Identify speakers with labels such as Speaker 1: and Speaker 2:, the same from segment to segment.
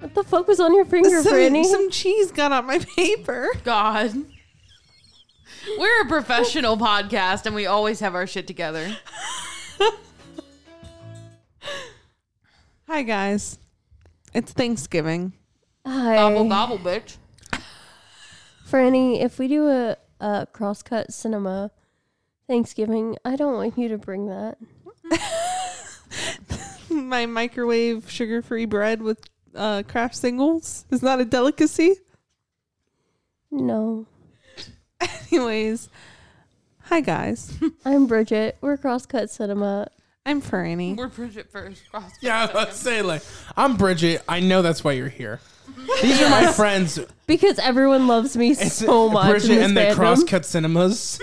Speaker 1: What the fuck was on your finger,
Speaker 2: Some,
Speaker 1: Franny?
Speaker 2: some cheese got on my paper.
Speaker 3: God. We're a professional podcast and we always have our shit together.
Speaker 2: Hi guys, it's Thanksgiving.
Speaker 1: Hi.
Speaker 3: Gobble, gobble, bitch.
Speaker 1: Franny, if we do a, a crosscut cinema Thanksgiving, I don't want you to bring that.
Speaker 2: My microwave sugar-free bread with uh, Kraft singles is not a delicacy.
Speaker 1: No.
Speaker 2: Anyways, hi guys,
Speaker 1: I'm Bridget. We're crosscut cinema.
Speaker 2: I'm Franny.
Speaker 3: We're Bridget first. Cross
Speaker 4: Yeah, let's say like I'm Bridget. I know that's why you're here. These are my friends.
Speaker 1: Because everyone loves me so much. in
Speaker 4: Bridget
Speaker 1: this
Speaker 4: and the
Speaker 1: fandom.
Speaker 4: Crosscut Cinemas.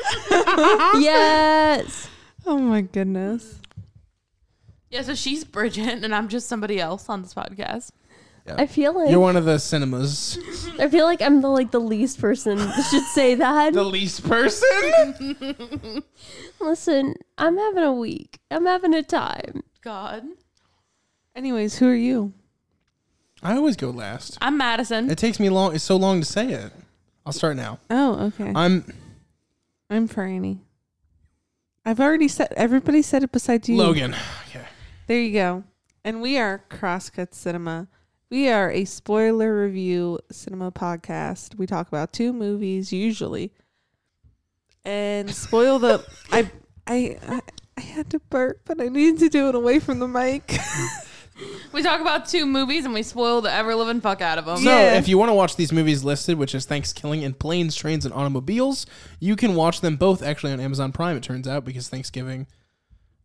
Speaker 1: Yes.
Speaker 2: Oh my goodness.
Speaker 3: Yeah, so she's Bridget and I'm just somebody else on this podcast.
Speaker 1: I feel like
Speaker 4: You're one of the cinemas.
Speaker 1: I feel like I'm the like the least person that should say that.
Speaker 4: The least person.
Speaker 1: Listen, I'm having a week. I'm having a time.
Speaker 3: God.
Speaker 2: Anyways, who are you?
Speaker 4: I always go last.
Speaker 3: I'm Madison.
Speaker 4: It takes me long. It's so long to say it. I'll start now.
Speaker 2: Oh, okay.
Speaker 4: I'm
Speaker 2: I'm Franny. I've already said. Everybody said it besides you.
Speaker 4: Logan. Okay.
Speaker 2: There you go. And we are Crosscut Cinema. We are a spoiler review cinema podcast. We talk about two movies usually, and spoil the. I I I- I had to burp, but I needed to do it away from the mic.
Speaker 3: We talk about two movies and we spoil the ever living fuck out of them.
Speaker 4: So
Speaker 2: Yeah.
Speaker 4: if you want to watch these movies listed, which is Thanksgiving and Planes, Trains, and Automobiles, you can watch them both actually on Amazon Prime. It turns out because Thanksgiving,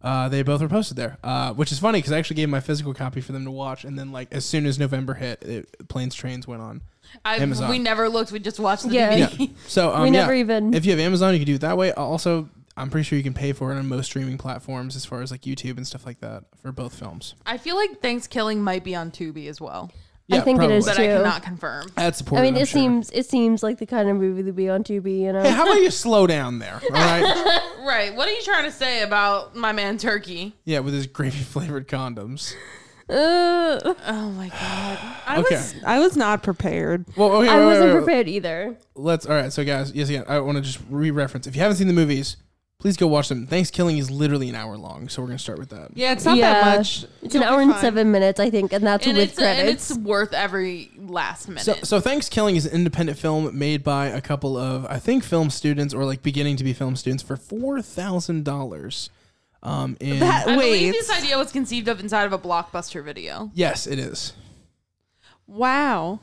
Speaker 4: uh, they both were posted there, uh, which is funny because I actually gave my physical copy for them to watch, and then like as soon as November hit, it, Planes, Trains went on.
Speaker 3: I,
Speaker 4: Amazon.
Speaker 3: we never looked. We just watched the
Speaker 1: Yeah.
Speaker 3: DVD.
Speaker 4: Yeah. So um,
Speaker 1: we never
Speaker 4: yeah.
Speaker 1: even
Speaker 4: If you have Amazon, you can do it that way. Also, I'm pretty sure you can pay for it on most streaming platforms, as far as like YouTube and stuff like that, for both films.
Speaker 3: I feel like Thanksgiving might be on Tubi as well,
Speaker 1: I think it is
Speaker 3: but
Speaker 1: too.
Speaker 3: I cannot confirm.
Speaker 1: I
Speaker 4: That's supported.
Speaker 1: mean,
Speaker 4: I'm
Speaker 1: it
Speaker 4: sure.
Speaker 1: seems it seems like the kind of movie to be on Tubi, you know.
Speaker 4: Hey, how about you slow down there? All right.
Speaker 3: Right. What are you trying to say about my man Turkey?
Speaker 4: Yeah, with his gravy flavored condoms.
Speaker 1: Uh,
Speaker 3: Oh my god. I
Speaker 4: okay.
Speaker 3: was
Speaker 2: I was not prepared.
Speaker 4: well, okay,
Speaker 1: I
Speaker 4: wait,
Speaker 1: wasn't
Speaker 4: wait, wait.
Speaker 1: prepared either.
Speaker 4: Let's. All right. So, guys, yes, again, I want to just re-reference. If you haven't seen the movies, please go watch them. Thanksgiving is literally an hour long, so we're gonna start with that.
Speaker 2: Yeah, it's not
Speaker 1: Yeah.
Speaker 2: that much.
Speaker 1: It's an
Speaker 2: You'll be
Speaker 1: hour and
Speaker 2: fine.
Speaker 1: seven minutes, I think, and that's
Speaker 3: and
Speaker 1: with
Speaker 3: it's and
Speaker 1: credits.
Speaker 3: it's worth every last minute.
Speaker 4: So, so Thanksgiving is an independent film made by a couple of, I think, film students or like beginning to be film students for four thousand dollars. Um, in
Speaker 2: That
Speaker 3: I believe
Speaker 2: wait.
Speaker 3: this idea was conceived of inside of a blockbuster video.
Speaker 4: yes, it is
Speaker 2: Wow.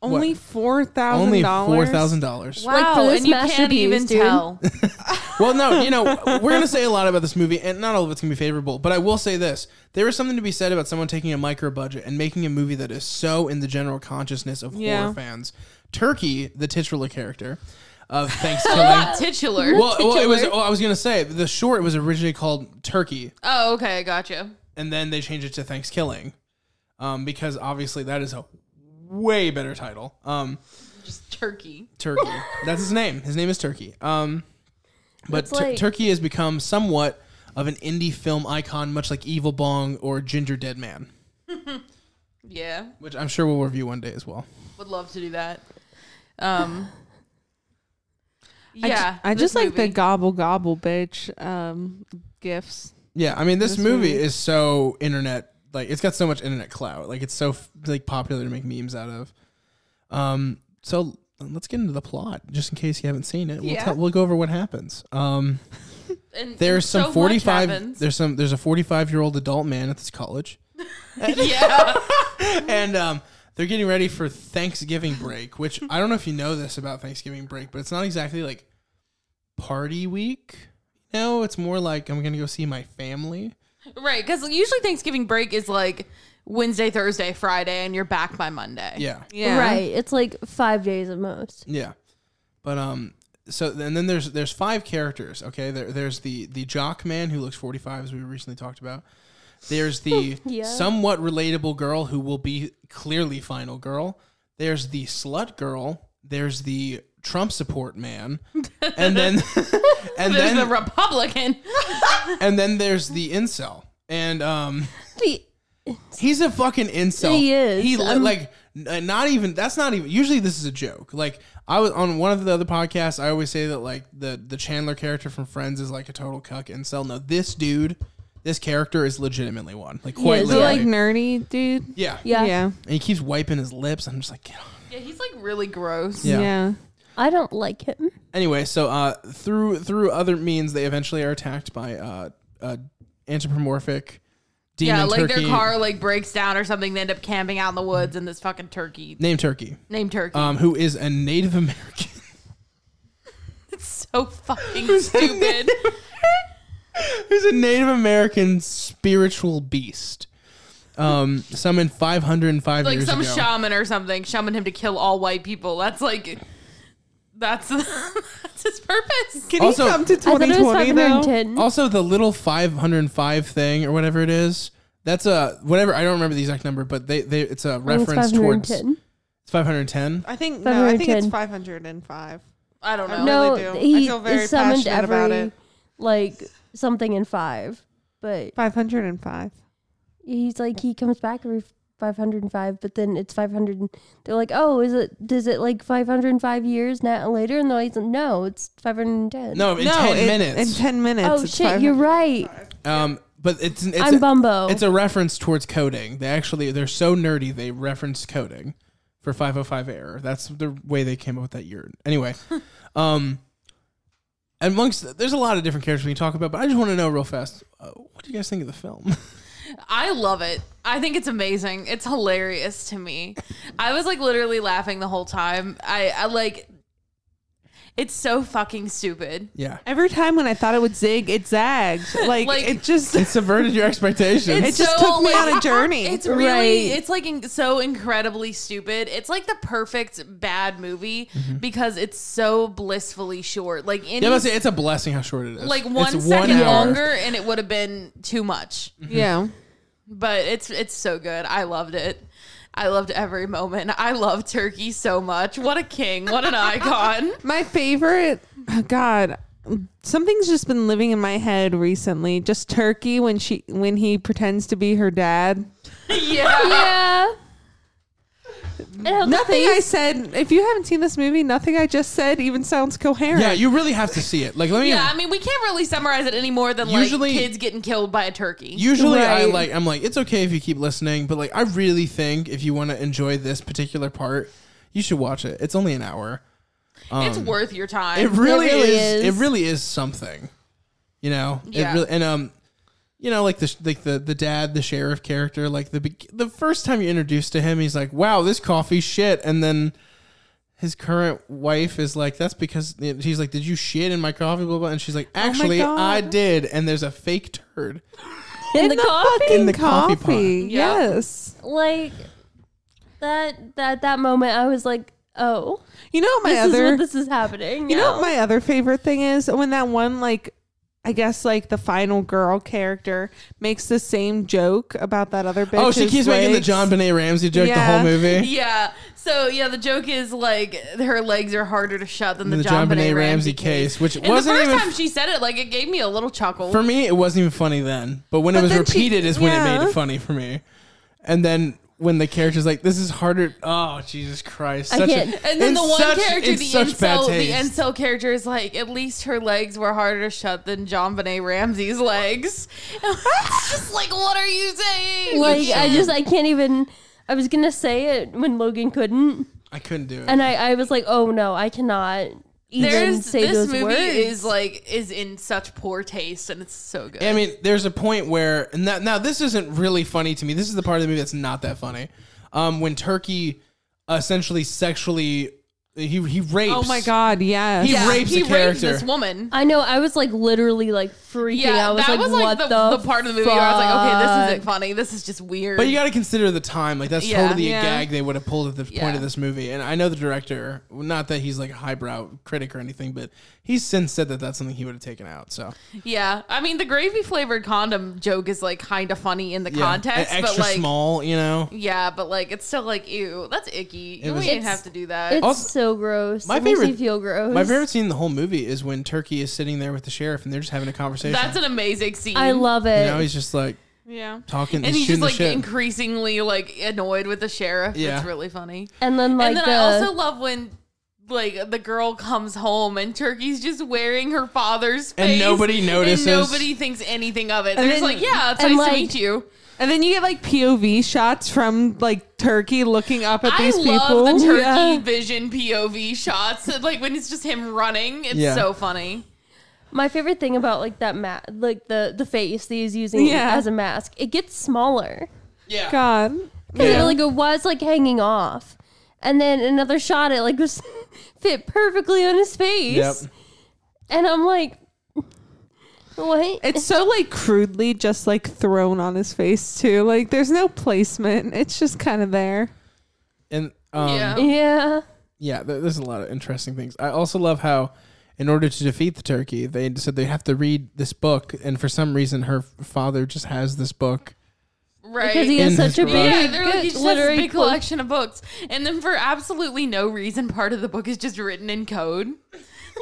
Speaker 2: Only four thousand
Speaker 4: only
Speaker 2: dollars.
Speaker 4: four thousand dollars.
Speaker 3: Wow,
Speaker 1: Like, for this
Speaker 3: and you can't
Speaker 1: masterpiece,
Speaker 3: even
Speaker 1: dude.
Speaker 3: tell.
Speaker 4: Well, no, you know, we're going to say a lot about this movie, and not all of it's going to be favorable, but I will say this. There is something to be said about someone taking a micro budget and making a movie that is so in the general consciousness of
Speaker 2: Yeah.
Speaker 4: horror fans. Turkey, the titular character of Thanksgiving.
Speaker 3: Titular.
Speaker 4: well, well, it was.
Speaker 1: Titular.
Speaker 4: Well, I was going to say, the short was originally called Turkey,
Speaker 3: Oh, okay, I gotcha.
Speaker 4: and then they changed it to Thanksgiving um, because obviously that is a way better title. Um,
Speaker 3: Just turkey.
Speaker 4: Turkey. That's his name. His name is Turkey. Um, but
Speaker 1: It's
Speaker 4: Tur-
Speaker 1: like-
Speaker 4: Turkey has become somewhat of an indie film icon, much like Evil Bong or Ginger Dead Man,
Speaker 3: Yeah,
Speaker 4: which I'm sure we'll review one day as well.
Speaker 3: would love to do that. Um.
Speaker 2: I ju-
Speaker 3: Yeah,
Speaker 2: I,
Speaker 3: this
Speaker 2: just like the
Speaker 3: movie.
Speaker 2: gobble gobble bitch um gifts.
Speaker 4: Yeah, I mean, this,
Speaker 2: This
Speaker 4: movie,
Speaker 2: movie-
Speaker 4: is so internet, like it's got so much internet clout, like it's so f- like popular to make memes out of. Um, so let's get into the plot, just in case you haven't seen it. We'll
Speaker 2: Yeah.
Speaker 4: tell we'll go over what happens. Um,
Speaker 3: And- and
Speaker 4: there's some
Speaker 3: so much
Speaker 4: 45.
Speaker 3: happens.
Speaker 4: There's some. There's a 45 year old adult man at this college.
Speaker 3: yeah.
Speaker 4: and um, they're getting ready for Thanksgiving break, which I don't know if you know this about Thanksgiving break, but it's not exactly like party week. No, it's more like I'm gonna go see my family.
Speaker 3: Right, because usually Thanksgiving break is like Wednesday, Thursday, Friday, and you're back by Monday.
Speaker 4: Yeah,
Speaker 2: Yeah.
Speaker 1: Right. It's like five days at most.
Speaker 4: yeah. But um, so and then there's there's five characters. Okay, there, there's the the jock man who looks 45, as we recently talked about. There's the
Speaker 1: Yeah.
Speaker 4: somewhat relatable girl who will be clearly final girl. There's the slut girl. There's the Trump support man, and then and
Speaker 3: There's
Speaker 4: then
Speaker 3: the Republican.
Speaker 4: and then there's the incel. And um,
Speaker 1: The
Speaker 4: He's a fucking incel.
Speaker 1: He is.
Speaker 4: He li-
Speaker 1: I'm-
Speaker 4: like n- not even. That's not even. Usually this is a joke. Like I was on one of the other podcasts. I always say that like the the Chandler character from Friends is like a total cuck incel. No, this dude, this character is legitimately one. Like quite
Speaker 1: is.
Speaker 2: The like
Speaker 4: literally.
Speaker 2: nerdy dude.
Speaker 4: yeah.
Speaker 1: Yeah.
Speaker 4: And he keeps wiping his lips. I'm just like, get on.
Speaker 3: Yeah, he's like really gross.
Speaker 4: Yeah.
Speaker 2: Yeah.
Speaker 1: I don't like him.
Speaker 4: Anyway, so uh, through through other means, they eventually are attacked by uh, uh anthropomorphic demon
Speaker 3: Yeah, like
Speaker 4: turkey
Speaker 3: their car like breaks down or something. They end up camping out in the woods, and this fucking turkey
Speaker 4: named Turkey,
Speaker 3: named Turkey.
Speaker 4: um, who is a Native American.
Speaker 3: so fucking stupid.
Speaker 4: He's a Native American spiritual beast. Um, summoned 505
Speaker 3: like
Speaker 4: years
Speaker 3: some
Speaker 4: ago.
Speaker 3: shaman or something shaman him to kill all white people. That's like that's that's his purpose.
Speaker 2: Can
Speaker 4: Also-
Speaker 2: he come to
Speaker 1: I thought it was
Speaker 2: 2020 though?
Speaker 1: 510.
Speaker 4: Also, the little 505 thing or whatever it is. That's a whatever. I don't remember the exact number, but they, they it's a
Speaker 1: I think it's
Speaker 4: reference towards it's
Speaker 1: 510.
Speaker 4: 510.
Speaker 2: I think no. I think it's
Speaker 1: 510.
Speaker 2: 505.
Speaker 3: I don't know.
Speaker 2: I
Speaker 1: No,
Speaker 2: really do. I
Speaker 1: he
Speaker 2: feel very
Speaker 1: is summoned
Speaker 2: passionate
Speaker 1: every
Speaker 2: about it.
Speaker 1: like something in five, but
Speaker 2: 505.
Speaker 1: he's like he comes back every 505 but then it's 500 and they're like oh is it does it like 505 years now later and they're like no it's 510
Speaker 4: No, in 10
Speaker 2: it-
Speaker 4: minutes.
Speaker 2: In 10 minutes.
Speaker 1: oh
Speaker 2: it's
Speaker 1: shit you're
Speaker 2: 500.
Speaker 1: right
Speaker 4: um, but it's it's
Speaker 1: i'm
Speaker 4: a,
Speaker 3: Oh.
Speaker 1: bumbo
Speaker 4: it's a reference towards coding. They actually they're so nerdy they reference coding for 505 error. That's the way they came up with that year. Anyway, um, amongst there's a lot of different characters we can talk about, but I just want to know real fast, uh, what do you guys think of the film?
Speaker 3: I love it. I think it's amazing. It's hilarious to me. I was like literally laughing the whole time. I, I like it's so fucking stupid.
Speaker 4: yeah,
Speaker 2: Every time when I thought it would zig, it zagged. Like,
Speaker 3: Like-
Speaker 2: it just.
Speaker 4: it subverted your expectations.
Speaker 2: It's- just took me on a journey.
Speaker 3: It's really,
Speaker 1: Right.
Speaker 3: it's like in, so incredibly stupid. It's like the perfect bad movie because it's so blissfully short. Like any,
Speaker 4: yeah, but say it's a blessing how short it is.
Speaker 3: like
Speaker 4: It's
Speaker 3: one second
Speaker 4: hour.
Speaker 3: longer, and it would have been too much.
Speaker 2: yeah.
Speaker 3: But it's it's so good. I loved it. I loved every moment. I love Turkey so much. What a king! What an icon!
Speaker 2: My favorite, oh God, something's just been living in my head recently. Just Turkey when she when he pretends to be her dad.
Speaker 3: yeah.
Speaker 1: yeah And how the
Speaker 2: Nothing I
Speaker 1: face-
Speaker 2: said. If you haven't seen this movie, nothing I just said even sounds coherent.
Speaker 4: Yeah, you really have to see it. Like, let me.
Speaker 3: Yeah, I mean, we can't really summarize it any more than
Speaker 4: Usually-
Speaker 3: like kids getting killed by a turkey.
Speaker 4: Usually, I
Speaker 2: Right.
Speaker 4: like. I'm like, it's okay if you keep listening, but like, I really think if you want to enjoy this particular part, you should watch it. It's only an hour.
Speaker 3: it's worth your time.
Speaker 4: It really,
Speaker 1: really is.
Speaker 4: is, It really is something. You know.
Speaker 3: Yeah.
Speaker 4: It really, and um, you know, like the sh- like the the dad, the sheriff character. Like the be- the first time you're introduced to him, he's like, "Wow, this coffee shit," and then. His current wife is like, that's because he's like, did you shit in my coffee? Blah blah. And she's like, actually,
Speaker 2: God.
Speaker 4: I did. And there's a fake turd.
Speaker 1: in the coffee
Speaker 4: in the coffee pot.
Speaker 3: Yeah.
Speaker 2: Yes.
Speaker 1: like that that that moment i was like oh
Speaker 2: You know what my
Speaker 1: this
Speaker 2: other
Speaker 1: is what this is happening
Speaker 2: You know
Speaker 1: now.
Speaker 2: what my other favorite thing is when that one like I guess like the final girl character makes the same joke about that other bitch.
Speaker 4: Oh, she keeps making the John Benet Ramsey joke the whole
Speaker 2: Yeah.
Speaker 4: movie.
Speaker 3: Yeah. So yeah, the joke is like her legs are harder to shut than the,
Speaker 4: In the
Speaker 3: John,
Speaker 4: JonBenet
Speaker 3: Benet
Speaker 4: Ramsey
Speaker 3: Ramsey
Speaker 4: case,
Speaker 3: case.
Speaker 4: which
Speaker 3: and
Speaker 4: wasn't
Speaker 3: the first
Speaker 4: even-
Speaker 3: time she said it, like it gave me a little chuckle.
Speaker 4: For me, it wasn't even funny then. But when it
Speaker 2: But
Speaker 4: was
Speaker 2: then she-
Speaker 4: repeated is when it made
Speaker 2: yeah.
Speaker 4: it funny for me. And then when the character's like, "This is harder." Oh, Jesus Christ!
Speaker 1: I
Speaker 4: Such a-
Speaker 1: can't.
Speaker 3: and then
Speaker 4: it's
Speaker 3: the one
Speaker 4: such-
Speaker 3: character,
Speaker 4: it's
Speaker 3: the
Speaker 4: such bad
Speaker 3: incel, the
Speaker 4: taste.
Speaker 3: incel character is like, at least her legs were harder to shut than John Benet Ramsey's legs. it's just like, what are you saying?
Speaker 1: like i just i can't even i was gonna say it when logan couldn't
Speaker 4: I couldn't do it.
Speaker 1: and i i was like oh no i cannot even
Speaker 3: There's
Speaker 1: say
Speaker 3: this
Speaker 1: those
Speaker 3: movie
Speaker 1: words
Speaker 3: is like is in such poor taste, and it's so good.
Speaker 4: I mean, there's a point where and that, now this isn't really funny to me. This is the part of the movie that's not that funny. Um, when Turkey essentially sexually he he rapes.
Speaker 2: Oh my god, yes.
Speaker 4: He rapes
Speaker 3: he
Speaker 4: the character.
Speaker 3: this woman.
Speaker 1: i know i was like literally like freaking
Speaker 3: Yeah,
Speaker 1: out i was
Speaker 3: that
Speaker 1: like
Speaker 3: was like
Speaker 1: what
Speaker 3: the,
Speaker 1: the,
Speaker 3: the, part of the movie where I was like, okay, this
Speaker 1: fuck?
Speaker 3: isn't funny. This is just weird.
Speaker 4: But you got to consider the time. Like that's
Speaker 3: Yeah.
Speaker 4: totally a
Speaker 2: Yeah.
Speaker 4: gag they would have pulled at the point
Speaker 3: Yeah.
Speaker 4: of this movie. And I know the director. Not that he's like a highbrow critic or anything, but he's since said that that's something he would have taken out. So
Speaker 3: yeah, I mean, the gravy flavored condom joke is like kind of funny in the
Speaker 4: yeah.
Speaker 3: context,
Speaker 4: E-
Speaker 3: but
Speaker 4: extra
Speaker 3: like,
Speaker 4: small, you know.
Speaker 3: yeah, but like, it's still like, ew, that's icky.
Speaker 4: It
Speaker 3: we
Speaker 4: was-
Speaker 3: didn't have to do that.
Speaker 1: it's
Speaker 4: Also-
Speaker 1: so gross
Speaker 4: My
Speaker 1: it
Speaker 4: favorite-
Speaker 1: makes me feel gross
Speaker 4: My favorite scene in the whole movie is when Turkey is sitting there with the sheriff and they're just having a conversation.
Speaker 3: That's an amazing scene.
Speaker 1: i love it
Speaker 4: you know, he's just like,
Speaker 2: Yeah.
Speaker 4: talking
Speaker 3: And he's just
Speaker 4: shooting the
Speaker 3: like
Speaker 4: shit.
Speaker 3: increasingly like annoyed with the sheriff.
Speaker 4: Yeah.
Speaker 3: It's really funny.
Speaker 1: And then like
Speaker 3: and then
Speaker 1: the,
Speaker 3: I also love when like the girl comes home and Turkey's just wearing her father's
Speaker 4: And
Speaker 3: face
Speaker 4: nobody
Speaker 3: and
Speaker 4: notices.
Speaker 3: nobody thinks anything of it. They're just
Speaker 2: then-
Speaker 3: like, yeah, it's
Speaker 1: and
Speaker 3: nice
Speaker 1: like-
Speaker 3: to meet you.
Speaker 2: And then you get like POV shots from like Turkey looking up at
Speaker 3: I
Speaker 2: these people.
Speaker 3: love the turkey
Speaker 2: Yeah.
Speaker 3: vision POV shots. Like when it's just him running, it's
Speaker 4: Yeah.
Speaker 3: so funny.
Speaker 1: my favorite thing about like that ma- like the the face that he's using
Speaker 2: Yeah.
Speaker 1: as a mask, it gets smaller.
Speaker 4: yeah.
Speaker 2: God.
Speaker 1: And
Speaker 2: Yeah.
Speaker 1: then, like it was like hanging off. And then another shot it like was fit perfectly on his face.
Speaker 4: Yep.
Speaker 1: And I'm like what?
Speaker 2: It's so like crudely just like thrown on his face too. Like there's no placement. It's just kind of there.
Speaker 4: And um,
Speaker 3: Yeah.
Speaker 4: yeah,
Speaker 1: yeah.
Speaker 4: there- there's a lot of interesting things. I also love how, in order to defeat the turkey, they said they have to read this book, and for some reason, her father just has this book.
Speaker 3: Right.
Speaker 1: Because he has
Speaker 4: In
Speaker 1: such a
Speaker 4: his garage.
Speaker 1: big,
Speaker 3: yeah, they're like,
Speaker 1: good
Speaker 3: he just has this
Speaker 1: literary
Speaker 3: big
Speaker 1: cul-
Speaker 3: collection of books. And then for absolutely no reason, part of the book is just written in code.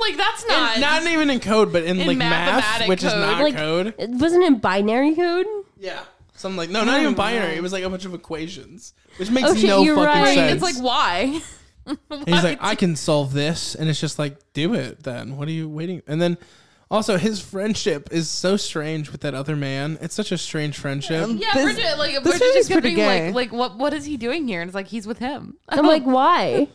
Speaker 3: Like that's not
Speaker 4: And not even in code, but in,
Speaker 3: In
Speaker 4: like math,
Speaker 3: mathematic
Speaker 4: which is
Speaker 3: code.
Speaker 4: not
Speaker 1: Like-
Speaker 4: code.
Speaker 1: It wasn't in binary code.
Speaker 4: Yeah. So I'm like, no, not even binary. It was like a bunch of equations, which makes
Speaker 1: Oh, shit,
Speaker 4: no
Speaker 1: you're
Speaker 4: fucking
Speaker 1: right.
Speaker 4: sense.
Speaker 3: it's like why?
Speaker 4: And he's like, I can solve this, and it's just like, do it then. What are you waiting? And then also his friendship is so strange with that other man. It's such a strange friendship.
Speaker 3: Yeah,
Speaker 2: This-
Speaker 3: Bridget, like
Speaker 2: this
Speaker 3: Bridget
Speaker 2: movie's
Speaker 3: just kept
Speaker 2: pretty
Speaker 3: being
Speaker 2: gay.
Speaker 3: like, like what what is he doing here? And it's like he's with him.
Speaker 1: I'm like, why?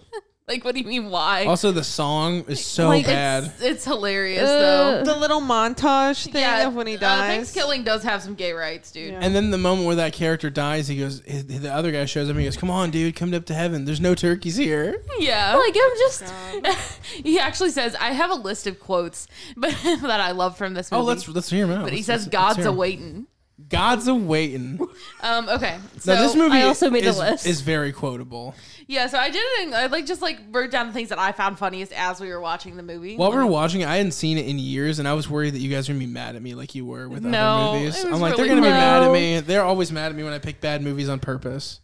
Speaker 3: Like what do you mean why?
Speaker 4: Also, the song is so
Speaker 1: Like,
Speaker 4: bad.
Speaker 3: It's, it's hilarious
Speaker 1: Uh,
Speaker 3: though.
Speaker 2: The little montage thing
Speaker 3: Yeah,
Speaker 2: of when he
Speaker 3: Uh,
Speaker 2: dies.
Speaker 3: Thanksgiving does have some gay rights, dude.
Speaker 2: Yeah.
Speaker 4: And then the moment where that character dies, he goes. His, the other guy shows up. and He goes, "Come on, dude, come up to heaven. There's no turkeys here."
Speaker 3: Yeah.
Speaker 1: Like I'm just
Speaker 3: he actually says, I have a list of quotes but that I love from this movie.
Speaker 4: Oh, let's let's hear him out.
Speaker 3: but he
Speaker 4: Let's-
Speaker 3: says
Speaker 4: let's- let's
Speaker 3: God's
Speaker 4: hear
Speaker 3: a
Speaker 4: him.
Speaker 3: waitin'.
Speaker 4: God's a waiting.
Speaker 3: Um, okay. So
Speaker 4: Now this movie
Speaker 1: I also made a
Speaker 4: is,
Speaker 1: list.
Speaker 4: is very quotable.
Speaker 3: Yeah, so I did it. In, I like just like wrote down the things that I found funniest as we were watching the movie.
Speaker 4: While we were watching, it, I hadn't seen it in years, and I was worried that you guys were gonna be mad at me like you were with
Speaker 3: No,
Speaker 4: other movies.
Speaker 3: it was
Speaker 4: I'm like, they're
Speaker 3: really
Speaker 4: gonna be mad at
Speaker 1: No.
Speaker 4: me. They're always mad at me when I pick bad movies on purpose.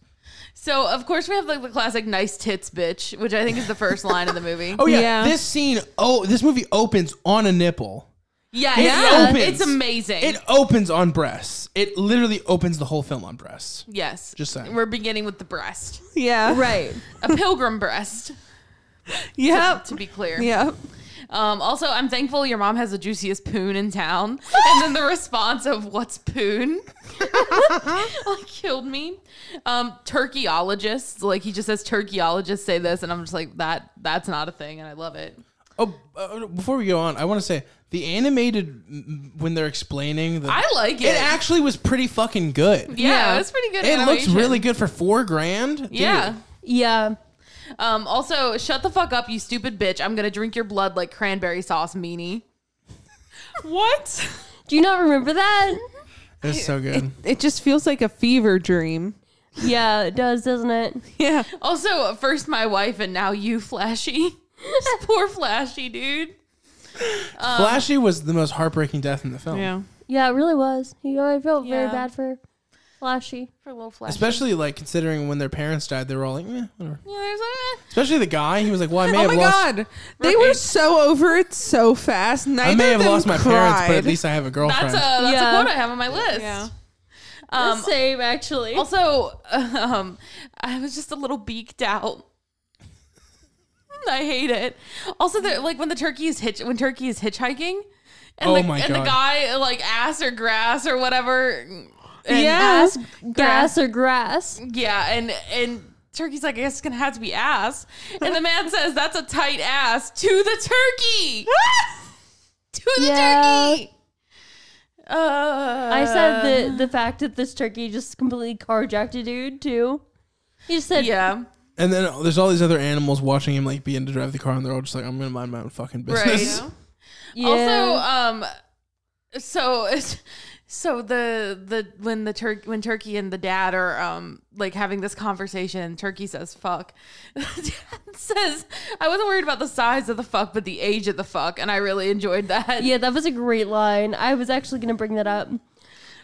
Speaker 3: so of course we have like the classic "nice tits, bitch," which I think is the first line of the movie.
Speaker 4: Oh yeah,
Speaker 2: Yeah.
Speaker 4: this scene. Oh, this movie opens on a nipple.
Speaker 3: yeah,
Speaker 4: it
Speaker 3: it's,
Speaker 4: opens.
Speaker 3: it's amazing.
Speaker 4: It opens on breasts. It literally opens the whole film on breasts.
Speaker 3: yes,
Speaker 4: Just saying.
Speaker 3: we're beginning with the breast,
Speaker 2: yeah.
Speaker 1: right.
Speaker 3: a pilgrim breast,
Speaker 2: Yep.
Speaker 3: to be clear.
Speaker 2: Yep.
Speaker 3: Um, also, I'm thankful your mom has the juiciest poon in town. and then the response of "What's poon?" like killed me. Um, turkeyologists, like he just says turkeyologists say this, and I'm just like that. That's not a thing, and I love it.
Speaker 4: Oh, uh, before we go on, I want to say the animated m- when they're explaining the
Speaker 3: I like it.
Speaker 4: it actually was pretty fucking good.
Speaker 3: yeah,
Speaker 1: Yeah.
Speaker 3: it's pretty good.
Speaker 4: It looks
Speaker 3: animation.
Speaker 4: really good for four grand. Dude.
Speaker 3: Yeah.
Speaker 1: Yeah.
Speaker 3: Um, also, shut the fuck up, you stupid bitch. I'm gonna drink your blood like cranberry sauce, meanie. what?
Speaker 1: Do you not remember that?
Speaker 4: it was so good.
Speaker 2: It just feels like a fever dream.
Speaker 1: Yeah, it does, doesn't it?
Speaker 2: Yeah.
Speaker 3: Also, first my wife and now you, Flashy. Poor Flashy, dude.
Speaker 4: Flashy was the most heartbreaking death in the film.
Speaker 2: Yeah.
Speaker 1: Yeah, it really was. You know, I felt
Speaker 3: Yeah.
Speaker 1: very bad for Flashy.
Speaker 3: For little Flashy.
Speaker 4: Especially like considering when their parents died, they were all like, eh, whatever.
Speaker 3: Yeah, there's a-
Speaker 4: Especially the guy, he was like, "Well, I may
Speaker 2: Oh
Speaker 4: have
Speaker 2: my
Speaker 4: lost,
Speaker 2: god. They were so over it so fast. Neither
Speaker 4: I may have lost my parents, but at
Speaker 2: least
Speaker 4: least I have a
Speaker 3: that's
Speaker 4: girlfriend."
Speaker 3: a that's
Speaker 1: Yeah.
Speaker 3: a quote I have on my list.
Speaker 2: Yeah.
Speaker 3: Um,
Speaker 1: Same, actually.
Speaker 3: also, um, I was just a little beaked out. I hate it. Also, the, like when the turkey is hitch when turkey is hitchhiking, and
Speaker 4: Oh
Speaker 3: the
Speaker 4: my
Speaker 3: and the
Speaker 4: God.
Speaker 3: guy like ass or grass or whatever. And,
Speaker 2: Yeah.
Speaker 1: Ass, grass, or grass.
Speaker 3: yeah, and and turkey's like, I guess it's gonna have to be ass. And the man says, "That's a tight ass to the turkey." to the
Speaker 1: Yeah.
Speaker 3: turkey. Uh,
Speaker 1: I said the the fact that this turkey just completely carjacked a dude too. He just said,
Speaker 3: Uh, yeah.
Speaker 4: and then uh, there's all these other animals watching him like begin to drive the car, and they're all just like, "I'm gonna mind my own fucking business."
Speaker 3: Right.
Speaker 1: yeah.
Speaker 3: Also, um, so it's- so the the when the turkey when Turkey and the dad are um like having this conversation, Turkey says "fuck." The dad says, "I wasn't worried about the size of the fuck, but the age of the fuck," and I really enjoyed that.
Speaker 1: yeah, that was a great line. I was actually gonna bring that up,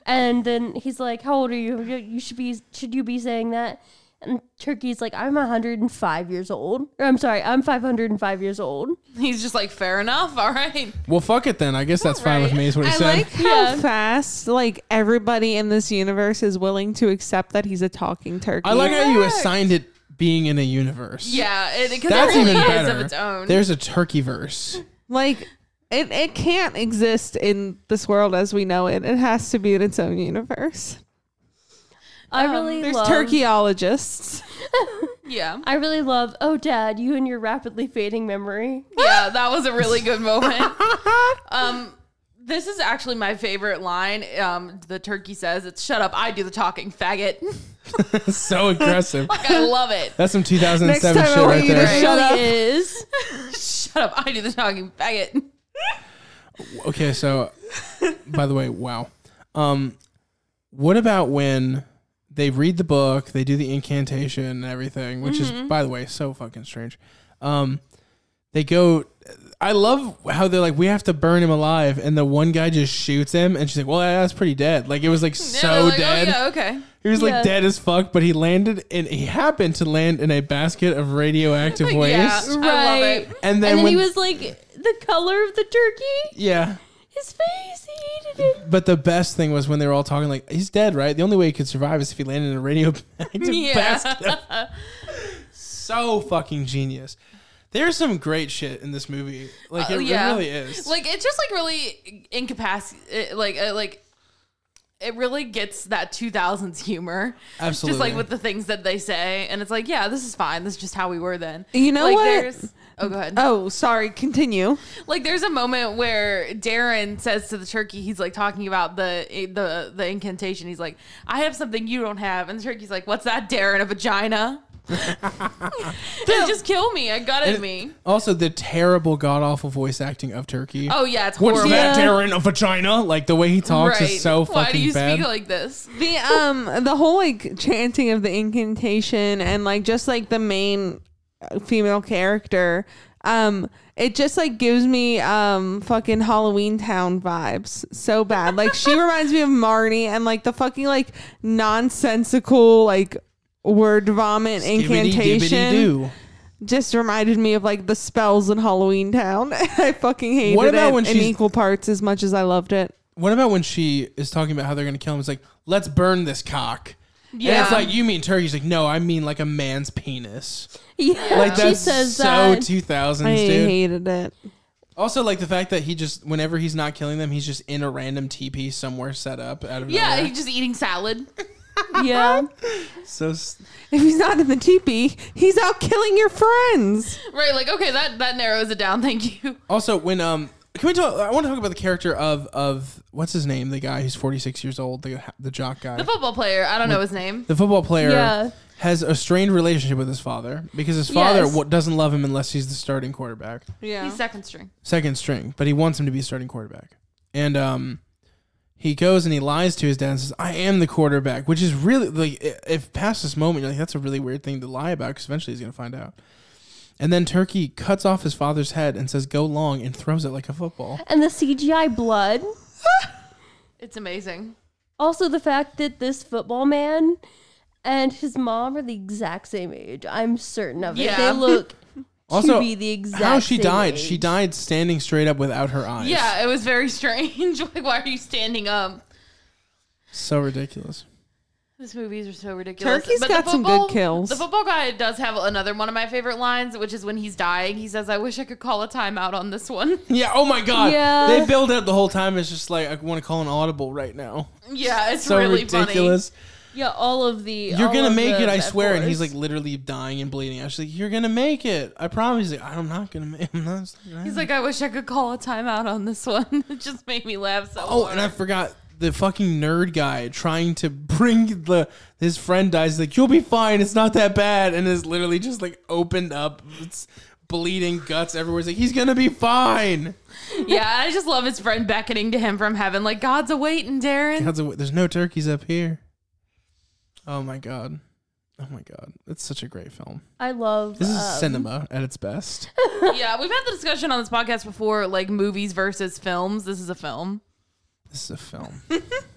Speaker 1: and then he's like, "How old are you? You- You should be should you be saying that?" And Turkey's like, "I'm 105 years old. Or, I'm sorry, I'm 505 years old."
Speaker 3: He's just like, fair enough. All right.
Speaker 4: Well, fuck it then. I guess that's fine with me. Is what he
Speaker 2: I
Speaker 4: said.
Speaker 2: like how
Speaker 3: Yeah.
Speaker 2: fast like everybody in this universe is willing to accept that he's a talking turkey.
Speaker 4: I like how you assigned it being in a universe.
Speaker 3: Yeah. It, 'cause
Speaker 4: That's
Speaker 3: it really
Speaker 4: even
Speaker 3: is
Speaker 4: better.
Speaker 3: of its own.
Speaker 4: There's a turkey verse.
Speaker 2: like it, it can't exist in this world as we know it. It has to be in its own universe.
Speaker 1: I really
Speaker 2: There's
Speaker 1: love,
Speaker 2: turkeyologists.
Speaker 3: yeah.
Speaker 1: I really love. Oh, Dad, you and your rapidly fading memory.
Speaker 3: Yeah. That was a really good moment. Um, this is actually my favorite line. Um, the turkey says, "It's shut up. I do the talking, faggot."
Speaker 4: so aggressive.
Speaker 3: I love it.
Speaker 4: That's some
Speaker 2: Next time
Speaker 4: 2007
Speaker 2: I
Speaker 4: shit
Speaker 2: want
Speaker 4: right
Speaker 2: you to
Speaker 4: there.
Speaker 2: shut up.
Speaker 1: Is
Speaker 3: Shut up. I do the talking, faggot.
Speaker 4: Okay, so by the way, wow. Um, what about when they read the book, they do the incantation and everything, which
Speaker 3: Mm-hmm.
Speaker 4: is by the way so fucking strange. Um, they go. I love how they're like, we have to burn him alive, and the one guy just shoots him, and she's like, well, that's pretty dead. Like it was like
Speaker 3: Yeah,
Speaker 4: so
Speaker 3: they're like,
Speaker 4: dead.
Speaker 3: Oh, yeah. Okay.
Speaker 4: He was
Speaker 1: Yeah.
Speaker 4: like dead as fuck, but he landed and he happened to land in a basket of radioactive waste.
Speaker 3: Yeah. I love
Speaker 1: right.
Speaker 3: it.
Speaker 4: And then,
Speaker 1: And then
Speaker 4: when,
Speaker 1: he was like the color of the turkey.
Speaker 4: yeah.
Speaker 1: His face. He hated it.
Speaker 4: But the best thing was when they were all talking, like, he's dead, right? The only way he could survive is if he landed in a radioactive
Speaker 3: Yeah.
Speaker 4: basket. so fucking genius. There's some great shit in this movie. Like, it,
Speaker 3: Uh,
Speaker 4: it
Speaker 3: yeah.
Speaker 4: really is.
Speaker 3: like it's just like really incapacitated like uh, like it really gets that 2000s humor
Speaker 4: Absolutely.
Speaker 3: just like with the things that they say and it's like yeah this is fine this is just how we were then
Speaker 2: You know
Speaker 3: like
Speaker 2: what?
Speaker 3: there's oh go ahead
Speaker 2: Oh, sorry. Continue.
Speaker 3: like there's a moment where darren says to the turkey he's like talking about the eh, the the incantation he's like i have something you don't have and the turkey's like what's that darren a vagina They just kill me i got it
Speaker 4: And
Speaker 3: me
Speaker 4: Also, the terrible, god awful voice acting of Turkey.
Speaker 3: oh yeah it's
Speaker 4: What's
Speaker 3: horrible
Speaker 4: that, Darren? A vagina? Like, the way he talks
Speaker 3: right
Speaker 4: is so fucking
Speaker 3: why do you
Speaker 4: bad.
Speaker 3: speak like this
Speaker 2: The um the whole like chanting of the incantation and like just like the main uh, female character um it just like gives me um fucking Halloween town vibes so bad. Like she reminds me of Marnie and like the fucking like nonsensical like word vomit
Speaker 4: Skibbity dibbity
Speaker 2: incantation
Speaker 4: doo.
Speaker 2: just reminded me of like the spells in Halloween town. I fucking hated
Speaker 4: What about
Speaker 2: it
Speaker 4: when
Speaker 2: in
Speaker 4: she's-
Speaker 2: equal parts as much as I loved it.
Speaker 4: What about when she is talking about how they're gonna kill him? It's like, let's burn this cock. Yeah. And
Speaker 3: Yeah.
Speaker 4: it's like, you mean turkey? She's like, no, I mean like a man's penis.
Speaker 1: Yeah.
Speaker 4: Like
Speaker 1: she
Speaker 4: that's
Speaker 1: says
Speaker 4: so
Speaker 1: that.
Speaker 4: 2000s,
Speaker 2: I
Speaker 4: dude.
Speaker 2: hated it.
Speaker 4: also, like the fact that he just, whenever he's not killing them, he's just in a random teepee somewhere set up out of
Speaker 3: Yeah,
Speaker 4: nowhere.
Speaker 3: he's just eating salad.
Speaker 1: yeah.
Speaker 4: Uh-huh. so s-
Speaker 2: If he's not in the teepee, he's out killing your friends.
Speaker 3: Right, like okay, that that narrows it down. Thank you.
Speaker 4: also when um. Can we talk? I want to talk about the character of of what's his name, the guy who's forty six years old, the the jock guy,
Speaker 3: The football player, I don't know his name.
Speaker 4: the football player
Speaker 1: Yeah.
Speaker 4: has a strained relationship with his father because his father
Speaker 1: Yes.
Speaker 4: wa- doesn't love him unless he's the starting quarterback.
Speaker 2: Yeah.
Speaker 3: He's second string.
Speaker 4: second string, but he wants him to be starting quarterback. And um, he goes and he lies to his dad and says, "I am the quarterback," which is really like i- if past this moment, you're like, "That's a really weird thing to lie about," because eventually he's gonna find out. And then Turkey cuts off his father's head and says, "Go long," and throws it like a football.
Speaker 1: And the CGI blood.
Speaker 3: It's amazing.
Speaker 1: Also, the fact that this football man and his mom are the exact same age. I'm certain of it.
Speaker 3: Yeah.
Speaker 1: They look
Speaker 4: Also,
Speaker 1: to be the exact
Speaker 4: How she
Speaker 1: same
Speaker 4: died?
Speaker 1: age.
Speaker 4: She died standing straight up without her eyes.
Speaker 3: Yeah, it was very strange. like, why are you standing up?
Speaker 4: so ridiculous.
Speaker 3: These movies are so ridiculous.
Speaker 2: Turkey's
Speaker 3: Turkey's
Speaker 2: got some good kills.
Speaker 3: The football guy does have another one of my favorite lines, which is when he's dying. He says, "I wish I could call a timeout on this one."
Speaker 4: Yeah. Oh my God.
Speaker 1: Yeah.
Speaker 4: They build up the whole time. It's just like I want to call an audible right now.
Speaker 3: yeah, it's
Speaker 4: So
Speaker 3: really
Speaker 4: ridiculous.
Speaker 1: Yeah, all of the.
Speaker 4: You're
Speaker 1: all
Speaker 4: gonna
Speaker 1: of
Speaker 4: make
Speaker 1: the
Speaker 4: it, I
Speaker 1: metaphors.
Speaker 4: swear. And he's like literally dying and bleeding. I was like, you're gonna make it. I promise. He's like, I'm not gonna make. I'm not. it's not gonna
Speaker 3: funny. He's
Speaker 4: happen."
Speaker 3: like, "I wish I could call a timeout on this one." it just made me laugh so.
Speaker 4: oh, and I forgot the fucking nerd guy trying to bring the his friend dies. Like, you'll be fine. It's not that bad. And is literally just like opened up. It's bleeding guts everywhere. He's like, he's gonna be fine.
Speaker 3: yeah, I just love his friend beckoning to him from heaven, like God's a waiting, Darren.
Speaker 4: God's a- there's no turkeys up here. Oh my god. Oh my god. That's such a great film.
Speaker 1: I love.
Speaker 4: This is
Speaker 1: um,
Speaker 4: cinema at its best.
Speaker 3: yeah, we've had the discussion on this podcast before, like movies versus films. This is a film.
Speaker 4: This is a film.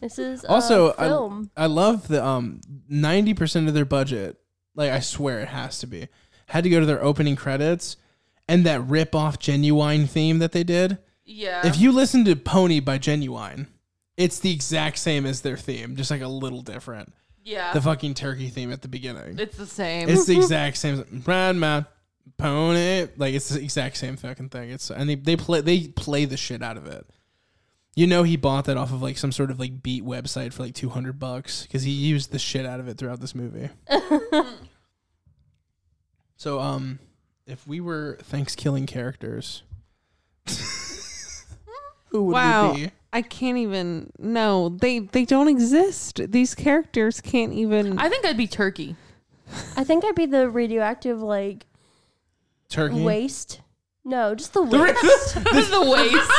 Speaker 1: This is
Speaker 4: Also,
Speaker 1: also film.
Speaker 4: I, I love the um ninety percent of their budget. Like I swear it has to be had to go to their opening credits, and that rip off genuine theme that they did.
Speaker 3: Yeah.
Speaker 4: If you listen to Pony by Genuine, it's the exact same as their theme, just like a little different.
Speaker 3: yeah.
Speaker 4: The fucking turkey theme at the beginning.
Speaker 3: it's the same.
Speaker 4: It's the exact same. Brown man, pony. Like it's the exact same fucking thing. It's and they, they play they play the shit out of it. You know he bought that off of like some sort of like beat website for like two hundred bucks because he used the shit out of it throughout this movie. so um, if we were Thanksgiving characters, who would
Speaker 2: wow.
Speaker 4: we be?
Speaker 2: I can't even. No, they they don't exist. These characters can't even.
Speaker 3: I think I'd be turkey.
Speaker 1: I think I'd be the radioactive like
Speaker 4: Turkey.
Speaker 1: waste. No, just the
Speaker 4: The
Speaker 1: waste.
Speaker 4: ra-
Speaker 3: the waist.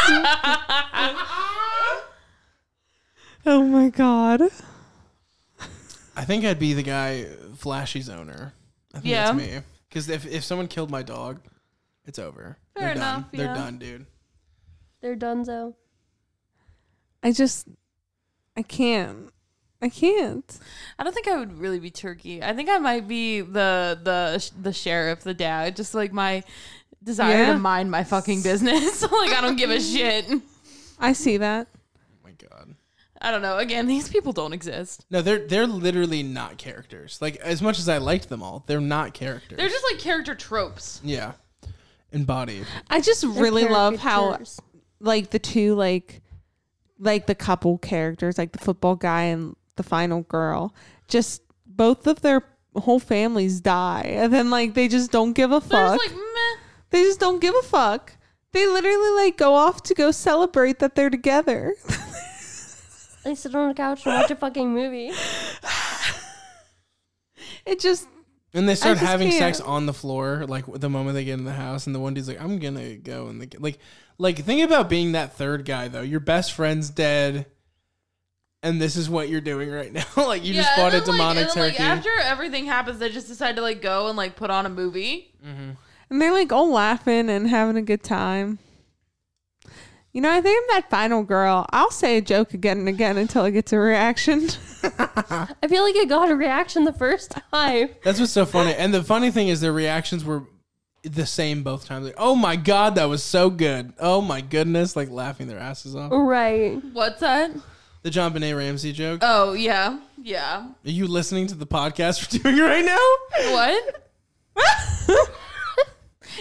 Speaker 2: oh my god.
Speaker 4: I think I'd be the guy Flashy's owner. I think
Speaker 3: Yeah.
Speaker 4: that's me. Because if, if someone killed my dog, it's over.
Speaker 3: Fair
Speaker 4: They're
Speaker 3: enough,
Speaker 4: done. They're
Speaker 3: yeah.
Speaker 4: done, dude.
Speaker 1: They're donezo.
Speaker 2: I just. I can't. I can't.
Speaker 3: I don't think I would really be turkey. I think I might be the the the sheriff, the dad. Just like my desire
Speaker 2: Yeah.
Speaker 3: to mind my fucking business. like I don't give a shit.
Speaker 2: I see that.
Speaker 4: Oh my god.
Speaker 3: I don't know. Again, these people don't exist.
Speaker 4: No, they're they're literally not characters. Like as much as I liked them all, they're not characters.
Speaker 3: They're just like character tropes.
Speaker 4: yeah. Embodied.
Speaker 2: I just
Speaker 1: They're
Speaker 2: really love how
Speaker 1: caricatures.
Speaker 2: like the two like like the couple characters, like the football guy and the final girl, just both of their whole families die, and then like they just don't give a
Speaker 3: They're
Speaker 2: fuck.
Speaker 3: just like meh.
Speaker 2: they just don't give a fuck. They literally like go off to go celebrate that they're together.
Speaker 1: They sit on the couch and watch a fucking movie.
Speaker 2: it just
Speaker 4: And they start
Speaker 2: just
Speaker 4: having sex
Speaker 2: can't.
Speaker 4: on the floor, like the moment they get in the house, and the one dude's like, "I'm gonna go," and the like, like think about being that third guy though. Your best friend's dead, and this is what you're doing right now. like you just
Speaker 3: and
Speaker 4: bought
Speaker 3: then,
Speaker 4: a
Speaker 3: like-
Speaker 4: demonic
Speaker 3: and then,
Speaker 4: turkey.
Speaker 3: Like, after everything happens, they just decide to like go and like put on a movie.
Speaker 2: and they're like all laughing and having a good time. You know, I think I'm that final girl. I'll say a joke again and again until I get to a reaction.
Speaker 1: I feel like I got a reaction the first time.
Speaker 4: That's what's so funny. And the funny thing is their reactions were the same both times. Like, oh my god, that was so good. Oh my goodness, like laughing their asses off.
Speaker 1: Right.
Speaker 3: What's that?
Speaker 4: The John Benet Ramsey joke.
Speaker 3: Oh yeah, yeah.
Speaker 4: Are you listening to the podcast we're doing right now?
Speaker 3: What?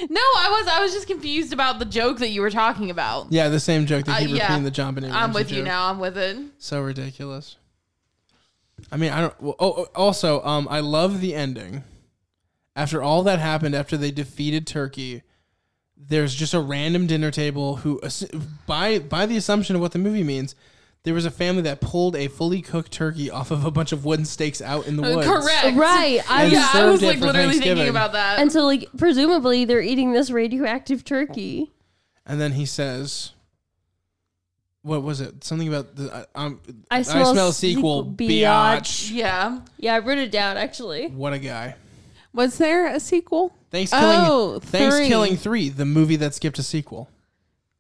Speaker 3: no, I was I was just confused about the joke that you were talking about.
Speaker 4: Yeah, the same joke that
Speaker 3: Uh,
Speaker 4: he
Speaker 3: yeah.
Speaker 4: repeating the John Benet Ramsey
Speaker 3: I'm with you
Speaker 4: joke.
Speaker 3: now. I'm with it.
Speaker 4: So ridiculous. I mean, I don't. Well, oh, oh, also, um, I love the ending. After all that happened, after they defeated Turkey, there's just a random dinner table who, ass- by by the assumption of what the movie means, there was a family that pulled a fully cooked turkey off of a bunch of wooden stakes out in the
Speaker 3: Uh,
Speaker 4: woods.
Speaker 3: Correct.
Speaker 1: Right. I was,
Speaker 4: And
Speaker 3: Yeah, I was
Speaker 4: served it
Speaker 3: like
Speaker 4: for
Speaker 3: literally
Speaker 4: Thanksgiving.
Speaker 3: thinking about that.
Speaker 1: and so like presumably they're eating this radioactive turkey.
Speaker 4: And then he says, "What was it? Something about the I, I'm,
Speaker 1: I
Speaker 4: I
Speaker 1: smell
Speaker 4: smell a
Speaker 1: sequel,
Speaker 4: sequel, biatch.
Speaker 3: yeah.
Speaker 1: Yeah, I wrote it down actually.
Speaker 4: What a guy."
Speaker 2: Was there a sequel?
Speaker 4: Thanks killing.
Speaker 2: Oh,
Speaker 4: Thanks
Speaker 2: three.
Speaker 4: killing three, the movie that skipped a sequel.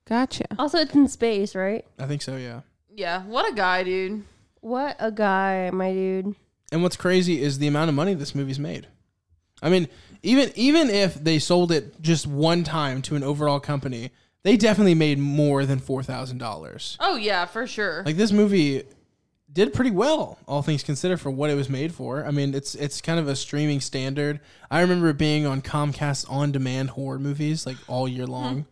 Speaker 2: Gotcha.
Speaker 1: Also, it's in space, right?
Speaker 4: I think so, yeah.
Speaker 3: Yeah. What a guy, dude.
Speaker 1: What a guy, my dude.
Speaker 4: And what's crazy is the amount of money this movie's made. I mean, even even if they sold it just one time to an overall company, they definitely made more than four thousand dollars.
Speaker 3: Oh yeah, for sure.
Speaker 4: Like this movie did pretty well, all things considered, for what it was made for. I mean, it's it's kind of a streaming standard. I remember it being on Comcast on demand horror movies like all year long.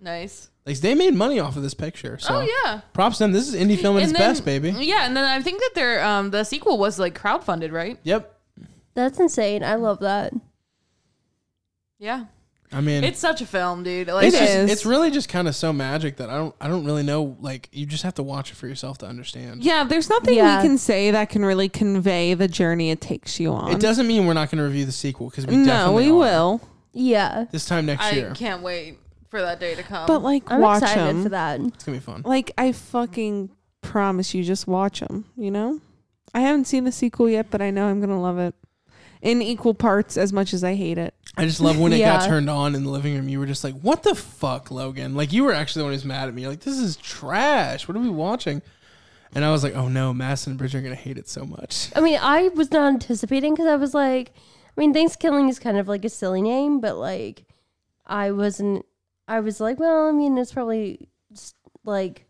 Speaker 2: Hmm.
Speaker 3: nice.
Speaker 4: Like they made money off of this picture. So
Speaker 3: Oh yeah.
Speaker 4: props to them. This is indie film at its
Speaker 3: then-
Speaker 4: best, baby.
Speaker 3: Yeah, and then I think that their um the sequel was like crowdfunded, right?
Speaker 4: Yep.
Speaker 1: That's insane. I love that.
Speaker 3: Yeah.
Speaker 4: I mean,
Speaker 3: It's such a film, dude. Like
Speaker 4: it's
Speaker 2: It
Speaker 4: just,
Speaker 2: is.
Speaker 4: It's really just kind of so magic that I don't. I don't really know. Like you just have to watch it for yourself to understand.
Speaker 2: Yeah, there's nothing
Speaker 1: Yeah.
Speaker 2: we can say that can really convey the journey it takes you on.
Speaker 4: It doesn't mean we're not going to review the sequel because we
Speaker 2: no,
Speaker 4: definitely
Speaker 2: we
Speaker 4: are.
Speaker 2: will.
Speaker 1: Yeah.
Speaker 4: this time next
Speaker 3: I
Speaker 4: year.
Speaker 3: can't wait for that day to come.
Speaker 2: But like,
Speaker 1: I'm
Speaker 2: watch
Speaker 1: excited
Speaker 2: them.
Speaker 1: for that.
Speaker 4: It's gonna be fun.
Speaker 2: Like, I fucking promise you, just watch them. You know, I haven't seen the sequel yet, but I know I'm gonna love it in equal parts as much as I hate it.
Speaker 4: I just love when it got
Speaker 1: Yeah.
Speaker 4: turned on in the living room. You were just like, "What the fuck, Logan?" Like you were actually the one who's mad at me. You're like, "This is trash. What are we watching?" And I was like, "Oh no, Mass and Bridge are gonna hate it so much."
Speaker 1: I mean, I was not anticipating because I was like, I mean, Thanksgiving is kind of like a silly name, but like, I wasn't. I was like, well, I mean, it's probably s- like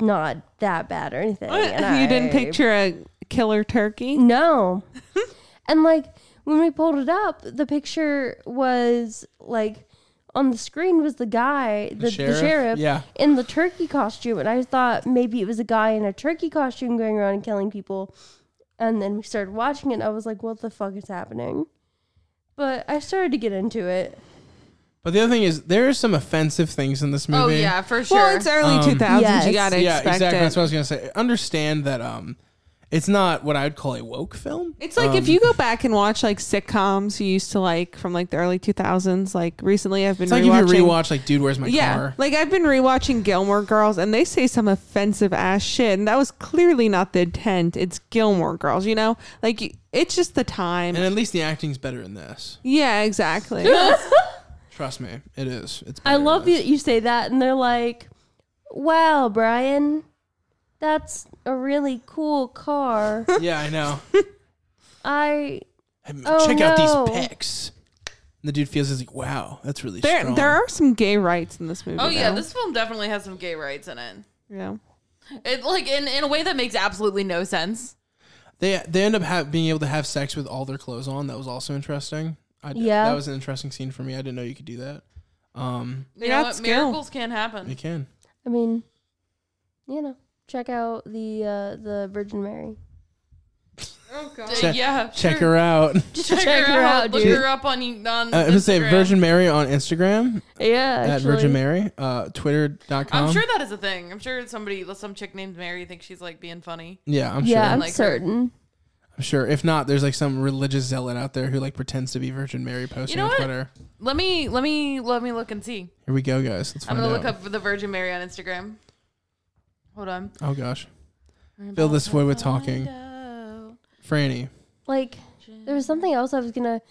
Speaker 1: not that bad or anything. And
Speaker 2: you didn't
Speaker 1: I- Mm,
Speaker 2: picture a killer turkey?
Speaker 1: No. and like when we pulled it up, the picture was like on the screen was the guy, the, the sheriff,
Speaker 4: Yeah.
Speaker 1: in the turkey costume. And I thought maybe it was a guy in a turkey costume going around and killing people. And then we started watching it. And I was like, what the fuck is happening? But I started to get into it.
Speaker 4: But the other thing is, there are some offensive things in this movie.
Speaker 3: Oh yeah, for sure.
Speaker 2: Well, it's early
Speaker 4: Um,
Speaker 2: 2000s. You
Speaker 1: Yes.
Speaker 2: got to
Speaker 4: yeah,
Speaker 2: expect
Speaker 4: exactly.
Speaker 2: it.
Speaker 4: That's what I was gonna say. Understand that um, it's not what I'd call a woke film.
Speaker 2: It's like if
Speaker 4: Um,
Speaker 2: you go back and watch like sitcoms you used to like from like the early 2000s. Like recently, I've been
Speaker 4: It's like
Speaker 2: rewatching.
Speaker 4: if you rewatch, like, Dude, Where's My
Speaker 2: yeah,
Speaker 4: Car?
Speaker 2: like I've been rewatching Gilmore Girls, and they say some offensive ass shit, and that was clearly not the intent. It's Gilmore Girls, you know. Like it's just the time.
Speaker 4: And at least the acting's better in this.
Speaker 2: yeah, exactly.
Speaker 4: Trust me, it is. It's.
Speaker 1: I
Speaker 4: better in
Speaker 1: love
Speaker 4: this.
Speaker 1: that you say that. And they're like, wow, Brian, that's a really cool car.
Speaker 4: Yeah, I know.
Speaker 1: I
Speaker 4: Hey, man,
Speaker 1: Oh,
Speaker 4: Check out
Speaker 1: no.
Speaker 4: these pecs. And the dude feels he's like, wow, that's really
Speaker 2: there,
Speaker 4: strong.
Speaker 2: there are some gay rights in this movie.
Speaker 3: oh yeah,
Speaker 2: though.
Speaker 3: this film definitely has some gay rights in it.
Speaker 2: yeah.
Speaker 3: It like in, in a way that makes absolutely no sense.
Speaker 4: They they end up ha- being able to have sex with all their clothes on. That was also interesting. I,
Speaker 1: Yeah.
Speaker 4: that was an interesting scene for me. I didn't know you could do that. Um,
Speaker 3: You
Speaker 2: Yeah,
Speaker 3: know
Speaker 2: it's
Speaker 3: what?
Speaker 2: skill.
Speaker 3: Miracles can
Speaker 4: you
Speaker 3: happen.
Speaker 4: can.
Speaker 1: I mean, you know, check out the uh, the Virgin Mary.
Speaker 3: Oh god.
Speaker 4: Check-
Speaker 3: yeah.
Speaker 4: Check
Speaker 3: sure.
Speaker 4: her out.
Speaker 3: Just
Speaker 1: check her out,
Speaker 3: Look
Speaker 1: dude.
Speaker 3: her up on e- on.
Speaker 4: Uh, I'm gonna say
Speaker 3: Instagram.
Speaker 4: Virgin Mary on Instagram
Speaker 1: Yeah,
Speaker 4: at Virgin Mary, uh, Twitter.com.
Speaker 3: I'm sure that is a thing. I'm sure somebody, some chick named Mary, thinks she's like being funny.
Speaker 4: yeah, I'm
Speaker 1: yeah,
Speaker 4: sure.
Speaker 1: I'm
Speaker 3: Like her.
Speaker 1: certain.
Speaker 4: I'm sure. If not, there's like some religious zealot out there who like pretends to be Virgin Mary posting
Speaker 3: know
Speaker 4: on
Speaker 3: what?
Speaker 4: Twitter.
Speaker 3: Let me, let me, let me look and see.
Speaker 4: Here we go, guys. Let's
Speaker 3: I'm
Speaker 4: find
Speaker 3: gonna
Speaker 4: out.
Speaker 3: look up the Virgin Mary on Instagram. Hold on.
Speaker 4: oh gosh, Fill this void with talking. Franny.
Speaker 1: Like there was something else I was gonna.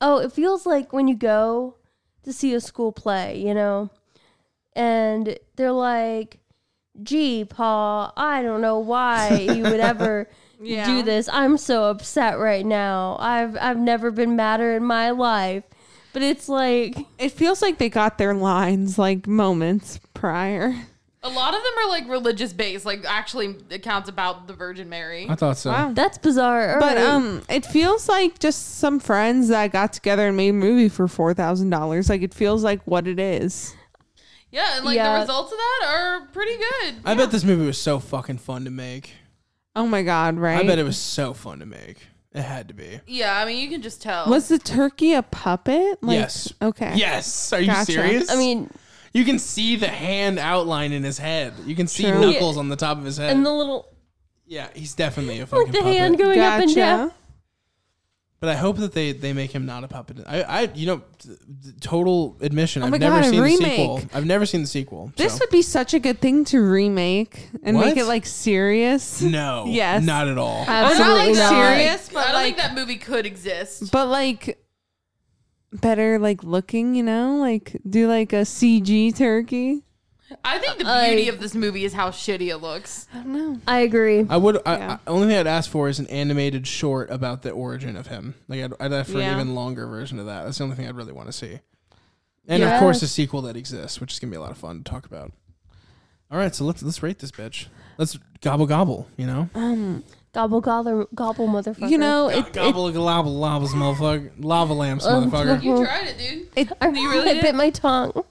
Speaker 1: Oh, it feels like when you go to see a school play, you know, and they're like, "Gee, Paul, I don't know why you would ever."
Speaker 3: Yeah.
Speaker 1: Do this. I'm so upset right now. I've I've never been madder in my life. But it's like
Speaker 2: It feels like they got their lines like moments prior.
Speaker 3: A lot of them are like religious based, like actually accounts about the Virgin Mary.
Speaker 4: I thought so.
Speaker 2: Wow.
Speaker 1: that's bizarre. All
Speaker 2: But
Speaker 1: right.
Speaker 2: um, it feels like just some friends that got together and made a movie for four thousand dollars. Like it feels like what it is.
Speaker 3: yeah, and like
Speaker 1: Yeah.
Speaker 3: the results of that are pretty good.
Speaker 4: I bet this movie was so fucking fun to make.
Speaker 2: Oh my god! Right?
Speaker 4: I bet it was so fun to make. It had to be.
Speaker 3: Yeah, I mean you can just tell.
Speaker 2: was the turkey a puppet. Like,
Speaker 4: yes.
Speaker 2: Okay.
Speaker 4: Yes. Are you
Speaker 2: Gotcha.
Speaker 4: serious?
Speaker 1: I mean,
Speaker 4: you can see the hand outline in his head. You can see
Speaker 2: True.
Speaker 4: knuckles on the top of his head.
Speaker 1: and the little
Speaker 4: yeah, he's definitely a fucking
Speaker 1: like the
Speaker 4: puppet.
Speaker 1: hand going up and down.
Speaker 2: Gotcha.
Speaker 4: But I hope that they, they make him not a puppet. I, I you know, t- t- total admission.
Speaker 2: Oh my
Speaker 4: I've never
Speaker 2: God, a
Speaker 4: seen the
Speaker 2: remake.
Speaker 4: sequel. I've never seen the sequel.
Speaker 2: This
Speaker 4: so.
Speaker 2: would be such a good thing to remake and make
Speaker 4: What?
Speaker 2: it like serious.
Speaker 4: no,
Speaker 2: Yes. Uh,
Speaker 4: not at all.
Speaker 1: Absolutely
Speaker 2: Oh, like,
Speaker 1: not.
Speaker 2: serious, but
Speaker 3: I don't
Speaker 2: like-
Speaker 3: think that movie could exist.
Speaker 2: But like better like looking, you know? Like do like a CG turkey.
Speaker 3: I think the
Speaker 1: I-
Speaker 3: beauty of this movie is how shitty it looks.
Speaker 2: I don't know.
Speaker 1: I agree.
Speaker 4: I would. I,
Speaker 2: Yeah.
Speaker 4: I, only thing I'd ask for is an animated short about the origin of him. Like I'd, I'd ask for
Speaker 2: Yeah.
Speaker 4: an even longer version of that. That's the only thing I'd really want to see. And
Speaker 1: Yeah.
Speaker 4: of course, a sequel that exists, which is gonna be a lot of fun to talk about. All right, so let's let's rate this bitch. Let's gobble gobble. You know,
Speaker 2: Um
Speaker 1: Gobble gobble gobble, motherfucker.
Speaker 2: you know, it, it
Speaker 4: gobble gobble lobbles, motherfucker, lava lamps,
Speaker 1: Um,
Speaker 4: motherfucker.
Speaker 1: fuck.
Speaker 3: You
Speaker 1: Well-
Speaker 3: tried it, dude.
Speaker 2: it
Speaker 1: I,
Speaker 3: You really
Speaker 1: I
Speaker 3: did?
Speaker 1: bit my tongue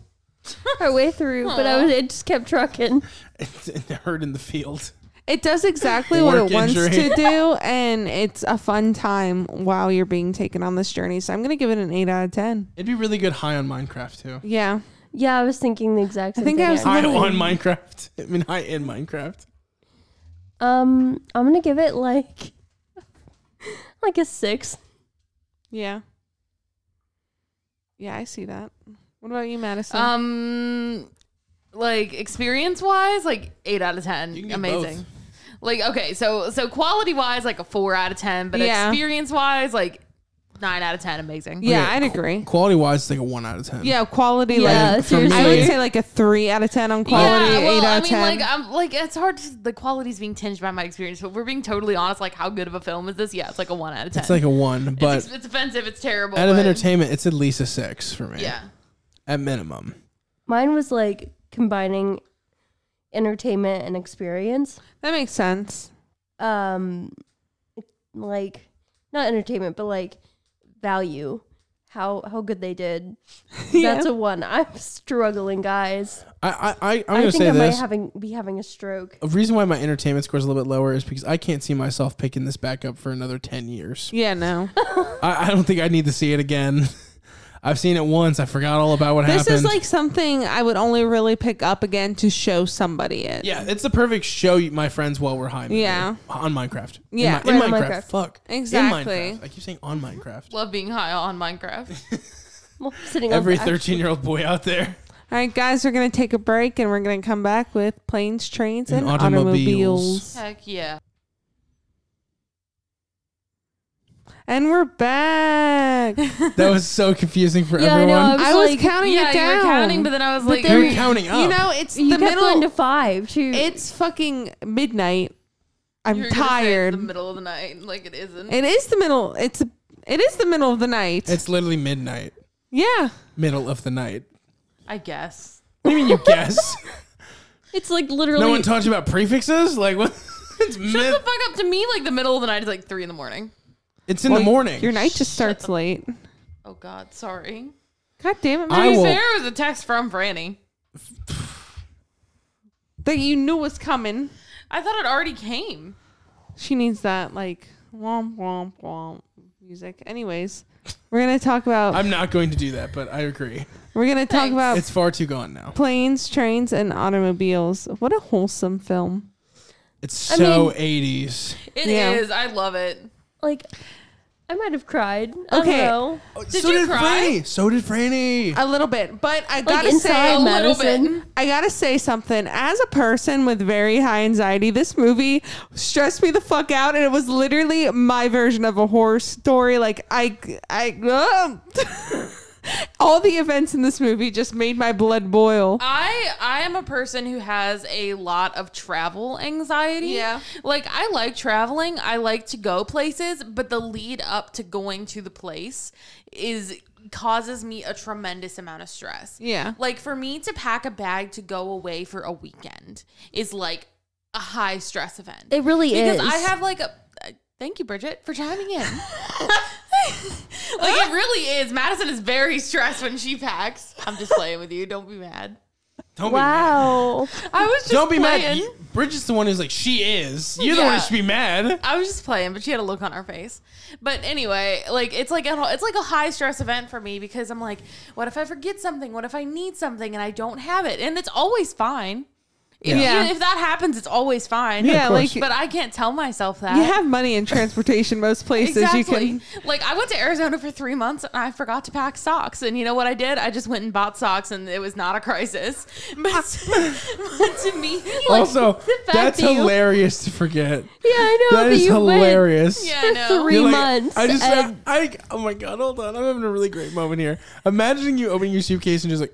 Speaker 1: our way through, but I was it just kept trucking.
Speaker 4: it hurt in the field.
Speaker 2: It does exactly what
Speaker 4: Work
Speaker 2: it wants
Speaker 4: injury.
Speaker 2: to do, and it's a fun time while you're being taken on this journey. So I'm gonna give it an eight out of ten.
Speaker 4: It'd be really good high on Minecraft too.
Speaker 2: Yeah,
Speaker 1: Yeah, I was thinking the exact same
Speaker 2: think
Speaker 1: thing.
Speaker 2: I was-
Speaker 4: High
Speaker 2: Really?
Speaker 4: on Minecraft. I mean, high in Minecraft.
Speaker 1: um, I'm gonna give it like like a six.
Speaker 2: yeah, yeah. I see that. What about you, Madison?
Speaker 3: Um, like experience wise, like eight out of ten.
Speaker 4: You can get both.
Speaker 3: Amazing. Like okay, so so quality wise, like a four out of ten, but
Speaker 2: Yeah.
Speaker 3: experience wise, like nine out of ten. Amazing.
Speaker 2: Yeah,
Speaker 4: Okay,
Speaker 2: I'd agree.
Speaker 4: Quality wise, it's like a one out of ten.
Speaker 2: Yeah, quality.
Speaker 1: Yeah,
Speaker 2: like
Speaker 1: seriously.
Speaker 2: I would say like a three out of ten on quality,
Speaker 3: yeah, well,
Speaker 2: eight out of
Speaker 3: I mean,
Speaker 2: ten.
Speaker 3: like, uh, I'm like, it's hard. To, the quality's being tinged by my experience, but if we're being totally honest. Like, how good of a film is this? Yeah, it's like a one out of ten.
Speaker 4: It's like a one,
Speaker 3: It's
Speaker 4: but
Speaker 3: ex- it's, offensive. It's terrible.
Speaker 4: out of
Speaker 3: but-
Speaker 4: entertainment, it's at least a six for me.
Speaker 3: yeah,
Speaker 4: At minimum.
Speaker 1: Mine was like combining entertainment and experience.
Speaker 2: that makes sense.
Speaker 1: Um like not entertainment, but like value. How how good they did. That's a one. I'm struggling, guys.
Speaker 4: I, I, I I'm
Speaker 1: I
Speaker 4: gonna
Speaker 1: think
Speaker 4: say
Speaker 1: I might
Speaker 4: this.
Speaker 1: having be having a stroke.
Speaker 4: A reason why my entertainment score is a little bit lower is because I can't see myself picking this back up for another ten years.
Speaker 2: Yeah, no.
Speaker 4: I, I don't think I need to see it again. I've seen it once. I forgot all about what
Speaker 2: this
Speaker 4: happened.
Speaker 2: is like something I would only really pick up again to show somebody it.
Speaker 4: yeah, it's the perfect show, you- my friends, while we're high. movie.
Speaker 2: Yeah.
Speaker 4: on Minecraft. In
Speaker 2: Yeah.
Speaker 4: Mi- in,
Speaker 1: Right, on
Speaker 4: Minecraft.
Speaker 1: Minecraft.
Speaker 4: Fuck, In
Speaker 2: Exactly.
Speaker 4: Minecraft. I keep saying on Minecraft.
Speaker 3: love being high on Minecraft.
Speaker 1: Well, I'm sitting on
Speaker 4: Every
Speaker 1: the-
Speaker 4: thirteen-year-old boy out there.
Speaker 2: All right, guys, we're gonna take a break and we're gonna come back with planes, trains,
Speaker 4: And
Speaker 2: and,
Speaker 4: automobiles.
Speaker 2: automobiles.
Speaker 3: Heck yeah.
Speaker 2: And we're back.
Speaker 4: That was so confusing for
Speaker 1: Yeah, I know,
Speaker 4: everyone.
Speaker 1: I was
Speaker 2: I was
Speaker 1: like-
Speaker 2: counting
Speaker 3: yeah,
Speaker 2: it
Speaker 3: you
Speaker 2: down.
Speaker 3: were counting, but Oh. then I was like,
Speaker 1: then
Speaker 4: You're counting up.
Speaker 2: you know, it's
Speaker 1: You
Speaker 2: the
Speaker 1: kept going
Speaker 2: middle.
Speaker 1: to five too.
Speaker 2: it's fucking midnight. I'm
Speaker 3: you were gonna say it's
Speaker 2: tired.
Speaker 3: the middle of the night, like it isn't.
Speaker 2: It is the middle. It's it is the middle of the night.
Speaker 4: it's literally midnight,
Speaker 2: yeah.
Speaker 4: middle of the night.
Speaker 3: I guess.
Speaker 4: What do you mean you guess?
Speaker 1: it's like literally
Speaker 4: no one taught you about prefixes. Like what? It's
Speaker 3: Shut
Speaker 4: mid.
Speaker 3: the fuck up to me. Like the middle of the night is like three in the morning.
Speaker 4: It's in
Speaker 2: Well,
Speaker 4: the morning.
Speaker 2: Your night just starts late.
Speaker 3: Oh God, sorry.
Speaker 2: God damn it,
Speaker 4: I
Speaker 2: Mary.
Speaker 4: will-
Speaker 3: Sarah was a text from Franny.
Speaker 2: that you knew was coming.
Speaker 3: I thought it already came.
Speaker 2: She needs that like womp womp womp music. Anyways, we're gonna talk about
Speaker 4: I'm not going to do that, but I agree.
Speaker 2: we're gonna talk
Speaker 3: Thanks.
Speaker 2: about
Speaker 4: It's far too gone now.
Speaker 2: planes, trains, and automobiles. What a wholesome film.
Speaker 4: It's
Speaker 1: I
Speaker 4: so
Speaker 1: mean-
Speaker 4: 80s.
Speaker 3: It is.
Speaker 2: Yeah.
Speaker 3: I love it.
Speaker 1: like I might have cried. I
Speaker 2: Okay.
Speaker 1: don't know.
Speaker 3: Did you cry?
Speaker 4: Franny. So did Franny.
Speaker 2: A little bit, but I
Speaker 1: Like
Speaker 2: gotta
Speaker 1: inside
Speaker 2: say,
Speaker 3: A little
Speaker 1: Madison.
Speaker 3: bit.
Speaker 2: I gotta say something. As a person with very high anxiety, this movie stressed me the fuck out, and it was literally my version of a horror story. Like I, I, ugh. all the events in this movie just made my blood boil.
Speaker 3: I I am a person who has a lot of travel anxiety.
Speaker 2: Yeah.
Speaker 3: Like I like traveling. I like to go places, but the lead up to going to the place is causes me a tremendous amount of stress.
Speaker 2: Yeah.
Speaker 3: Like for me to pack a bag to go away for a weekend is like a high stress event.
Speaker 1: It really
Speaker 3: because
Speaker 1: is.
Speaker 3: I have like a uh, thank you, Bridget, for chiming in. like it really is. Madison is very stressed when she packs. I'm just playing with you. Don't be mad.
Speaker 4: Don't be mad.
Speaker 1: Wow.
Speaker 3: I was just
Speaker 4: Don't be
Speaker 3: playing.
Speaker 4: mad. You- Bridget's the one who's like, she is. You're the one
Speaker 3: Yeah.
Speaker 4: who should be mad.
Speaker 3: I was just playing, but she had a look on her face. But anyway, like it's like a, it's like a high stress event for me because I'm like, what if I forget something? What if I need something and I don't have it? And it's always fine. If,
Speaker 2: Yeah.
Speaker 3: if that happens, it's always fine.
Speaker 2: Yeah,
Speaker 4: course.
Speaker 2: like
Speaker 3: But I can't tell myself that.
Speaker 2: you have money and transportation most places.
Speaker 3: Exactly.
Speaker 2: You can.
Speaker 3: Like I went to Arizona for three months and I forgot to pack socks. And you know what I did? I just went and bought socks, and it was not a crisis. But, but to me, like,
Speaker 4: Also,
Speaker 1: fact
Speaker 4: that's
Speaker 1: that you-
Speaker 4: hilarious to forget.
Speaker 1: Yeah, I know.
Speaker 4: That
Speaker 1: but
Speaker 4: is
Speaker 1: you hilarious.
Speaker 4: hilarious.
Speaker 3: yeah, I
Speaker 1: Went for
Speaker 3: know.
Speaker 1: three
Speaker 4: You're like,
Speaker 1: months.
Speaker 4: I just,
Speaker 1: and-
Speaker 4: I, I, oh my god, hold on. I'm having a really great moment here. Imagining you opening your suitcase and just like,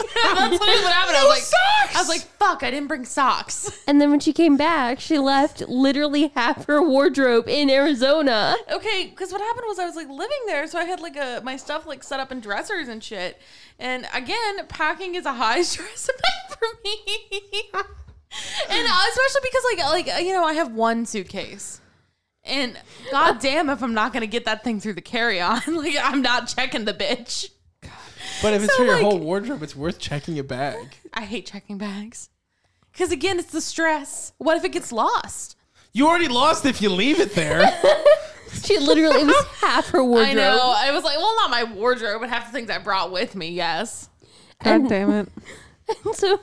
Speaker 3: Yeah, that's literally what happened. I
Speaker 4: No
Speaker 3: was like,
Speaker 4: socks!
Speaker 3: I was like, fuck, I didn't bring socks.
Speaker 1: and then when she came back, she left literally half her wardrobe in Arizona.
Speaker 3: Okay, because what happened was I was like living there, so I had like a my stuff like set up in dressers and shit. And again, packing is a high stress event for me, and uh, especially because like like you know I have one suitcase. And god damn if I'm not gonna get that thing through the carry-on. Like I'm not checking the bitch.
Speaker 4: but if it's
Speaker 3: So,
Speaker 4: for your
Speaker 3: like-
Speaker 4: whole wardrobe, it's worth checking it back.
Speaker 3: I hate checking bags. Cause again, it's the stress. What if it gets lost?
Speaker 4: You already lost if you leave it there.
Speaker 1: She literally it was half her wardrobe.
Speaker 3: I know. I was like, well, not my wardrobe, but half the things I brought with me. Yes.
Speaker 2: God damn it.
Speaker 1: So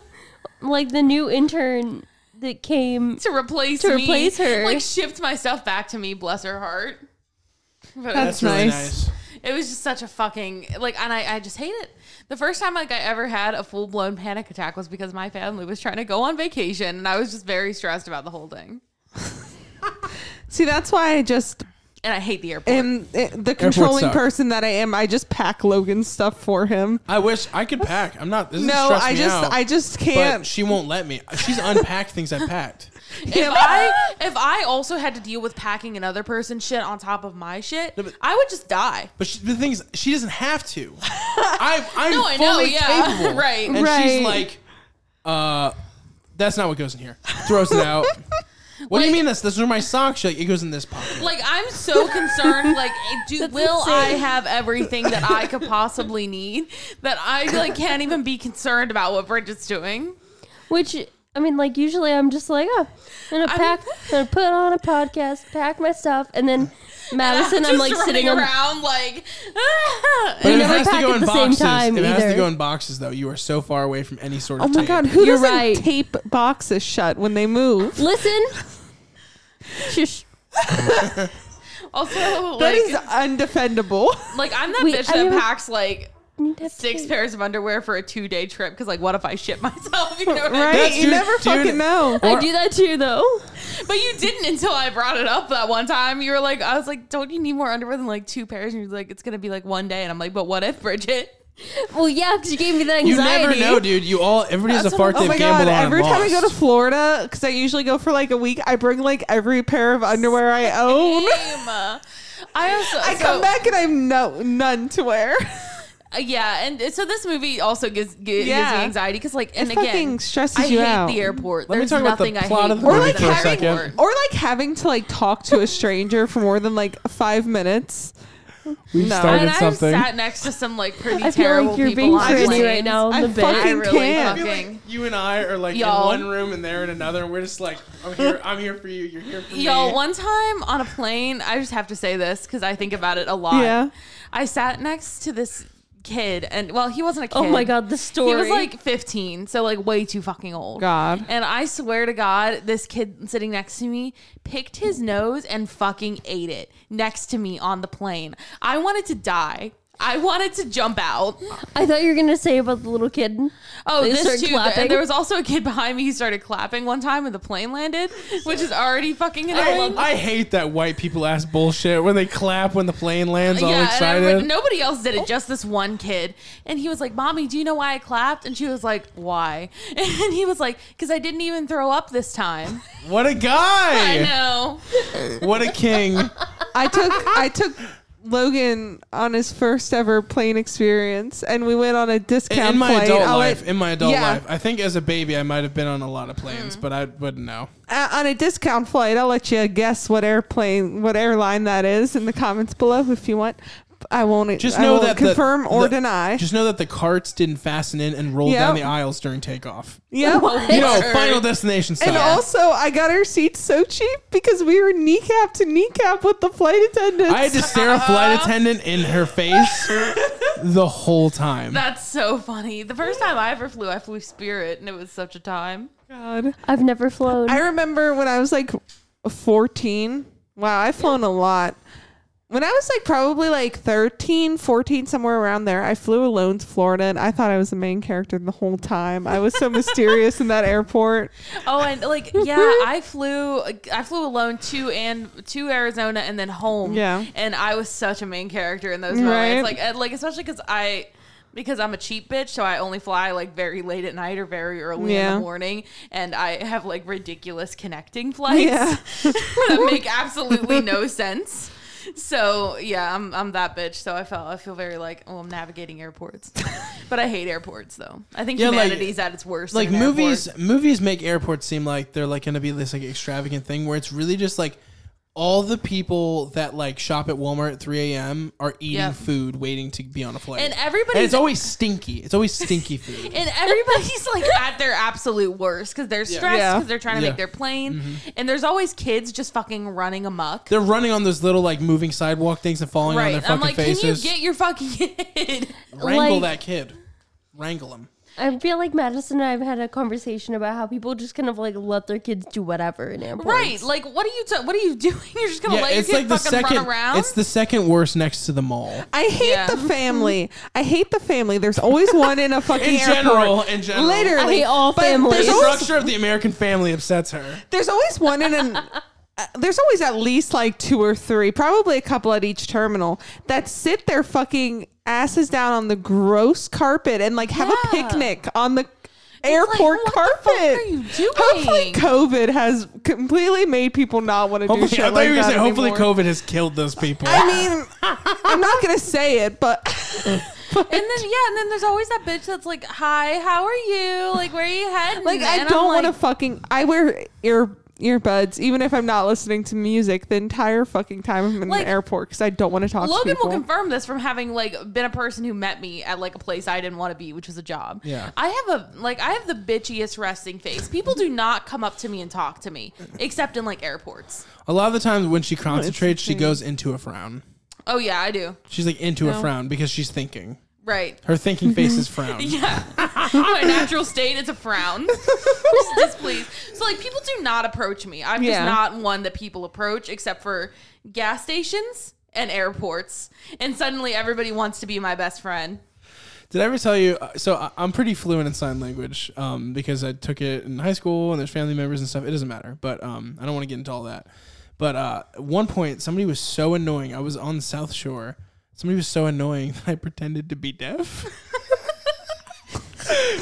Speaker 1: like the new intern that came
Speaker 3: To replace
Speaker 1: To
Speaker 3: me,
Speaker 1: replace her.
Speaker 3: Like shipped my stuff back to me. Bless her heart. But
Speaker 2: That's-
Speaker 4: That's really
Speaker 2: nice.
Speaker 4: nice.
Speaker 3: it was just such a fucking like, and I, I just hate it. The first time like I ever had a full blown panic attack was because my family was trying to go on vacation, and I was just very stressed about the whole thing.
Speaker 2: See, that's why I just
Speaker 3: and I hate the airport.
Speaker 2: And uh, the controlling
Speaker 4: suck.
Speaker 2: person that I am, I just pack Logan's stuff for him.
Speaker 4: I wish I could pack. I'm not. This is
Speaker 2: No,
Speaker 4: stressing
Speaker 2: I
Speaker 4: me
Speaker 2: just,
Speaker 4: out,
Speaker 2: I just
Speaker 4: But
Speaker 2: can't.
Speaker 4: she won't let me. She's unpacked things I packed.
Speaker 3: if I if I also had to deal with packing another person's shit on top of my shit,
Speaker 4: No, but-
Speaker 3: I would just die.
Speaker 4: But she, the thing is, she doesn't have to. I, I'm
Speaker 3: No, I
Speaker 4: fully
Speaker 3: know, yeah.
Speaker 4: capable.
Speaker 3: Right.
Speaker 4: And
Speaker 2: Right.
Speaker 4: she's like, uh, that's not what goes in here. Throws it out. What do you
Speaker 3: Like-
Speaker 4: mean this? This is my socks. She's like, it goes in this pocket.
Speaker 3: Like I'm so concerned. Like, do, will I
Speaker 1: insane.
Speaker 3: have everything that I could possibly need? That I like can't even be concerned about what Bridget's doing.
Speaker 1: Which I mean, like usually I'm just like, oh, I'm gonna pack, I'm gonna put on a podcast, pack my stuff, and then Madison, I'm,
Speaker 3: Just
Speaker 1: like sitting
Speaker 3: running
Speaker 1: on.
Speaker 3: around like.
Speaker 4: But
Speaker 1: You
Speaker 4: if it
Speaker 1: never
Speaker 4: has to
Speaker 1: pack
Speaker 4: go
Speaker 1: at
Speaker 4: in
Speaker 1: the same
Speaker 4: boxes.
Speaker 1: time
Speaker 4: if it has
Speaker 1: either.
Speaker 4: to go in boxes, though, you are so far away from any sort
Speaker 2: Oh
Speaker 4: of.
Speaker 2: my
Speaker 4: tape.
Speaker 2: god, who
Speaker 1: You're
Speaker 2: doesn't
Speaker 1: right.
Speaker 2: tape boxes shut when they move?
Speaker 1: Listen, shush.
Speaker 3: Also,
Speaker 2: That
Speaker 3: like,
Speaker 2: is undefendable.
Speaker 3: like I'm that
Speaker 1: Wait,
Speaker 3: bitch
Speaker 1: have
Speaker 3: that
Speaker 1: you ever-
Speaker 3: packs like
Speaker 1: You need to have
Speaker 3: six
Speaker 1: tape.
Speaker 3: pairs of underwear for a two day trip because like what if I shit myself? You know what I
Speaker 2: Right?
Speaker 3: mean?
Speaker 4: That's
Speaker 2: you
Speaker 4: dude-
Speaker 2: never
Speaker 4: dude-
Speaker 2: fucking know.
Speaker 1: I do that too, though.
Speaker 3: But you didn't until I brought it up that one time. You were like, I was like, don't you need more underwear than like two pairs? And you're like, it's gonna be like one day. And I'm like, but what if Bridget?
Speaker 1: Well, yeah, because you gave me the
Speaker 4: You
Speaker 1: anxiety.
Speaker 4: never know, dude. You all everybody has a fart
Speaker 2: Oh
Speaker 4: they've
Speaker 2: my god!
Speaker 4: gambled on.
Speaker 2: Every
Speaker 4: and
Speaker 2: time I go to
Speaker 4: lost.
Speaker 2: Florida, because I usually go for like a week, I bring like every pair of underwear I own.
Speaker 3: Same. I also
Speaker 2: I
Speaker 3: so-
Speaker 2: come back and I have no none to wear.
Speaker 3: uh, yeah, and uh, so this movie also gives gi- gives
Speaker 2: Yeah.
Speaker 3: me anxiety because like and
Speaker 2: It
Speaker 3: again
Speaker 2: fucking stresses
Speaker 3: I
Speaker 2: you
Speaker 3: hate
Speaker 2: out.
Speaker 3: the airport.
Speaker 4: Let me
Speaker 3: There's
Speaker 4: talk about the
Speaker 3: nothing
Speaker 4: plot
Speaker 3: I hate
Speaker 4: of the
Speaker 3: more
Speaker 4: movie
Speaker 3: than
Speaker 2: for a
Speaker 3: the
Speaker 4: second.
Speaker 3: airport.
Speaker 2: or like having to like talk to a stranger for more than like five minutes.
Speaker 4: We've
Speaker 2: No.
Speaker 4: started
Speaker 3: And I've
Speaker 4: something.
Speaker 3: sat next to some like pretty
Speaker 1: I feel
Speaker 3: terrible
Speaker 1: like you're
Speaker 3: people
Speaker 1: being
Speaker 3: on
Speaker 1: crazy
Speaker 3: planes.
Speaker 1: right now on
Speaker 2: I
Speaker 1: the
Speaker 2: fucking
Speaker 3: I
Speaker 1: bed.
Speaker 3: really
Speaker 2: can't.
Speaker 4: I feel like
Speaker 3: fucking.
Speaker 4: you and I are like
Speaker 3: Y'all.
Speaker 4: in one room and they're in another. And we're just like, I'm here. I'm here for you. You're here for me.
Speaker 3: Y'all, one time on a plane, I just have to say this because I think about it a lot.
Speaker 2: Yeah.
Speaker 3: I sat next to this kid, and well, he wasn't a kid.
Speaker 1: Oh my god, the story.
Speaker 3: He was like 15, so like way too fucking old.
Speaker 2: God.
Speaker 3: And I swear to God, this kid sitting next to me picked his nose and fucking ate it next to me on the plane. I wanted to die. I wanted to jump out.
Speaker 1: I thought you were gonna say about the little kid.
Speaker 3: Oh,
Speaker 1: They
Speaker 3: this
Speaker 1: started
Speaker 3: too.
Speaker 1: clapping.
Speaker 3: There was also a kid behind me who started clapping one time when the plane landed, which is already fucking
Speaker 4: I,
Speaker 3: annoying.
Speaker 4: I hate that white people ass bullshit when they clap when the plane lands all
Speaker 3: and everybody-
Speaker 4: excited.
Speaker 3: nobody else did it, just this one kid. And he was like, Mommy, do you know why I clapped? And she was like, Why? And he was like, Because I didn't even throw up this time.
Speaker 4: What a
Speaker 3: I
Speaker 4: guy!
Speaker 3: know.
Speaker 4: What a king!
Speaker 2: I took I took Logan on his first ever plane experience, and we went on a discount
Speaker 4: in my
Speaker 2: flight.
Speaker 4: adult
Speaker 2: I went-
Speaker 4: life, in my adult
Speaker 2: yeah,
Speaker 4: life, I think as a baby I might have been on a lot of planes, but I wouldn't know.
Speaker 2: uh, on a discount flight. I'll let you guess what airplane, what airline that is in the comments below if you want. I won't.
Speaker 4: Just
Speaker 2: I
Speaker 4: know
Speaker 2: won't
Speaker 4: that the-
Speaker 2: confirm or
Speaker 4: the-
Speaker 2: deny.
Speaker 4: Just know that the carts didn't fasten in and rolled
Speaker 2: Yep.
Speaker 4: down the aisles during takeoff.
Speaker 1: Oh
Speaker 2: yeah.
Speaker 4: You know, Final Destination style.
Speaker 2: And also, I got our seats so cheap because we were kneecap to kneecap with the flight attendants.
Speaker 4: I had to stare a flight attendant in her face the whole time.
Speaker 3: That's so funny. The first time I ever flew, I flew Spirit, and it was such a time.
Speaker 2: God.
Speaker 1: I've never flown.
Speaker 2: I remember when I was like 14. Wow, I've flown a lot. When I was like probably like 13, 14, somewhere around there, I flew alone to Florida and I thought I was the main character the whole time. I was so mysterious in that airport.
Speaker 3: Oh, and like, yeah, I flew, I flew alone to and to Arizona and then home.
Speaker 2: Yeah.
Speaker 3: and I was such a main character in those
Speaker 2: Right.
Speaker 3: moments. Like, and, like especially because I. Because I'm a cheap bitch, so I only fly like very late at night or very early in
Speaker 2: Yeah.
Speaker 3: the morning, and I have like ridiculous connecting flights
Speaker 2: Yeah.
Speaker 3: that make absolutely no sense. So yeah, I'm I'm that bitch. So I felt I feel very like oh I'm navigating airports, but I hate airports though. I think
Speaker 4: Yeah, like-
Speaker 3: humanity's at its worst.
Speaker 4: like
Speaker 3: in an airport.
Speaker 4: movies movies make airports seem like they're like gonna be this like extravagant thing where it's really just like all the people that like shop at Walmart at 3 a.m. are eating
Speaker 3: Yeah.
Speaker 4: food waiting to be on a flight.
Speaker 3: And everybody's-
Speaker 4: And it's always stinky. It's always stinky food.
Speaker 3: and everybody's like at their absolute worst because they're stressed because
Speaker 2: Yeah.
Speaker 3: they're trying to
Speaker 4: Yeah. Mm-hmm.
Speaker 3: make their plane, and there's always kids just fucking running amok.
Speaker 4: They're running on those little like moving sidewalk things and falling on
Speaker 3: Right,
Speaker 4: their fucking
Speaker 3: I'm like, can you
Speaker 4: faces.
Speaker 3: get your fucking kid?
Speaker 4: Wrangle
Speaker 1: Like-
Speaker 4: that kid. Wrangle him.
Speaker 1: I feel like Madison and I have had a conversation about how people just kind of like let their kids do whatever in airports.
Speaker 3: Right, like what are you? T- what are you doing? You're just gonna
Speaker 4: Yeah,
Speaker 3: let your
Speaker 4: it's
Speaker 3: kid
Speaker 4: like the
Speaker 3: fucking
Speaker 4: second.
Speaker 3: run around?
Speaker 4: It's the second worst next to the mall.
Speaker 2: I hate
Speaker 3: Yeah.
Speaker 2: the family. I hate the family. There's always one in a fucking
Speaker 4: In
Speaker 2: airport.
Speaker 4: general, in general.
Speaker 2: Literally.
Speaker 1: I hate all
Speaker 2: But there's
Speaker 1: families.
Speaker 4: The
Speaker 2: always
Speaker 4: structure of the American family upsets her.
Speaker 2: There's always one in an uh, there's always at least like two or three, probably a couple at each terminal that sit their fucking asses down on the gross carpet and like have a
Speaker 3: Yeah.
Speaker 2: picnic on the airport
Speaker 3: what the
Speaker 2: carpet.
Speaker 3: fuck are you doing?
Speaker 2: Hopefully, COVID has completely made people not want to do
Speaker 4: Hopefully,
Speaker 2: shit
Speaker 4: I thought
Speaker 2: like
Speaker 4: you were gonna
Speaker 2: that
Speaker 4: say hopefully
Speaker 2: anymore.
Speaker 4: COVID has killed those people.
Speaker 2: I mean, I'm not gonna say it, but
Speaker 3: And then yeah, and then there's always that bitch that's like, "Hi, how are you? Like, where are you heading?"
Speaker 2: like I
Speaker 3: And I'm
Speaker 2: don't want to
Speaker 3: like,
Speaker 2: fucking. I wear ear earbuds even if I'm not listening to music the entire fucking time I'm in
Speaker 3: Like,
Speaker 2: the airport because I don't want to talk to
Speaker 3: Logan
Speaker 2: people.
Speaker 3: will confirm this from having like been a person who met me at like a place I didn't want to be, which was a job.
Speaker 4: Yeah.
Speaker 3: I have a like I have the bitchiest resting face. People do not come up to me and talk to me except in like airports.
Speaker 4: A lot of the times when she concentrates, she goes into a frown.
Speaker 3: Oh yeah, I do.
Speaker 4: She's like into a frown because she's thinking.
Speaker 3: Right.
Speaker 4: Her thinking face is frown.
Speaker 3: Yeah. My natural state is a frown. Just displeased. So like people do not approach me. I'm
Speaker 2: Yeah.
Speaker 3: just not one that people approach except for gas stations and airports. And suddenly everybody wants to be my best friend.
Speaker 4: Did I ever tell you? uh, So I- I'm pretty fluent in sign language um, because I took it in high school and there's family members and stuff. It doesn't matter, but um, I don't want to get into all that. But uh, at one point, somebody was so annoying. I was on the South Shore. Somebody was so annoying that I pretended to be deaf.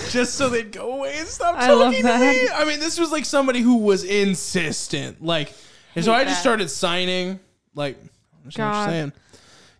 Speaker 4: Just so they'd go away and stop
Speaker 2: I love
Speaker 4: talking to
Speaker 2: that.
Speaker 4: me. I mean, this was like somebody who was insistent. Like, and so
Speaker 3: Hate
Speaker 4: I just
Speaker 3: that.
Speaker 4: started signing. Like, I understand what
Speaker 2: God.
Speaker 4: you're saying.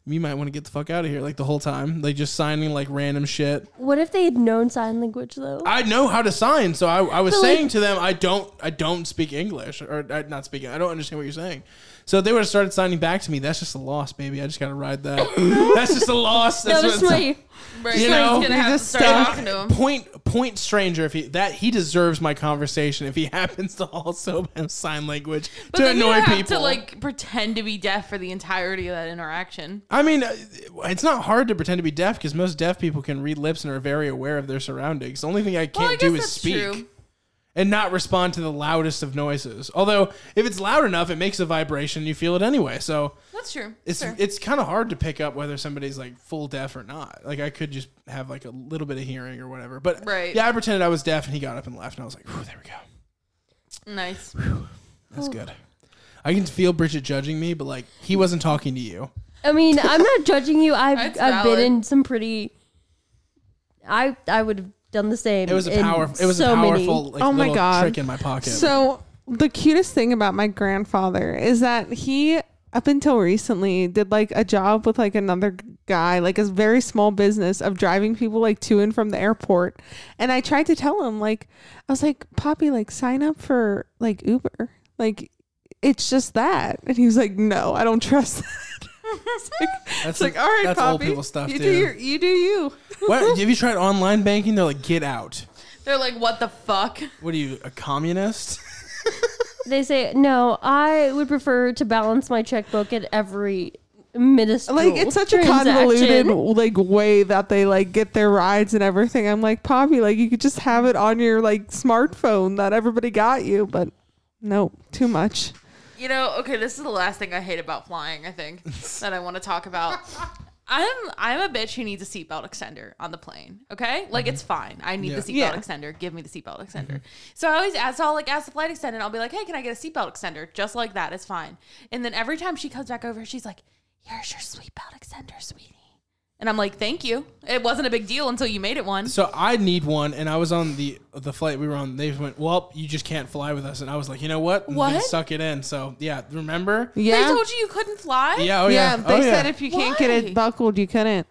Speaker 4: You might want to get the fuck out of here. Like the whole time, like just signing like random shit.
Speaker 1: What if they had known sign language though?
Speaker 4: I know how to sign, so I, I was
Speaker 1: But, like-
Speaker 4: saying to them, I don't, I don't speak English or I, not speaking. I don't understand what you're saying. So if they would have started signing back to me. That's just a loss, baby. I just gotta ride that. That's just a loss. That's
Speaker 1: no, this is
Speaker 4: what it's-
Speaker 1: my.
Speaker 3: Right.
Speaker 4: You
Speaker 3: You're
Speaker 4: know,
Speaker 3: gonna
Speaker 2: you're
Speaker 3: have to
Speaker 2: just
Speaker 3: start
Speaker 2: stuck.
Speaker 3: talking to him.
Speaker 4: point point stranger. If he that he deserves my conversation. If he happens to also have sign language
Speaker 3: But
Speaker 4: to
Speaker 3: then you
Speaker 4: annoy
Speaker 3: don't have
Speaker 4: people,
Speaker 3: to like pretend to be deaf for the entirety of that interaction.
Speaker 4: I mean, uh, it's not hard to pretend to be deaf because most deaf people can read lips and are very aware of their surroundings. The only thing I can't
Speaker 3: Well, I guess
Speaker 4: do is
Speaker 3: that's
Speaker 4: speak
Speaker 3: true.
Speaker 4: and not respond to the loudest of noises. Although, if it's loud enough, it makes a vibration. You feel it anyway. So
Speaker 3: That's true.
Speaker 4: it's
Speaker 3: Sure.
Speaker 4: it's kind of hard to pick up whether somebody's like full deaf or not. Like I could just have like a little bit of hearing or whatever. But
Speaker 3: Right.
Speaker 4: yeah, I pretended I was deaf, and he got up and left, and I was like, "Whew, "There we go.
Speaker 3: nice.
Speaker 4: That's good." I can feel Bridget judging me, but like he wasn't talking to you.
Speaker 1: I mean, I'm not judging you. I've
Speaker 3: That's
Speaker 1: I've
Speaker 3: valid.
Speaker 1: been in some pretty. I I would have done the same.
Speaker 4: It was a
Speaker 1: Mm, in
Speaker 4: powerful. It was
Speaker 1: so
Speaker 4: a
Speaker 1: many.
Speaker 4: powerful. Like,
Speaker 2: Oh my
Speaker 4: little
Speaker 2: God.
Speaker 4: Trick in my pocket.
Speaker 2: So the cutest thing about my grandfather is that he up until recently did like a job with like another guy like a very small business of driving people like to and from the airport and i tried to tell him like i was like poppy like sign up for like uber like it's just that and he was like no i don't trust that it's like,
Speaker 4: That's
Speaker 2: it's like
Speaker 4: a-
Speaker 2: all right
Speaker 4: that's
Speaker 2: poppy
Speaker 4: old people stuff,
Speaker 2: you do
Speaker 4: dude.
Speaker 2: your you do you
Speaker 4: What have you tried online banking? They're like, get out.
Speaker 3: They're like, what the fuck?
Speaker 4: What are you, a communist?
Speaker 1: They say no. I would prefer to balance my checkbook at every minuscule.
Speaker 2: like it's such a convoluted
Speaker 1: transaction.
Speaker 2: like way that they like get their rides and everything. I'm like, Poppy, like you could just have it on your like smartphone that everybody got you, but no, too much.
Speaker 3: You know, okay, this is the last thing I hate about flying, I think, that I want to talk about. I'm I'm a bitch who needs a seatbelt extender on the plane. Okay? Like it's fine. I need
Speaker 4: Mm-hmm. Yeah. Mm-hmm.
Speaker 3: the seatbelt
Speaker 2: Yeah.
Speaker 3: extender. Give me the seatbelt extender. So I always ask so I'll like ask the flight attendant, I'll be like, Hey, can I get a seatbelt extender? Just like that, it's fine. And then every time she comes back over, she's like, Here's your sweet belt extender, sweetie. And I'm like, Thank you. It wasn't a big deal until you made it one.
Speaker 4: so I need one, and I was on the the flight we were on. They went, well, you just can't fly with us, and I was like, you know what? I'm gonna
Speaker 3: What?
Speaker 4: Suck it in. So yeah, remember?
Speaker 2: Yeah.
Speaker 3: They told you you couldn't fly?
Speaker 4: Yeah, oh yeah,
Speaker 2: yeah, they
Speaker 4: oh, yeah.
Speaker 2: said if you can't get
Speaker 3: Why?
Speaker 2: it buckled, you couldn't.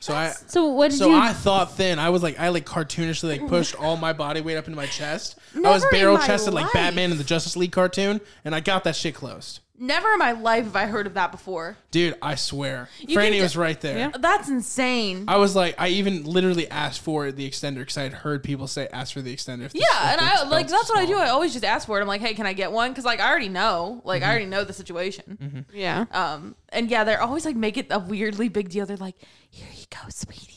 Speaker 4: so I
Speaker 1: So what did
Speaker 4: so
Speaker 1: you?
Speaker 4: I thought thin. I was like, I like cartoonishly like pushed all my body weight up into my chest. I was
Speaker 3: Never in
Speaker 4: barrel
Speaker 3: my
Speaker 4: chested like
Speaker 3: life.
Speaker 4: Batman in the Justice League cartoon, and I got that shit closed.
Speaker 3: Never in my life have I heard of that before.
Speaker 4: Dude, I swear,
Speaker 3: can
Speaker 4: Franny
Speaker 3: d-
Speaker 4: was right there.
Speaker 3: That's insane.
Speaker 4: I was like, I even literally asked for the extender because I had heard people say ask for the extender. If the- if
Speaker 3: Yeah, and
Speaker 4: the
Speaker 3: I like
Speaker 4: belt's
Speaker 3: that's what I do.
Speaker 4: small."
Speaker 3: I always just ask for it. I'm like, hey, can I get one? Because like I already know, like
Speaker 4: Mm-hmm.
Speaker 3: I already know the situation.
Speaker 2: Yeah.
Speaker 3: Um, and yeah, they're always like make it a weirdly big deal. They're like, here you go, sweetie.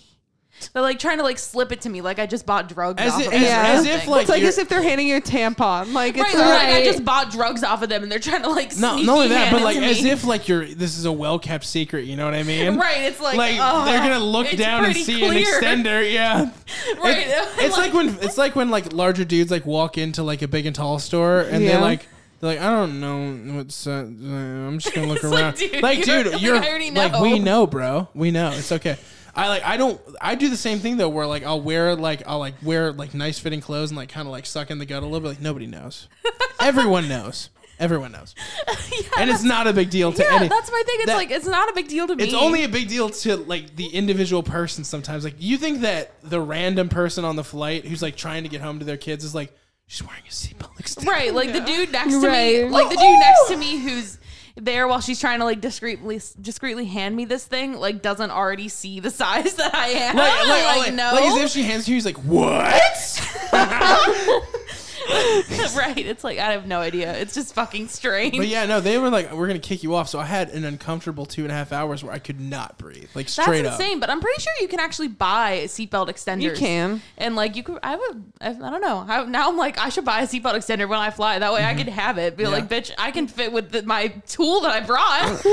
Speaker 3: They're like trying to like slip it to me, like I just bought drugs
Speaker 4: As
Speaker 3: off
Speaker 4: i-
Speaker 3: of them.
Speaker 4: as-
Speaker 3: or
Speaker 2: Yeah.
Speaker 4: as
Speaker 3: something.
Speaker 4: if, like,
Speaker 2: it's like
Speaker 4: you're-
Speaker 2: as if they're handing you a tampon. Like
Speaker 3: right,
Speaker 2: it's
Speaker 3: they're like I
Speaker 1: Right.
Speaker 3: just bought drugs off of them, and they're trying to like
Speaker 4: No,
Speaker 3: sneaky
Speaker 4: not only that,
Speaker 3: hand
Speaker 4: but
Speaker 3: it
Speaker 4: like
Speaker 3: to
Speaker 4: as
Speaker 3: me.
Speaker 4: if like you're this is a well kept secret. You know what I mean?
Speaker 3: right, it's like
Speaker 4: Like
Speaker 3: oh,
Speaker 4: they're gonna look
Speaker 3: it's
Speaker 4: down and
Speaker 3: pretty
Speaker 4: see an
Speaker 3: clear.
Speaker 4: extender. Yeah.
Speaker 3: Right,
Speaker 4: It's, it's like, when it's like when like larger dudes like walk into like a big and tall store and
Speaker 2: Yeah.
Speaker 4: they're like. they're They're like, I don't know what's. Uh, uh, I'm just gonna look
Speaker 3: It's like,
Speaker 4: around.
Speaker 3: dude,
Speaker 4: like,
Speaker 3: you
Speaker 4: dude,
Speaker 3: already-
Speaker 4: you're
Speaker 3: I already
Speaker 4: like,
Speaker 3: know.
Speaker 4: we know, bro. We know. It's okay. I like. I don't. I do the same thing though, where like I'll wear like I'll like wear like nice fitting clothes and like kind of like suck in the gut a little bit. Like nobody knows. Everyone knows. Everyone knows. and it's not a big deal to
Speaker 3: Yeah,
Speaker 4: any.
Speaker 3: that's my thing. It's
Speaker 4: that-
Speaker 3: like it's not a big deal to me.
Speaker 4: It's only a big deal to like the individual person sometimes. Like you think that the random person on the flight who's like trying to get home to their kids is like she's wearing a seatbelt. extender."
Speaker 3: right. Like the dude next to me,
Speaker 1: Right.
Speaker 3: like the dude next to me who's there while she's trying to like discreetly discreetly hand me this thing, like doesn't already see the size that I am.
Speaker 4: Like, like,
Speaker 3: Oh, Like,
Speaker 4: like,
Speaker 3: no,
Speaker 4: like as if she hands you, he's like, "What?"
Speaker 3: right? It's like I have no idea. It's just fucking strange.
Speaker 4: But yeah, no, they were like, "We're gonna kick you off." So I had an uncomfortable two and a half hours where I could not breathe, like
Speaker 3: That's
Speaker 4: straight up.
Speaker 3: insane, but I'm pretty sure you can actually buy seatbelt extenders.
Speaker 2: You can.
Speaker 3: and like you could. I would. I, I don't know. I, now I'm like, I should buy a seatbelt extender when I fly. That way,
Speaker 4: Mm-hmm.
Speaker 3: I could have it. Be like, bitch, I can fit with the, my tool that I brought.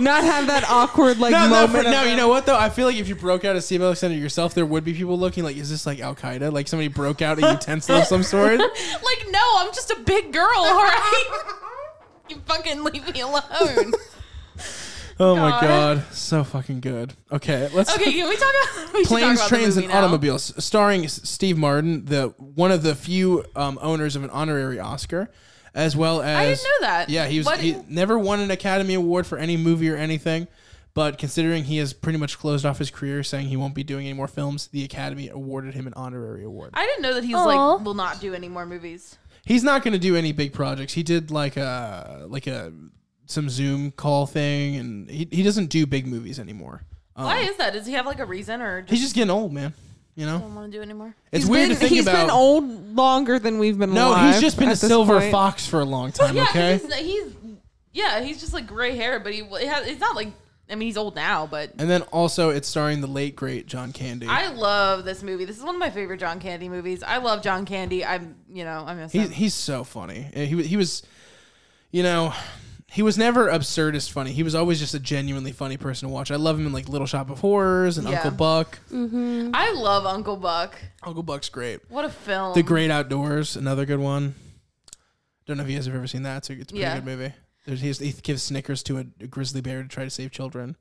Speaker 2: Not have that awkward like
Speaker 4: No, no,
Speaker 2: moment.
Speaker 4: for,
Speaker 2: of-
Speaker 4: no, you know what though? I feel like if you broke out a seatbelt extender yourself, there would be people looking like, "Is this like Al Qaeda? Like somebody broke out a utensil of some sort?"
Speaker 3: like, no, I'm just a big girl. All right, you fucking leave me alone.
Speaker 4: Oh my
Speaker 3: God.
Speaker 4: god, so fucking good. Okay, let's
Speaker 3: Okay, can we talk about we should talk
Speaker 4: Planes,
Speaker 3: about the
Speaker 4: Trains,
Speaker 3: movie
Speaker 4: and
Speaker 3: now.
Speaker 4: Automobiles, starring S- Steve Martin, the one of the few um, owners of an honorary Oscar, as well as
Speaker 3: I didn't know that.
Speaker 4: Yeah, he was
Speaker 3: What-
Speaker 4: he never won an Academy Award for any movie or anything, but considering he has pretty much closed off his career, saying he won't be doing any more films, the Academy awarded him an honorary award.
Speaker 3: I didn't know that he's
Speaker 1: Aw.
Speaker 3: like will not do any more movies.
Speaker 4: He's not going to do any big projects. He did like a like a some Zoom call thing, and he he doesn't do big movies anymore. Um,
Speaker 3: Why is that? Does he have like a reason or just
Speaker 4: He's just getting old, man. You know,
Speaker 3: don't want to do it anymore?
Speaker 4: it's
Speaker 2: He's
Speaker 4: weird
Speaker 2: been,
Speaker 4: to think
Speaker 2: he's
Speaker 4: about.
Speaker 2: been old longer than we've been
Speaker 4: No,
Speaker 2: alive
Speaker 4: he's just been
Speaker 2: at
Speaker 4: a
Speaker 2: this
Speaker 4: silver
Speaker 2: point.
Speaker 4: fox for a long time.
Speaker 3: Yeah,
Speaker 4: okay,
Speaker 3: he's, he's yeah, he's just like gray hair, but he it has, it's not like I mean he's old now, but
Speaker 4: and then also it's starring the late great John Candy.
Speaker 3: I love this movie. This is one of my favorite John Candy movies. I love John Candy. I'm you know I miss
Speaker 4: he's
Speaker 3: him.
Speaker 4: he's so funny. Uh, He wa- he was, you know, he was never absurdist funny. He was always just a genuinely funny person to watch. I love him in like Little Shop of Horrors and
Speaker 3: Yeah.
Speaker 4: Uncle Buck.
Speaker 3: I love Uncle Buck.
Speaker 4: Uncle Buck's great.
Speaker 3: What a film!
Speaker 4: The Great Outdoors, another good one. Don't know if you guys have ever seen that. It's a, it's a pretty
Speaker 3: Yeah.
Speaker 4: good movie. There's, he, he gives Snickers to a, a grizzly bear to try to save children.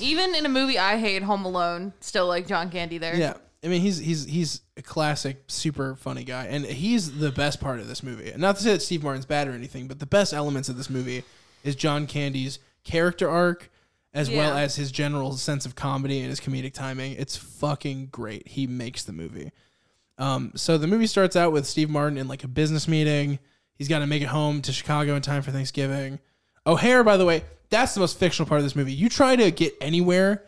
Speaker 3: Even in a movie I hate, Home Alone, still like John Candy there.
Speaker 4: Yeah. I mean, he's he's he's a classic, super funny guy, and he's the best part of this movie. And not to say that Steve Martin's bad or anything, but the best elements of this movie is John Candy's character arc, as well
Speaker 3: Yeah.
Speaker 4: as his general sense of comedy and his comedic timing. It's fucking great. He makes the movie. Um, so the movie starts out with Steve Martin in like a business meeting. He's got to make it home to Chicago in time for Thanksgiving. O'Hare, by the way, that's the most fictional part of this movie. You try to get anywhere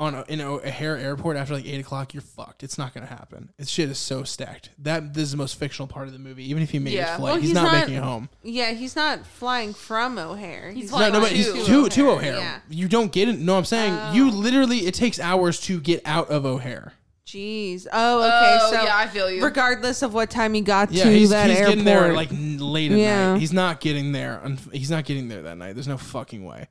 Speaker 4: on a, in a, a hair airport after like eight o'clock, you're fucked. It's not gonna happen. This shit is so stacked. That this is the most fictional part of the movie. Even if he made his
Speaker 3: Yeah.
Speaker 4: flight,
Speaker 2: Well,
Speaker 4: he's,
Speaker 2: he's
Speaker 4: not,
Speaker 2: not-
Speaker 4: making it home.
Speaker 2: Yeah, he's not flying from O'Hare.
Speaker 3: He's
Speaker 2: He's
Speaker 3: flying
Speaker 4: no, no, but
Speaker 3: to-
Speaker 4: he's
Speaker 2: to
Speaker 4: to, to O'Hare.
Speaker 2: O'Hare, yeah.
Speaker 4: You don't get it. No, I'm saying you literally. It takes hours to get out of O'Hare.
Speaker 2: Jeez. Oh, okay.
Speaker 3: Oh,
Speaker 2: so
Speaker 3: yeah, I feel you.
Speaker 2: Regardless of what time he got
Speaker 4: Yeah,
Speaker 2: to
Speaker 4: he's,
Speaker 2: that
Speaker 4: he's
Speaker 2: airport,
Speaker 4: getting there like n- late at
Speaker 2: Yeah.
Speaker 4: night. He's not getting there. un- He's not getting there that night. There's no fucking way.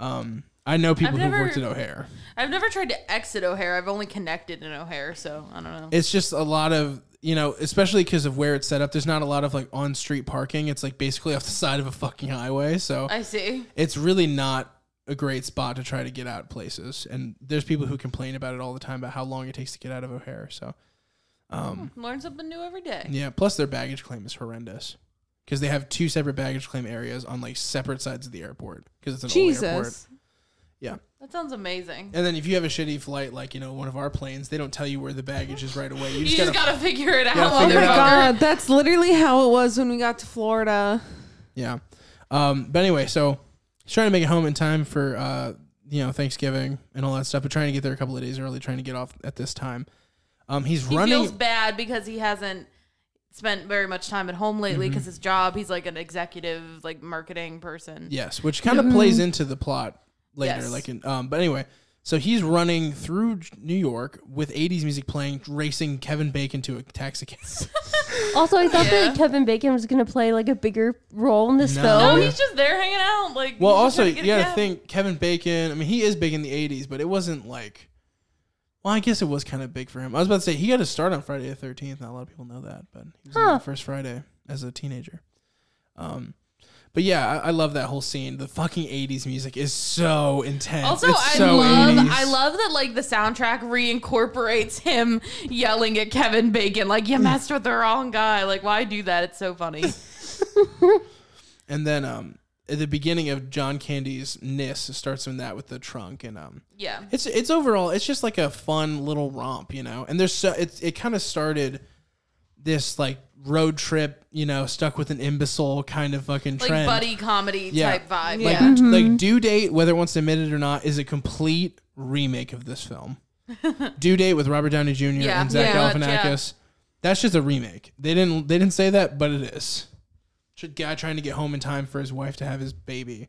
Speaker 4: Um, I know people who've
Speaker 3: never-
Speaker 4: worked at O'Hare.
Speaker 3: I've never tried to exit O'Hare. I've only connected in O'Hare, so I don't know.
Speaker 4: it's just a lot of you know especially because of where it's set up there's not a lot of like on street parking it's like basically off the side of a fucking highway so
Speaker 3: I see.
Speaker 4: it's really not a great spot to try to get out places and there's people who complain about it all the time about how long it takes to get out of o'hare so
Speaker 3: Hmm, Learn something new every day.
Speaker 4: yeah plus their baggage claim is horrendous because they have two separate baggage claim areas on like separate sides of the airport because it's an old airport
Speaker 2: Jesus.
Speaker 4: yeah
Speaker 3: That sounds amazing.
Speaker 4: and then if you have a shitty flight like you know one of our planes they don't tell you where the baggage is right away you
Speaker 3: You
Speaker 4: just,
Speaker 3: just
Speaker 4: gotta
Speaker 3: gotta, figure it out.
Speaker 4: gotta figure
Speaker 2: Oh
Speaker 4: it
Speaker 2: my
Speaker 4: out.
Speaker 2: God, that's literally how it was when we got to Florida.
Speaker 4: Yeah. Um, but anyway, so he's trying to make it home in time for uh, you know Thanksgiving and all that stuff, but trying to get there a couple of days early, trying to get off at this time. Um, he's
Speaker 3: he
Speaker 4: running.
Speaker 3: feels bad because he hasn't spent very much time at home lately
Speaker 4: Mm-hmm.
Speaker 3: because his job he's like an executive like marketing person
Speaker 4: yes, which kind of plays into the plot later.
Speaker 3: Mm-hmm. Yes.
Speaker 4: Like, in, um, but anyway, so he's running through New York with '80s music playing, racing Kevin Bacon to a taxi cab.
Speaker 1: Also, I thought
Speaker 3: Yeah.
Speaker 1: that Kevin Bacon was gonna play like a bigger role in this
Speaker 4: No.
Speaker 1: film.
Speaker 3: no
Speaker 4: Yeah.
Speaker 3: Oh, he's just there hanging out like
Speaker 4: well,
Speaker 3: he's just
Speaker 4: also
Speaker 3: trying
Speaker 4: you
Speaker 3: to
Speaker 4: gotta
Speaker 3: get a cab.
Speaker 4: think Kevin Bacon. I mean, he is big in the '80s, but it wasn't like. Well, I guess it was kind of big for him. I was about to say he got to start on Friday the 13th. Not a lot of people know that, but he was in
Speaker 1: Huh.
Speaker 4: the first Friday as a teenager. Um, but yeah, I, I love that whole scene. The fucking '80s music is so intense.
Speaker 3: Also,
Speaker 4: It's
Speaker 3: I
Speaker 4: so
Speaker 3: love
Speaker 4: 80s.
Speaker 3: I love that like the soundtrack reincorporates him yelling at Kevin Bacon like you messed with the wrong guy. Like why do that? It's so funny.
Speaker 4: And then um, at the beginning of John Candy's Nis it starts in that with the trunk and um,
Speaker 3: Yeah.
Speaker 4: It's it's overall it's just like a fun little romp, you know. And there's so it it kind of started this like road trip, you know, stuck with an imbecile kind of fucking
Speaker 3: Like
Speaker 4: trend.
Speaker 3: buddy comedy
Speaker 4: Yeah.
Speaker 3: type vibe.
Speaker 4: Like
Speaker 3: yeah.
Speaker 4: like due date, whether it wants to admit it or not, is a complete remake of this film. due date with Robert Downey Jr.
Speaker 3: Yeah.
Speaker 4: and Zach
Speaker 3: Yeah.
Speaker 4: Galifianakis. That's just a remake. They didn't they didn't say that, but it is. It's a guy trying to get home in time for his wife to have his baby.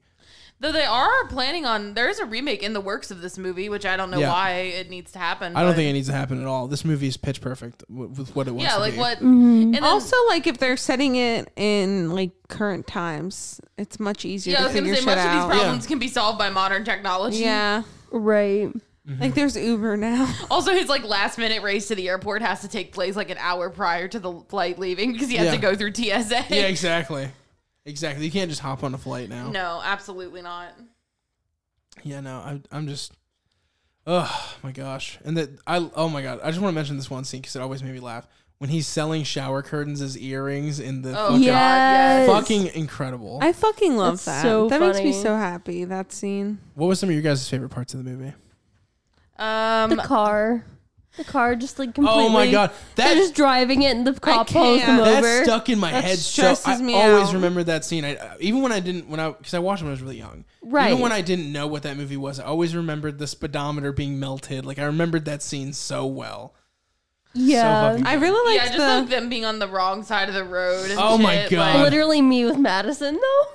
Speaker 3: Though they are planning on there is a remake in the works of this movie, which I don't know
Speaker 4: Yeah.
Speaker 3: why it needs to happen.
Speaker 4: I don't
Speaker 3: but-
Speaker 4: think it needs to happen at all. This movie is pitch perfect w- with what it wants
Speaker 3: Yeah,
Speaker 4: to
Speaker 3: like
Speaker 4: be. Mm-hmm.
Speaker 3: what and then,
Speaker 2: Also, like if they're setting it in like current times, it's much easier
Speaker 3: yeah, I
Speaker 2: to
Speaker 3: was gonna
Speaker 2: figure
Speaker 3: say
Speaker 2: shit
Speaker 3: most
Speaker 2: out.
Speaker 3: of these problems can be solved by modern technology.
Speaker 2: yeah,
Speaker 1: Right.
Speaker 4: Mm-hmm.
Speaker 2: like there's Uber now.
Speaker 3: Also, his like last minute race to the airport has to take place like an hour prior to the flight leaving because he has to
Speaker 4: Yeah.
Speaker 3: go through TSA.
Speaker 4: Yeah, exactly. Exactly. You can't just hop on a flight now.
Speaker 3: No, absolutely not.
Speaker 4: Yeah, no. I, I'm just. Oh my gosh! And that I. Oh my god! I just want to mention this one scene because it always made me laugh when he's selling shower curtains as earrings in the
Speaker 3: Oh,
Speaker 4: fucking,
Speaker 3: God,
Speaker 1: Yes.
Speaker 3: yes.
Speaker 4: fucking incredible.
Speaker 2: I fucking love
Speaker 1: That's
Speaker 2: that.
Speaker 1: so
Speaker 2: that makes me
Speaker 1: funny.
Speaker 2: so happy. That scene.
Speaker 4: what was some of your guys' favorite parts of the movie?
Speaker 3: Um,
Speaker 1: The car. The car just like completely.
Speaker 4: Oh my god! That
Speaker 1: They're just driving it, and the cop pulls them
Speaker 2: can't.
Speaker 1: over.
Speaker 4: That's stuck in my
Speaker 2: That
Speaker 4: head. So
Speaker 2: stresses
Speaker 4: I
Speaker 2: me
Speaker 4: always
Speaker 2: out.
Speaker 4: remember that scene. I uh, even when I didn't when I because I watched it when I was really young.
Speaker 1: Right.
Speaker 4: Even when I didn't know what that movie was, I always remembered the speedometer being melted. Like I remembered that scene so well.
Speaker 1: yeah.
Speaker 4: fucking-
Speaker 2: I really
Speaker 3: yeah,
Speaker 2: liked
Speaker 3: just
Speaker 2: the.
Speaker 3: like them being on the wrong side of the road. And
Speaker 4: Oh, my
Speaker 3: shit,
Speaker 4: God.
Speaker 3: like-
Speaker 1: Literally me with Madison though.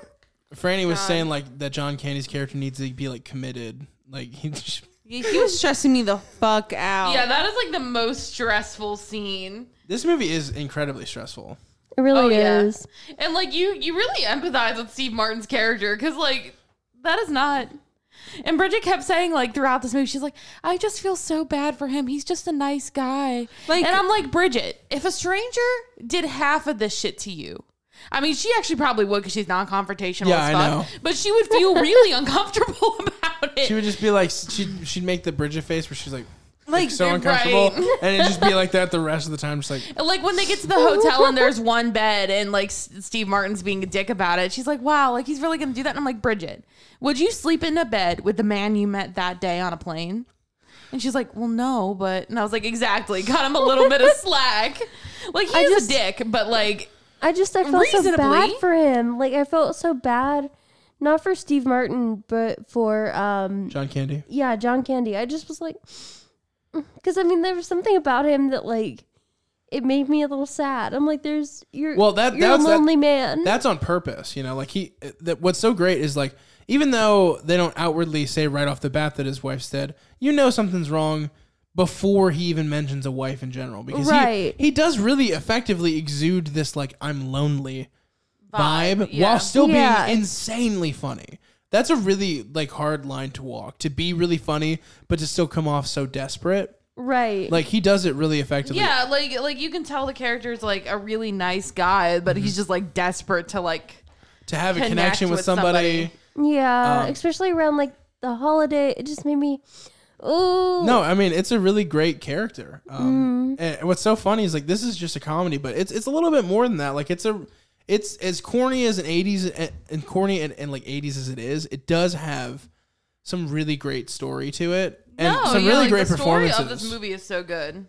Speaker 4: Franny was saying like that John Candy's character needs to be like committed. Like he just-
Speaker 2: he was stressing me the fuck out.
Speaker 3: yeah, that is like the most stressful scene.
Speaker 4: this movie is incredibly stressful.
Speaker 1: It really
Speaker 3: Oh, yeah.
Speaker 1: is.
Speaker 3: And like you, you really empathize with Steve Martin's character because like that is not. And Bridget kept saying like throughout this movie, she's like, "I just feel so bad for him. He's just a nice guy."
Speaker 2: Like-
Speaker 3: and I'm like, Bridget, if a stranger did half of this shit to you. I mean, she actually probably would because she's non-confrontational
Speaker 4: Yeah,
Speaker 3: as
Speaker 4: I
Speaker 3: fuck.
Speaker 4: know.
Speaker 3: But she would feel really uncomfortable about it.
Speaker 4: She would just be like she'd she'd make the Bridget face where she's like
Speaker 2: like
Speaker 4: so
Speaker 3: Right.
Speaker 4: uncomfortable, and it'd just be like that the rest of the time. Just like
Speaker 3: And, like when they get to the hotel and there's one bed and like S- Steve Martin's being a dick about it. She's like, "Wow, like he's really gonna do that." And I'm like, "Bridget, would you sleep in a bed with the man you met that day on a plane?" And she's like, "Well, no, but." And I was like, "Exactly, got him a little bit of slack. Like he's a dick, but like
Speaker 1: I just I felt so bad
Speaker 3: Reasonably.
Speaker 1: for him. Like I felt so bad, not for Steve Martin, but for um
Speaker 4: John Candy.
Speaker 1: yeah John Candy. I just was like, because I mean there was something about him that like it made me a little sad. I'm like, there's you're
Speaker 4: Well, that-
Speaker 1: you're
Speaker 4: that's-
Speaker 1: a
Speaker 4: that-
Speaker 1: lonely man.
Speaker 4: That's on purpose, you know. Like he, that what's so great is like even though they don't outwardly say right off the bat that his wife's dead, you know something's wrong before he even mentions a wife in general because he-
Speaker 1: Right.
Speaker 4: he, does really effectively exude this like I'm lonely vibe,
Speaker 3: yeah.
Speaker 4: while still
Speaker 1: Yeah.
Speaker 4: being insanely funny. That's a really like hard line to walk to be really funny, but to still come off so desperate.
Speaker 1: right.
Speaker 4: Like he does it really effectively.
Speaker 3: yeah, like like you can tell the character's like a really nice guy, but
Speaker 4: Mm-hmm.
Speaker 3: he's just like desperate to like
Speaker 4: To have a
Speaker 3: Connect
Speaker 4: connection with,
Speaker 3: with
Speaker 4: somebody.
Speaker 3: somebody.
Speaker 1: yeah,
Speaker 4: um,
Speaker 1: especially around like the holiday. It just made me. Oh
Speaker 4: No, I mean it's a really great character.
Speaker 3: Mm-hmm.
Speaker 4: Um, And what's so funny is like this is just a comedy, but it's it's a little bit more than that. Like it's a it's as corny as an '80s and, and corny and, and like '80s as it is. It does have some really great story to it and
Speaker 3: no,
Speaker 4: some
Speaker 3: yeah,
Speaker 4: really
Speaker 3: like,
Speaker 4: great
Speaker 3: the
Speaker 4: performances.
Speaker 3: Story of this movie is so good,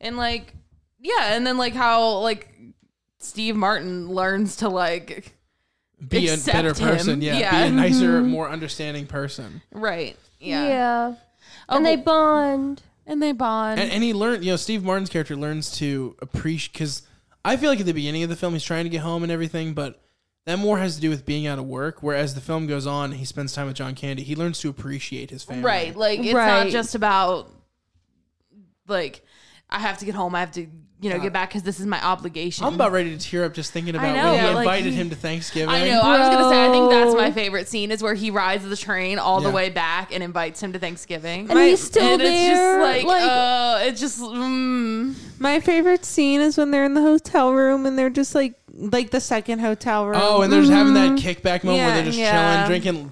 Speaker 3: and like, yeah, and then like how like Steve Martin learns to like
Speaker 4: Be a
Speaker 3: Accept
Speaker 4: better
Speaker 3: him.
Speaker 4: person, yeah.
Speaker 3: Yeah. Mm-hmm.
Speaker 4: Be a nicer, more understanding person.
Speaker 3: right, yeah,
Speaker 1: yeah.
Speaker 3: Oh,
Speaker 1: and they bond.
Speaker 3: and they bond.
Speaker 4: And, and he learned, you know, Steve Martin's character learns to appreciate because I feel like at the beginning of the film he's trying to get home and everything, but that more has to do with being out of work. Whereas the film goes on, he spends time with John Candy. He learns to appreciate his family.
Speaker 3: right, like it's not
Speaker 1: Right.
Speaker 3: just about like I have to get home. I have to, you know, get back because this is my obligation.
Speaker 4: I'm about ready to tear up just thinking about
Speaker 3: know,
Speaker 4: when you
Speaker 3: but, like,
Speaker 4: invited
Speaker 3: he-
Speaker 4: him to Thanksgiving.
Speaker 3: I know. I was gonna say. I think that's
Speaker 1: Bro.
Speaker 3: my favorite scene is where he rides the train all
Speaker 4: Yeah.
Speaker 3: the way back and invites him to Thanksgiving.
Speaker 1: And he's still
Speaker 3: and it's
Speaker 1: there,
Speaker 3: just like,
Speaker 1: like-
Speaker 3: uh, it's just. Mm,
Speaker 2: My favorite scene is when they're in the hotel room and they're just like like the second hotel room.
Speaker 4: Oh, and they're just having that kickback moment where
Speaker 2: Yeah,
Speaker 4: they're just
Speaker 3: Mm-hmm. yeah.
Speaker 4: chilling, drinking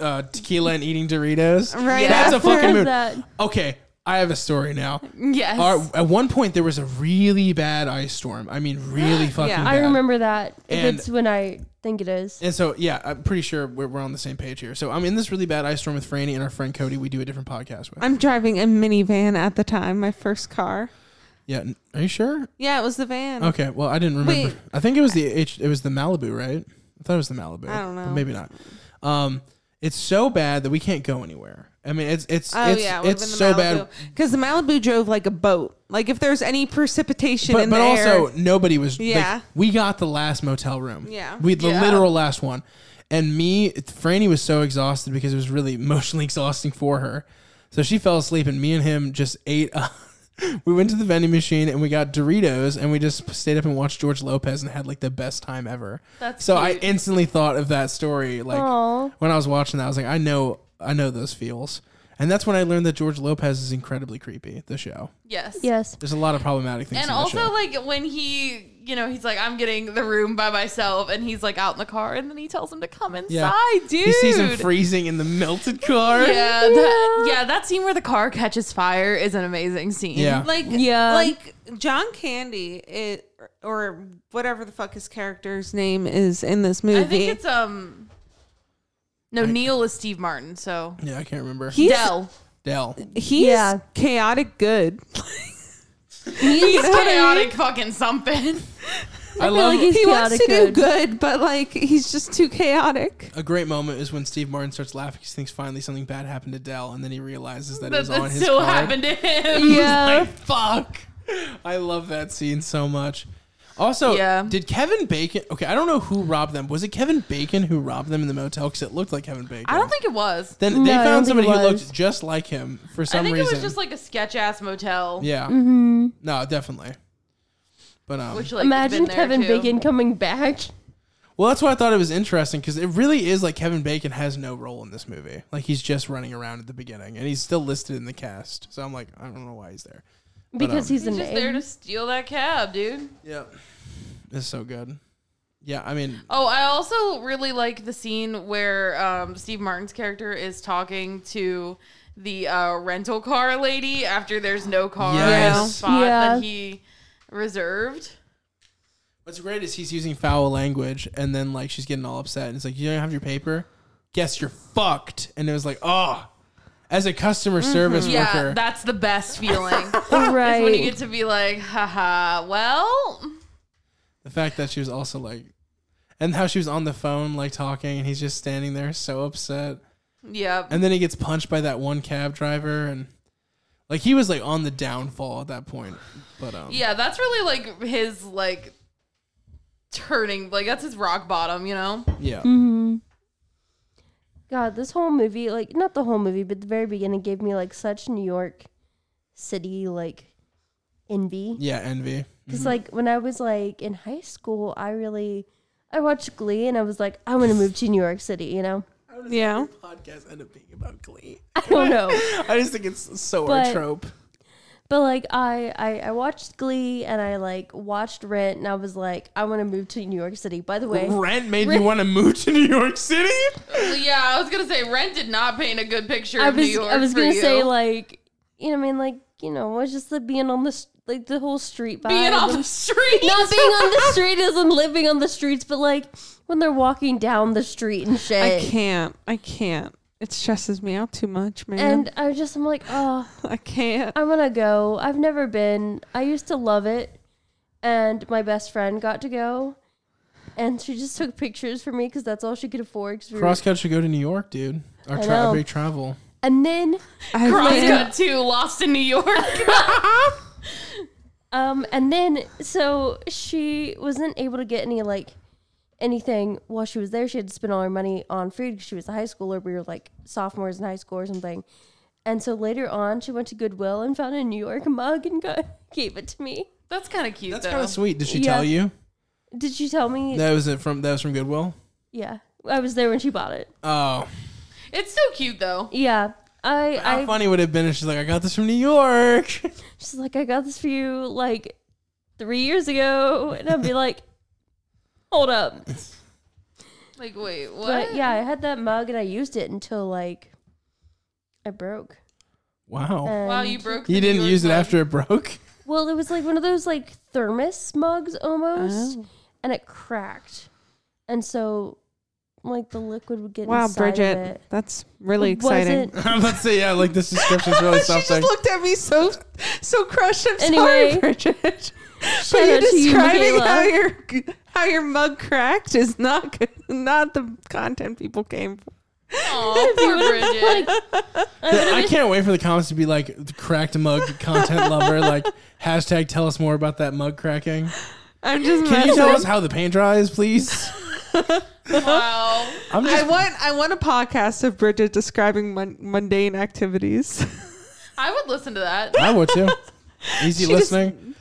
Speaker 4: uh, tequila and eating Doritos.
Speaker 2: right.
Speaker 3: Yeah.
Speaker 4: That's a
Speaker 1: Where
Speaker 4: fucking
Speaker 1: is
Speaker 4: mood.
Speaker 1: that?
Speaker 4: Okay, I have a story now.
Speaker 3: yes.
Speaker 4: Our, at one point, there was a really bad ice storm. I mean, really fucking
Speaker 2: Yeah.
Speaker 4: bad.
Speaker 1: I remember that. If
Speaker 4: And-
Speaker 1: it's when I think it is.
Speaker 4: And so, yeah, I'm pretty sure we're, we're on the same page here. So, I'm in this really bad ice storm with Franny and our friend Cody. We do a different podcast with.
Speaker 2: I'm driving a minivan at the time, my first car.
Speaker 4: yeah, n- are you sure?
Speaker 2: Yeah, it was the van.
Speaker 4: Okay, well, I didn't remember.
Speaker 2: Wait.
Speaker 4: I think it was the H, it was the Malibu, right? I thought it was the Malibu.
Speaker 2: I don't know.
Speaker 4: but maybe not. Um, it's so bad that we can't go anywhere. I mean, it's it's
Speaker 2: Oh
Speaker 4: it's,
Speaker 2: yeah,
Speaker 4: it's so bad.
Speaker 2: because the Malibu drove like a boat. Like if there's any precipitation
Speaker 4: But,
Speaker 2: in
Speaker 4: but
Speaker 2: the
Speaker 4: also
Speaker 2: air,
Speaker 4: nobody was. like,
Speaker 2: Yeah.
Speaker 4: we got the last motel room.
Speaker 2: Yeah.
Speaker 4: we the
Speaker 3: Yeah.
Speaker 4: literal last one, and me, Franny was so exhausted because it was really emotionally exhausting for her, so she fell asleep, and me and him just ate. we went to the vending machine and we got Doritos, and we just stayed up and watched George Lopez and had like the best time ever.
Speaker 3: That's
Speaker 4: so I
Speaker 3: cute.
Speaker 4: instantly thought of that story. Like
Speaker 1: Aw.
Speaker 4: when I was watching that, I was like, I know, I know those feels. And that's when I learned that George Lopez is incredibly creepy. The show.
Speaker 3: yes.
Speaker 1: Yes.
Speaker 4: There's a lot of problematic things.
Speaker 3: And
Speaker 4: in that
Speaker 3: also,
Speaker 4: show.
Speaker 3: like when he, you know, he's like, "I'm getting the room by myself," and he's like out in the car, and then he tells him to come inside,
Speaker 4: Yeah.
Speaker 3: dude.
Speaker 4: He sees him freezing in the melted car.
Speaker 3: yeah, that, yeah, that scene where the car catches fire is an amazing scene.
Speaker 4: Yeah.
Speaker 2: like
Speaker 4: Uh,
Speaker 1: Yeah.
Speaker 2: like John Candy, it or whatever the fuck his character's name is in this movie.
Speaker 3: I think it's um. No, Neil is Steve Martin, so
Speaker 4: Yeah, I can't remember.
Speaker 2: He's-
Speaker 3: Dell.
Speaker 4: Dell.
Speaker 2: he's
Speaker 1: Yeah.
Speaker 2: chaotic good.
Speaker 3: He's chaotic fucking something.
Speaker 4: I
Speaker 1: feel
Speaker 4: love
Speaker 1: like he's
Speaker 2: he wants
Speaker 1: chaotic
Speaker 2: to do
Speaker 1: good.
Speaker 2: good, but like he's just too chaotic.
Speaker 4: a great moment is when Steve Martin starts laughing. He thinks finally something bad happened to Dell, and then he realizes that it
Speaker 3: That,
Speaker 4: was on
Speaker 3: that
Speaker 4: his
Speaker 3: still
Speaker 4: card.
Speaker 3: happened to him.
Speaker 1: Yeah.
Speaker 4: Like, fuck. I love that scene so much. Also,
Speaker 3: Yeah.
Speaker 4: did Kevin Bacon? Okay, I don't know who robbed them. Was it Kevin Bacon who robbed them in the motel? Because it looked like Kevin Bacon.
Speaker 3: I don't think it was.
Speaker 4: Then
Speaker 1: No,
Speaker 4: they
Speaker 1: I don't
Speaker 4: found
Speaker 1: think it
Speaker 4: somebody who
Speaker 1: was.
Speaker 4: looked just like him for some
Speaker 3: I think
Speaker 4: reason.
Speaker 3: it was just like a sketch ass motel.
Speaker 4: yeah. No, definitely. But um,
Speaker 3: Which like
Speaker 1: Imagine
Speaker 3: been there,
Speaker 1: Kevin
Speaker 3: too.
Speaker 1: Bacon coming back.
Speaker 4: Well, that's why I thought it was interesting because it really is like Kevin Bacon has no role in this movie. Like he's just running around at the beginning, and he's still listed in the cast. So I'm like, I don't know why he's there.
Speaker 1: Because
Speaker 4: um,
Speaker 1: he's,
Speaker 3: He's
Speaker 1: an
Speaker 3: just there to
Speaker 1: egg.
Speaker 3: steal that cab, dude.
Speaker 4: Yeah, it's so good. Yeah, I mean,
Speaker 3: Oh, I also really like the scene where um, Steve Martin's character is talking to the uh, rental car lady after there's no car in the
Speaker 4: Yes.
Speaker 3: spot
Speaker 1: Yeah.
Speaker 3: that he reserved.
Speaker 4: what's great is he's using foul language, and then like she's getting all upset, and it's like, you don't have your paper. Guess you're fucked. And it was like, oh, as a customer service
Speaker 3: Yeah,
Speaker 4: worker,
Speaker 3: that's the best feeling.
Speaker 1: right.
Speaker 3: Is when you get to be like, haha, well,
Speaker 4: the fact that she was also like, and how she was on the phone like talking, and he's just standing there so upset.
Speaker 3: yeah.
Speaker 4: And then he gets punched by that one cab driver and like he was like on the downfall at that point. But um
Speaker 3: Yeah, that's really like his like turning like that's his rock bottom, you know?
Speaker 4: yeah.
Speaker 1: God, this whole movie, like not the whole movie, but the very beginning gave me like such New York City like envy.
Speaker 4: Yeah, Mm-hmm. envy.
Speaker 1: Because like when I was like in high school, I really I watched Glee and I was like, I want to move to New York City. You know,
Speaker 2: Yeah.
Speaker 4: Podcast end up being about glee.
Speaker 1: I don't know,
Speaker 4: I just think it's so
Speaker 1: But-
Speaker 4: our trope.
Speaker 1: but like I, I I watched Glee and I like watched Rent and I was like, I want to move to New York City. By the way,
Speaker 4: Rent made you want to move to New York City?
Speaker 3: Yeah, I was gonna say Rent did not paint a good picture
Speaker 1: I
Speaker 3: of New
Speaker 1: was
Speaker 3: York.
Speaker 1: I was
Speaker 3: for
Speaker 1: gonna
Speaker 3: you.
Speaker 1: say like you know I mean like you know it's just the being on the s- like the whole street vibe.
Speaker 3: being on
Speaker 1: and-
Speaker 3: the street.
Speaker 1: not being on the street isn't living on the streets, but like when they're walking down the street and
Speaker 2: I
Speaker 1: shit.
Speaker 2: can't. I can't. It stresses me out too much, man.
Speaker 1: and I just I'm like, oh,
Speaker 2: I can't.
Speaker 1: I want to go. I've never been. I used to love it, and my best friend got to go, and she just took pictures for me because that's all she could afford. 'cause we were-
Speaker 4: Crosscut should go to New York, dude. Our,
Speaker 1: I
Speaker 4: tra- our
Speaker 1: know.
Speaker 4: big travel.
Speaker 1: and then
Speaker 2: I've been-
Speaker 3: Crosscut too, lost in New York.
Speaker 1: Um, and then so she wasn't able to get any like anything while she was there. She had to spend all her money on food because she was a high schooler. We were like sophomores in high school or something. And so later on, she went to Goodwill and found a New York mug and got, gave it to me.
Speaker 3: That's kind of cute
Speaker 4: That's
Speaker 3: though.
Speaker 4: kind of sweet. Did she
Speaker 1: Yeah.
Speaker 4: tell you
Speaker 1: Did she tell me?
Speaker 4: that was it from that was from Goodwill?
Speaker 1: Yeah, I was there when she bought it.
Speaker 4: Oh,
Speaker 3: it's so cute though.
Speaker 1: Yeah, I,
Speaker 4: how
Speaker 1: I
Speaker 4: funny would it have been if she's like, "I got this from New York."
Speaker 1: she's like, I got this for you like three years ago, and I'd be like, hold up.
Speaker 3: Like wait, what?
Speaker 1: But yeah, I had that mug and I used it until like I broke.
Speaker 2: Oh.
Speaker 4: Wow,
Speaker 3: Wow,
Speaker 1: And-
Speaker 3: you broke.
Speaker 4: he
Speaker 3: the
Speaker 4: didn't
Speaker 3: New
Speaker 4: use it
Speaker 3: York mug.
Speaker 4: after it broke.
Speaker 1: Well, it was like one of those like thermos mugs almost,
Speaker 2: Oh.
Speaker 1: and it cracked, and so like the liquid would get
Speaker 2: Wow,
Speaker 1: inside of
Speaker 2: Bridget,
Speaker 1: it.
Speaker 2: that's really
Speaker 1: Was
Speaker 2: exciting.
Speaker 1: it-
Speaker 4: I'm about to say, yeah, like this description's really
Speaker 2: she just
Speaker 4: something.
Speaker 2: looked at me so so crushed. I'm
Speaker 1: Anyway,
Speaker 2: sorry, Bridget.
Speaker 1: shout
Speaker 2: But you
Speaker 1: out to you,
Speaker 2: describing how
Speaker 1: Michaela.
Speaker 2: your how your mug cracked is not good, not the content people came for.
Speaker 3: Aw, poor Bridget.
Speaker 4: I can't wait for the comments to be like the cracked mug content lover, like hashtag tell us more about that mug cracking.
Speaker 2: I'm just
Speaker 4: Can you
Speaker 2: messing.
Speaker 4: tell us how the paint dries, please?
Speaker 3: wow.
Speaker 4: I'm
Speaker 2: I
Speaker 4: just
Speaker 2: want I want a podcast of Bridget describing mun- mundane activities.
Speaker 3: I would listen to that.
Speaker 4: I would too. Easy
Speaker 2: She just-
Speaker 4: listening.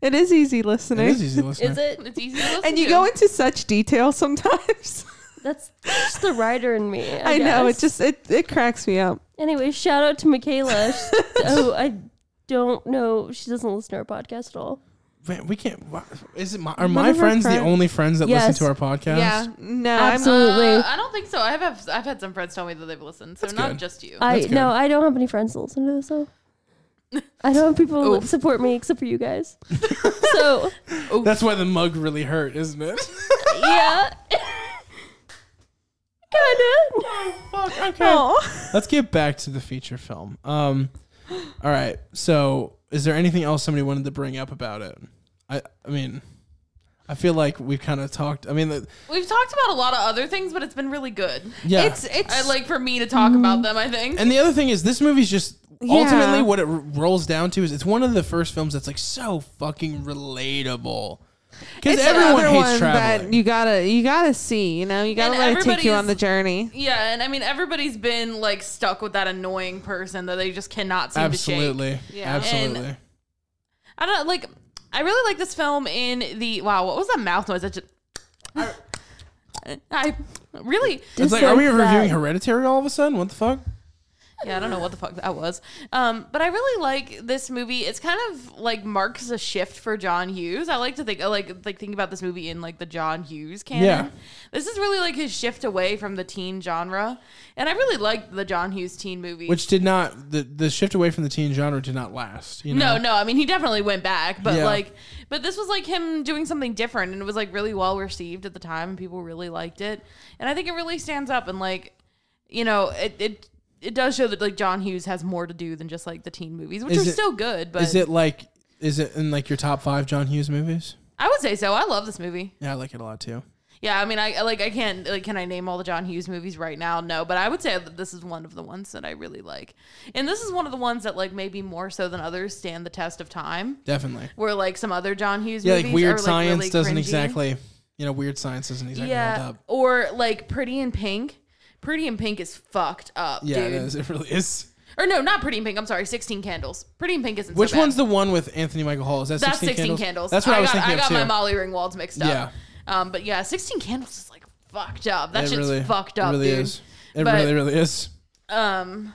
Speaker 2: it is easy
Speaker 4: it
Speaker 2: listening,
Speaker 4: is easy listening.
Speaker 1: Is it?
Speaker 3: It's easy to listen
Speaker 2: and you
Speaker 3: to.
Speaker 2: go into such detail sometimes.
Speaker 1: That's just the writer in me. I,
Speaker 2: I know it
Speaker 1: guess.
Speaker 2: just it, it cracks me up.
Speaker 1: Anyway, shout out to Michaela. She's- oh, I don't know. She doesn't listen to our podcast at all.
Speaker 4: Wait, we can't. wha- Is it my, are
Speaker 2: None
Speaker 4: my
Speaker 2: of our
Speaker 4: friends the
Speaker 2: friends-
Speaker 4: only friends that
Speaker 1: Yes.
Speaker 4: listen to our podcast?
Speaker 2: Yeah, no,
Speaker 3: Uh,
Speaker 1: Absolutely. Absolutely.
Speaker 3: I don't think so. I've have, I've had some friends tell me that they've listened, so
Speaker 4: That's
Speaker 3: not
Speaker 4: good.
Speaker 3: just you.
Speaker 1: I
Speaker 4: That's good.
Speaker 1: no, I don't have any friends that listen to this though. I don't have people that
Speaker 3: Oof.
Speaker 1: support me except for you guys. so
Speaker 4: That's why the mug really hurt, isn't it?
Speaker 1: yeah, kinda.
Speaker 4: Fuck, okay.
Speaker 2: Oh.
Speaker 4: Let's get back to the feature film. Um, all right. So, is there anything else somebody wanted to bring up about it? I, I mean, I feel like we've kind of talked. I mean, the-
Speaker 3: We've talked about a lot of other things, but it's been really good.
Speaker 4: yeah.
Speaker 2: It's it's
Speaker 3: I like for me to talk
Speaker 2: Mm-hmm.
Speaker 3: about them. I think.
Speaker 4: and the other thing is, this movie's just
Speaker 2: Yeah.
Speaker 4: ultimately what it r- rolls down to is it's one of the first films that's like so fucking relatable because
Speaker 2: it's
Speaker 4: everyone
Speaker 2: another
Speaker 4: hates
Speaker 2: one
Speaker 4: traveling.
Speaker 2: that you gotta you gotta see. You know, you gotta
Speaker 3: And
Speaker 2: let it take you on
Speaker 3: everybody's-
Speaker 2: the journey.
Speaker 3: yeah, and I mean everybody's been like stuck with that annoying person that they just cannot seem to shake.
Speaker 4: absolutely,
Speaker 2: Yeah.
Speaker 4: absolutely.
Speaker 3: I don't like. I really like this film in the wow. What was that mouth noise? I just. I really.
Speaker 4: it's like, are we
Speaker 1: Dislike
Speaker 4: reviewing
Speaker 1: that.
Speaker 4: Hereditary all of a sudden? What the fuck?
Speaker 3: Yeah, I don't know what the fuck that was. Um, but I really like this movie. It's kind of like marks a shift for John Hughes. I like to think I like like think about this movie in like the John Hughes canon.
Speaker 4: Yeah.
Speaker 3: This is really like his shift away from the teen genre. And I really liked the John Hughes teen movie.
Speaker 4: Which did not the the shift away from the teen genre did not last. You know?
Speaker 3: no, no. I mean, he definitely went back, but
Speaker 4: Yeah.
Speaker 3: like, but this was like him doing something different, and it was like really well received at the time, and people really liked it, and I think it really stands up, and like, you know, it it it does show that like John Hughes has more to do than just like the teen movies, which
Speaker 4: Is
Speaker 3: are
Speaker 4: it-
Speaker 3: still good, but
Speaker 4: Is it like is it in like your top five John Hughes movies?
Speaker 3: I would say so. I love this movie.
Speaker 4: Yeah, I like it a lot too.
Speaker 3: Yeah, I mean, I I, like I can't like can I name all the John Hughes movies right now? No, but I would say that this is one of the ones that I really like, and this is one of the ones that like maybe more so than others stand the test of time.
Speaker 4: Definitely.
Speaker 3: Where like some other John Hughes
Speaker 4: Yeah,
Speaker 3: movies
Speaker 4: like weird
Speaker 3: are,
Speaker 4: science
Speaker 3: really
Speaker 4: doesn't
Speaker 3: cringy.
Speaker 4: exactly you know, weird science doesn't exactly
Speaker 3: Yeah,
Speaker 4: hold up.
Speaker 3: or like Pretty in Pink. Pretty in Pink is fucked up,
Speaker 4: Yeah, it
Speaker 3: dude.
Speaker 4: is. It really is.
Speaker 3: Or no, not Pretty in Pink. I'm sorry, Sixteen Candles. Pretty in Pink isn't.
Speaker 4: Which
Speaker 3: so bad.
Speaker 4: one's the one with Anthony Michael Hall? Is that
Speaker 3: That's
Speaker 4: 16, candles? That's what I,
Speaker 3: I,
Speaker 4: was
Speaker 3: got,
Speaker 4: thinking
Speaker 3: I got
Speaker 4: of
Speaker 3: my
Speaker 4: too.
Speaker 3: Molly Ringwald's mixed
Speaker 4: Yeah.
Speaker 3: up. Um, but yeah, Sixteen Candles is like fucked up. That
Speaker 4: It
Speaker 3: shit's
Speaker 4: really-
Speaker 3: fucked up,
Speaker 4: It really
Speaker 3: dude.
Speaker 4: is. It
Speaker 3: But-
Speaker 4: really, really is.
Speaker 3: Um,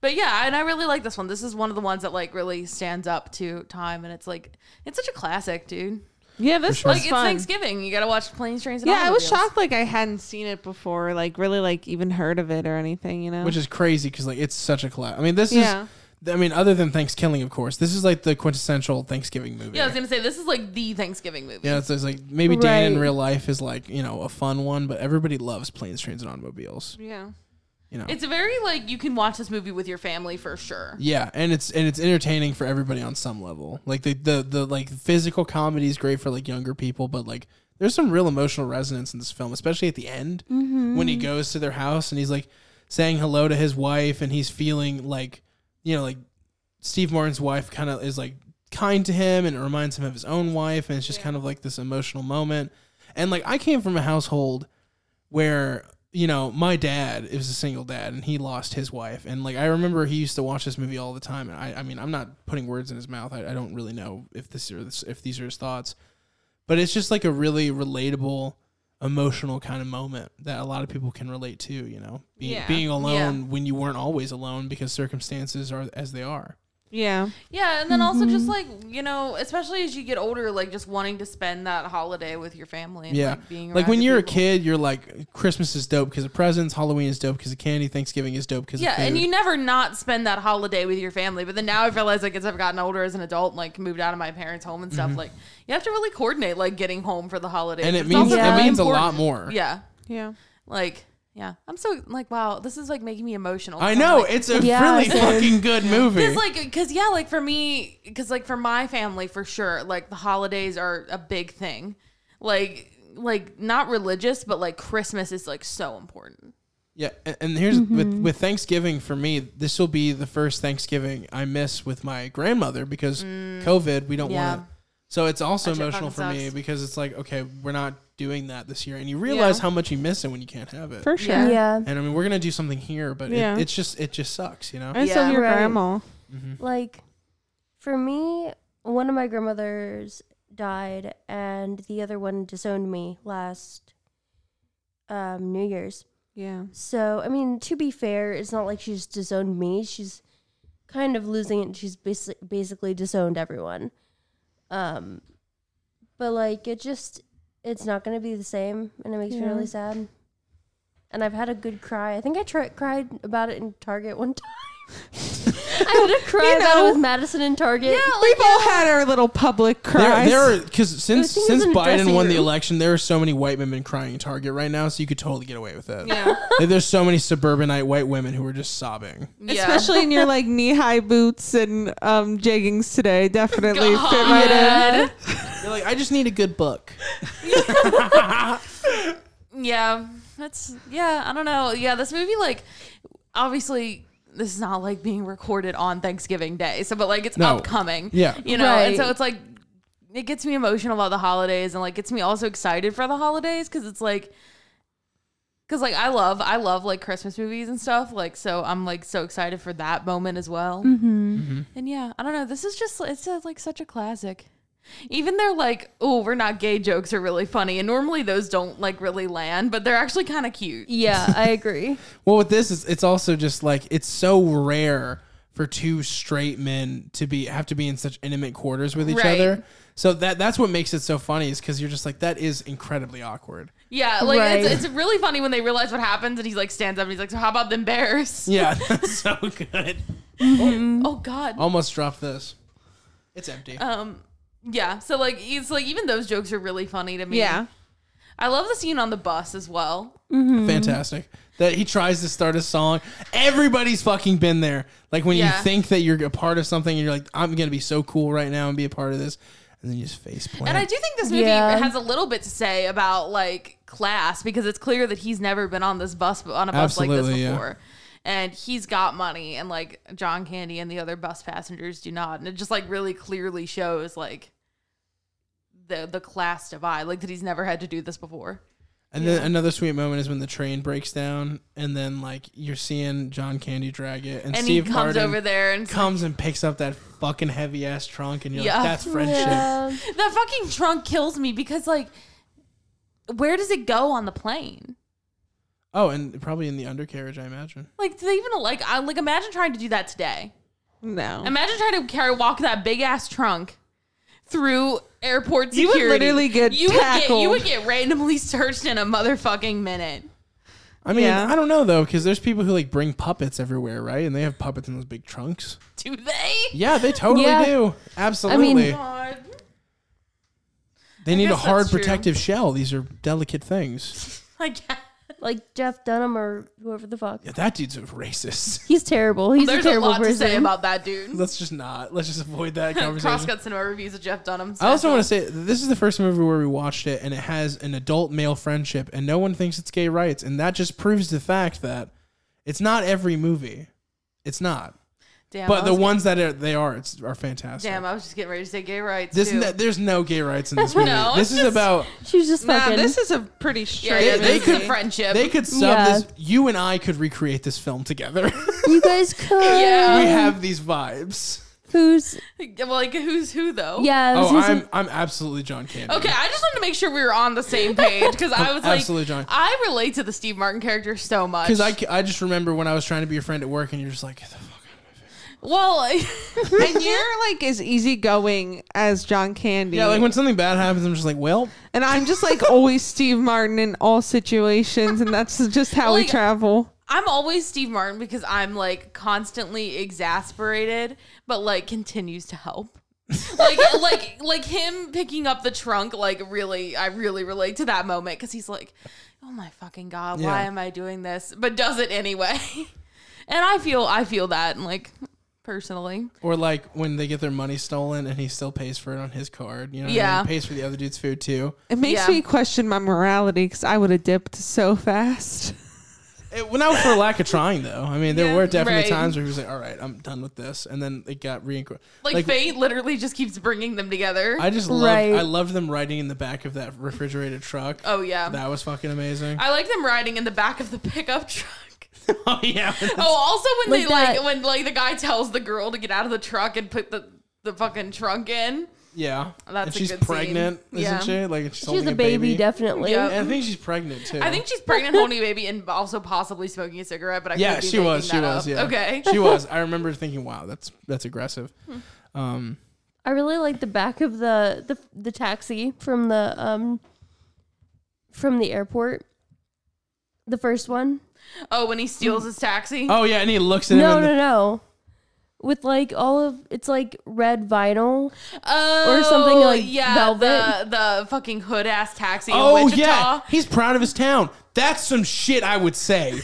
Speaker 3: but yeah, and I really like this one. This is one of the ones that like really stands up to time, and it's like it's such a classic, dude.
Speaker 2: Yeah, this
Speaker 4: sure.
Speaker 2: was
Speaker 3: Like it's
Speaker 2: fun.
Speaker 3: Thanksgiving, you gotta watch Planes, Trains, and
Speaker 2: yeah, I was
Speaker 3: Automobiles.
Speaker 2: shocked like I hadn't seen it before, like really like even heard of it or anything. You know,
Speaker 4: Which is crazy because like it's such a collab. I mean, this
Speaker 2: Yeah.
Speaker 4: is. I mean, other than Thanksgiving, of course, this is like the quintessential Thanksgiving movie.
Speaker 3: Yeah, I was gonna say this is like the Thanksgiving movie.
Speaker 4: Yeah, it's, it's like maybe Dan in
Speaker 1: Right.
Speaker 4: real life is like you know a fun one, but everybody loves planes, trains, and automobiles.
Speaker 2: yeah.
Speaker 4: You know,
Speaker 3: It's a very like you can watch this movie with your family for sure.
Speaker 4: yeah, and it's and it's entertaining for everybody on some level. Like the the the like physical comedy is great for like younger people, but like there's some real emotional resonance in this film, especially at the end when he goes to their house and he's like saying hello to his wife, and he's feeling like you know like Steve Martin's wife kind of is like kind to him and it reminds him of his own wife and it's just kind of like this emotional moment. And like I came from a household where you know, my dad is a single dad and he lost his wife. And like, I remember he used to watch this movie all the time. And I, I mean, I'm not putting words in his mouth. I, I don't really know if this or this, if these are his thoughts, but it's just like a really relatable, emotional kind of moment that a lot of people can relate to, you know, being,
Speaker 3: Yeah.
Speaker 4: being alone
Speaker 3: Yeah.
Speaker 4: when you weren't always alone because circumstances are as they are.
Speaker 2: Yeah.
Speaker 3: Yeah, and then also
Speaker 4: Mm-hmm.
Speaker 3: just like you know, especially as you get older, like just wanting to spend that holiday with your family. And,
Speaker 4: Yeah.
Speaker 3: like, being
Speaker 4: like
Speaker 3: around
Speaker 4: when
Speaker 3: your
Speaker 4: you're
Speaker 3: people.
Speaker 4: a kid, you're like, Christmas is dope because of presents, Halloween is dope because of candy, Thanksgiving is dope because
Speaker 3: Yeah,
Speaker 4: of food.
Speaker 3: and you never not spend that holiday with your family. But then now I've realized, like, as I've gotten older as an adult, and, like moved out of my parents' home and stuff, like you have to really coordinate, like getting home for the holidays.
Speaker 4: Mm-hmm. and it
Speaker 3: It's
Speaker 4: means
Speaker 3: also
Speaker 1: Yeah.
Speaker 4: it
Speaker 3: really
Speaker 4: means a lot
Speaker 3: important.
Speaker 4: more.
Speaker 3: Yeah,
Speaker 2: Yeah.
Speaker 3: like yeah, I'm so like wow, this is like making me emotional.
Speaker 4: I
Speaker 3: 'cause I'm,
Speaker 4: know
Speaker 3: like,
Speaker 4: it's a
Speaker 1: Yeah,
Speaker 4: really
Speaker 1: same.
Speaker 4: fucking good movie.
Speaker 3: Cause like, cause yeah, like for me, cause like for my family, for sure, like the holidays are a big thing. Like, like not religious, but like Christmas is like so important.
Speaker 4: yeah, and, and here's
Speaker 2: Mm-hmm.
Speaker 4: with with Thanksgiving for me, this will be the first Thanksgiving I miss with my grandmother because COVID, we don't
Speaker 3: Mm. yeah.
Speaker 4: want to. So it's also
Speaker 3: That shit
Speaker 4: emotional for
Speaker 3: fucking
Speaker 4: me
Speaker 3: sucks.
Speaker 4: because it's like, okay, we're not doing that this year, and you realize
Speaker 3: Yeah.
Speaker 4: how much you miss it when you can't have it.
Speaker 2: For sure.
Speaker 3: Yeah.
Speaker 1: yeah.
Speaker 4: and I mean, we're gonna do something here, but
Speaker 2: Yeah.
Speaker 4: it, it's just it just sucks, you know. Mm-hmm.
Speaker 2: I still
Speaker 3: Yeah.
Speaker 2: have your
Speaker 1: Right.
Speaker 2: grandma.
Speaker 1: like for me one of my grandmothers died and the other one disowned me last um new year's
Speaker 2: Yeah.
Speaker 1: so i mean to be fair it's not like she's disowned me she's kind of losing it and she's basi- basically disowned everyone um but like it just it's not going to be the same and it makes me
Speaker 2: Yeah.
Speaker 1: really sad and i've had a good cry i think i tri- cried about it in target one time i had a cry
Speaker 2: You
Speaker 1: about
Speaker 2: know.
Speaker 1: it with madison in target
Speaker 2: We've all had our little public
Speaker 4: There,
Speaker 2: cries.
Speaker 4: there are because since
Speaker 1: think it was
Speaker 4: since
Speaker 1: in a
Speaker 4: Biden
Speaker 1: dressing
Speaker 4: won the
Speaker 1: room.
Speaker 4: election, there are so many white women crying in Target right now, so you could totally get away with it.
Speaker 2: yeah.
Speaker 4: Like, there's so many suburbanite white women who are just sobbing.
Speaker 2: Especially in your like knee high boots and um jeggings today. Definitely fit right in.
Speaker 3: yeah.
Speaker 4: You're like, I just need a good book.
Speaker 3: yeah, that's yeah. I don't know. Yeah, this movie like obviously this is not like being recorded on Thanksgiving Day, so but like it's
Speaker 4: No.
Speaker 3: upcoming.
Speaker 4: Yeah.
Speaker 3: you know, and so
Speaker 1: Right.
Speaker 3: it's like it gets me emotional about the holidays and like gets me also excited for the holidays because it's like. Cause like I love I love like Christmas movies and stuff like so I'm like so excited for that moment as well
Speaker 1: Mm-hmm.
Speaker 3: and yeah I don't know this is just it's uh, like such a classic even their like oh we're not gay jokes are really funny and normally those don't like really land but they're actually kind of cute
Speaker 1: yeah i agree
Speaker 4: Well, with this is it's also just like it's so rare for two straight men to be have to be in such intimate quarters with each
Speaker 3: Right.
Speaker 4: other. So that that's what makes it so funny is because you're just like that is incredibly awkward.
Speaker 3: yeah like
Speaker 1: Right.
Speaker 3: it's, it's really funny when they realize what happens and he's like stands up and he's like so how about them bears
Speaker 4: Yeah, that's so good.
Speaker 1: Mm-hmm.
Speaker 3: oh god
Speaker 4: Almost dropped this. It's empty.
Speaker 3: um yeah so like it's like even those jokes are really funny to me
Speaker 2: Yeah.
Speaker 3: I love the scene on the bus as well
Speaker 4: Fantastic. That he tries to start a song. Everybody's fucking been there. Like when
Speaker 3: Yeah.
Speaker 4: you think that you're a part of something, and you're like, I'm gonna be so cool right now and be a part of this, and then you just face plant.
Speaker 3: and I do think this movie
Speaker 1: Yeah.
Speaker 3: has a little bit to say about like class because it's clear that he's never been on this bus on a bus like
Speaker 4: Absolutely,
Speaker 3: this
Speaker 4: yeah.
Speaker 3: before. And he's got money, and like John Candy and the other bus passengers do not, and it just like really clearly shows like the the class divide, like that he's never had to do this before.
Speaker 4: And then another sweet moment is when the train breaks down, and then like you're seeing John Candy drag it, and,
Speaker 3: And
Speaker 4: Steve
Speaker 3: he comes
Speaker 4: Harden
Speaker 3: over there, and it's like,
Speaker 4: comes and picks up that fucking heavy ass trunk, and you're
Speaker 3: Yeah.
Speaker 4: like, that's friendship.
Speaker 1: Yeah.
Speaker 3: that fucking trunk kills me because like, where does it go on the plane?
Speaker 4: Oh, and probably in the undercarriage, I imagine.
Speaker 3: Like, do they even like? I like imagine trying to do that today.
Speaker 2: No.
Speaker 3: Imagine trying to carry walk that big ass trunk through airport
Speaker 2: You would
Speaker 3: security.
Speaker 2: literally get
Speaker 3: you would get, you
Speaker 2: tackled.
Speaker 3: would get randomly searched in a motherfucking minute.
Speaker 4: I mean,
Speaker 2: Yeah.
Speaker 4: I don't know though, because there's people who like bring puppets everywhere, right? And they have puppets in those big trunks.
Speaker 3: Do they?
Speaker 4: Yeah, they totally
Speaker 1: Yeah.
Speaker 4: do. Absolutely.
Speaker 3: God.
Speaker 4: They need a
Speaker 3: guess that's
Speaker 4: hard
Speaker 3: true.
Speaker 4: protective shell. These are delicate things.
Speaker 3: I guess.
Speaker 1: like Jeff Dunham or whoever the fuck.
Speaker 4: Yeah, that dude's a racist.
Speaker 1: He's terrible. He's
Speaker 3: There's
Speaker 1: a
Speaker 3: a
Speaker 1: terrible
Speaker 3: lot to
Speaker 1: person.
Speaker 3: say about that dude.
Speaker 4: Let's just not. Let's just avoid that conversation.
Speaker 3: Crosscut Cinema reviews of Jeff Dunham.
Speaker 4: I also want to say that this is the first movie where we watched it, and it has an adult male friendship, and no one thinks it's gay rights, and that just proves the fact that it's not every movie. It's not.
Speaker 3: Damn. I
Speaker 4: but the
Speaker 3: was-
Speaker 4: ones that are, they are it's, are fantastic.
Speaker 3: Damn, I was just getting ready to say gay rights.
Speaker 4: This
Speaker 3: too.
Speaker 4: no, there's no gay rights in this movie.
Speaker 3: No,
Speaker 4: this
Speaker 3: it's
Speaker 4: is
Speaker 3: just-
Speaker 4: about
Speaker 1: She's just
Speaker 2: Nah,
Speaker 1: fucking.
Speaker 2: this is a pretty
Speaker 3: yeah,
Speaker 2: straight.
Speaker 3: yeah,
Speaker 4: they
Speaker 3: this is a
Speaker 4: could-
Speaker 3: friendship.
Speaker 4: they could sub
Speaker 1: Yeah.
Speaker 4: this. You and I could recreate this film together.
Speaker 1: you guys could.
Speaker 3: Yeah.
Speaker 4: we have these vibes.
Speaker 1: Who's?
Speaker 3: well, like who's who though?
Speaker 1: Yeah. I was
Speaker 4: Oh,
Speaker 1: gonna say-
Speaker 4: I'm I'm absolutely John Candy.
Speaker 3: Okay, I just wanted to make sure we were on the same page because I was like,
Speaker 4: Absolutely, John.
Speaker 3: I relate to the Steve Martin character so much.
Speaker 4: Because I, c- I just remember when I was trying to be your friend at work, and you're just like, "Get the fuck out of my face."
Speaker 3: well,
Speaker 2: and you're like as easygoing as John Candy.
Speaker 4: Yeah, like when something bad happens, I'm just like, well,
Speaker 2: and I'm just like always Steve Martin in all situations, and that's just how we
Speaker 3: Like-
Speaker 2: travel.
Speaker 3: I'm always Steve Martin because I'm like constantly exasperated, but like continues to help. like like like him picking up the trunk like really I really relate to that moment cuz he's like oh my fucking god why
Speaker 4: Yeah.
Speaker 3: am I doing this but does it anyway. and I feel I feel that like personally.
Speaker 4: or like when they get their money stolen and he still pays for it on his card. You know, what I mean?
Speaker 3: Yeah.
Speaker 4: He pays for the other dude's food too.
Speaker 2: It makes
Speaker 3: Yeah.
Speaker 2: me question my morality because I would have dipped so fast.
Speaker 4: It, well, not for lack of trying though. I mean, there
Speaker 3: Yeah,
Speaker 4: were definitely
Speaker 3: right.
Speaker 4: times where he was like, all right, I'm done with this, and then it got reincorporated.
Speaker 3: Like, fate literally just keeps bringing them together.
Speaker 4: I just loved,
Speaker 1: Right.
Speaker 4: I loved them riding in the back of that refrigerated truck.
Speaker 3: oh yeah.
Speaker 4: That was fucking amazing.
Speaker 3: I like them riding in the back of the pickup truck.
Speaker 4: oh yeah.
Speaker 3: Oh, also when
Speaker 1: Like
Speaker 3: they
Speaker 1: that-
Speaker 3: like when like the guy tells the girl to get out of the truck and put the the fucking trunk in.
Speaker 4: Yeah.
Speaker 3: That's
Speaker 4: and
Speaker 3: a
Speaker 4: she's
Speaker 3: good
Speaker 4: pregnant,
Speaker 3: scene.
Speaker 4: isn't
Speaker 3: Yeah.
Speaker 4: she? Like she's,
Speaker 1: She's
Speaker 4: holding
Speaker 1: a baby, definitely.
Speaker 3: Yep.
Speaker 4: And I think she's pregnant too.
Speaker 3: I think she's pregnant, holding a baby, and also possibly smoking a cigarette. But I
Speaker 4: Yeah,
Speaker 3: could be
Speaker 4: she was. She
Speaker 3: making that
Speaker 4: was.
Speaker 3: up.
Speaker 4: Yeah.
Speaker 3: Okay. Hmm.
Speaker 4: She was. I remember thinking, wow, that's that's aggressive. Um,
Speaker 1: I really like the back of the, the the taxi from the um from the airport. The first one.
Speaker 3: Oh, when he steals his taxi.
Speaker 4: oh yeah, and he looks at
Speaker 1: No,
Speaker 4: him. in
Speaker 1: no,
Speaker 4: the,
Speaker 1: no. With like all of it's like red vinyl.
Speaker 3: Oh,
Speaker 1: Or something like
Speaker 3: The,
Speaker 1: velvet.
Speaker 3: the fucking hood ass taxi. in
Speaker 4: Oh
Speaker 3: Wichita.
Speaker 4: yeah, he's proud of his town. That's some shit I would say.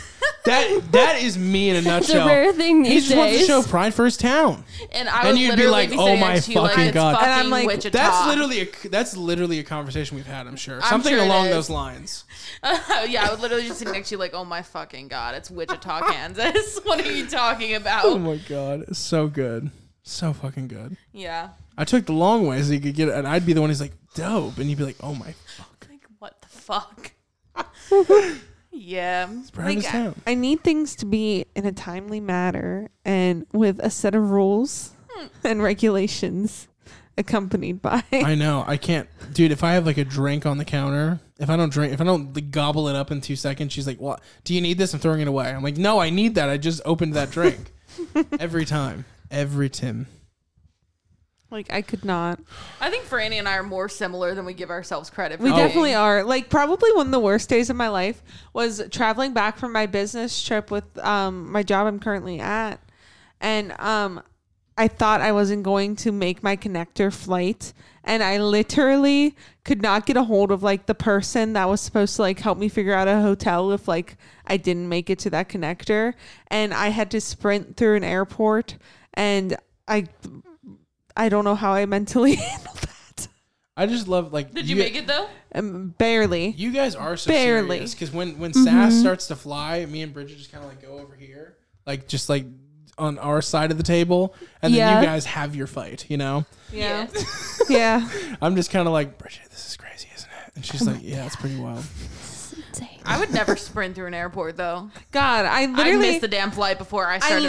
Speaker 4: that that is me in a
Speaker 1: It's a
Speaker 4: nutshell.
Speaker 1: rare thing these
Speaker 4: he just wants to
Speaker 1: days.
Speaker 4: show pride for his town.
Speaker 3: And I
Speaker 4: And
Speaker 3: would
Speaker 4: you'd be
Speaker 3: literally
Speaker 4: like,
Speaker 3: be
Speaker 4: "Oh
Speaker 3: sitting
Speaker 4: my
Speaker 3: next to you like,
Speaker 4: fucking
Speaker 3: it's
Speaker 4: God."
Speaker 3: Fucking
Speaker 2: And I'm like,
Speaker 3: Wichita.
Speaker 4: That's literally a that's literally a conversation we've had. I'm sure something
Speaker 3: sure it
Speaker 4: along
Speaker 3: is.
Speaker 4: those lines.
Speaker 3: yeah, I would literally just sit next to you like, oh my fucking god, it's Wichita, Kansas. what are you talking
Speaker 4: Oh
Speaker 3: about?
Speaker 4: my god, it's so good, so fucking good.
Speaker 3: Yeah.
Speaker 4: I took the long way so you could get it, and I'd be the one who's like dope, and you'd be like, oh my,
Speaker 3: Like, what the fuck? yeah.
Speaker 4: proud of his
Speaker 2: Like,
Speaker 4: town.
Speaker 2: I need things to be in a timely manner and with a set of rules and regulations accompanied by.
Speaker 4: I know. I can't, dude. If I have like a drink on the counter, if I don't drink, if I don't like, gobble it up in two seconds, she's like, "What? Do you need this? I'm throwing it away." I'm like, "No, I need that. I just opened that drink." every time, every Tim.
Speaker 2: like I could not.
Speaker 3: I think Franny and I are more similar than we give ourselves credit for.
Speaker 2: We
Speaker 3: being.
Speaker 2: definitely are. Like probably one of the worst days of my life was traveling back from my business trip with um my job I'm currently at. And um I thought I wasn't going to make my connector flight and I literally could not get a hold of like the person that was supposed to like help me figure out a hotel if like I didn't make it to that connector and I had to sprint through an airport and I I don't know how I mentally handled that.
Speaker 4: I just love like.
Speaker 3: Did you, make it though?
Speaker 2: Um, barely.
Speaker 4: You guys are so
Speaker 2: Barely.
Speaker 4: serious because when when Sass starts to fly, me and Bridget just kind of like go over here, like just like on our side of the table, and then
Speaker 1: Yeah.
Speaker 4: you guys have your fight. You know,
Speaker 2: Yeah. yeah.
Speaker 4: I'm just kind of like Bridget. This is crazy, isn't it? And she's like, "Yeah, it's pretty wild."
Speaker 1: Insane.
Speaker 3: I would never sprint through an airport though.
Speaker 2: God, I
Speaker 3: I
Speaker 2: literally,
Speaker 3: missed the damn flight before I
Speaker 2: I
Speaker 3: started running.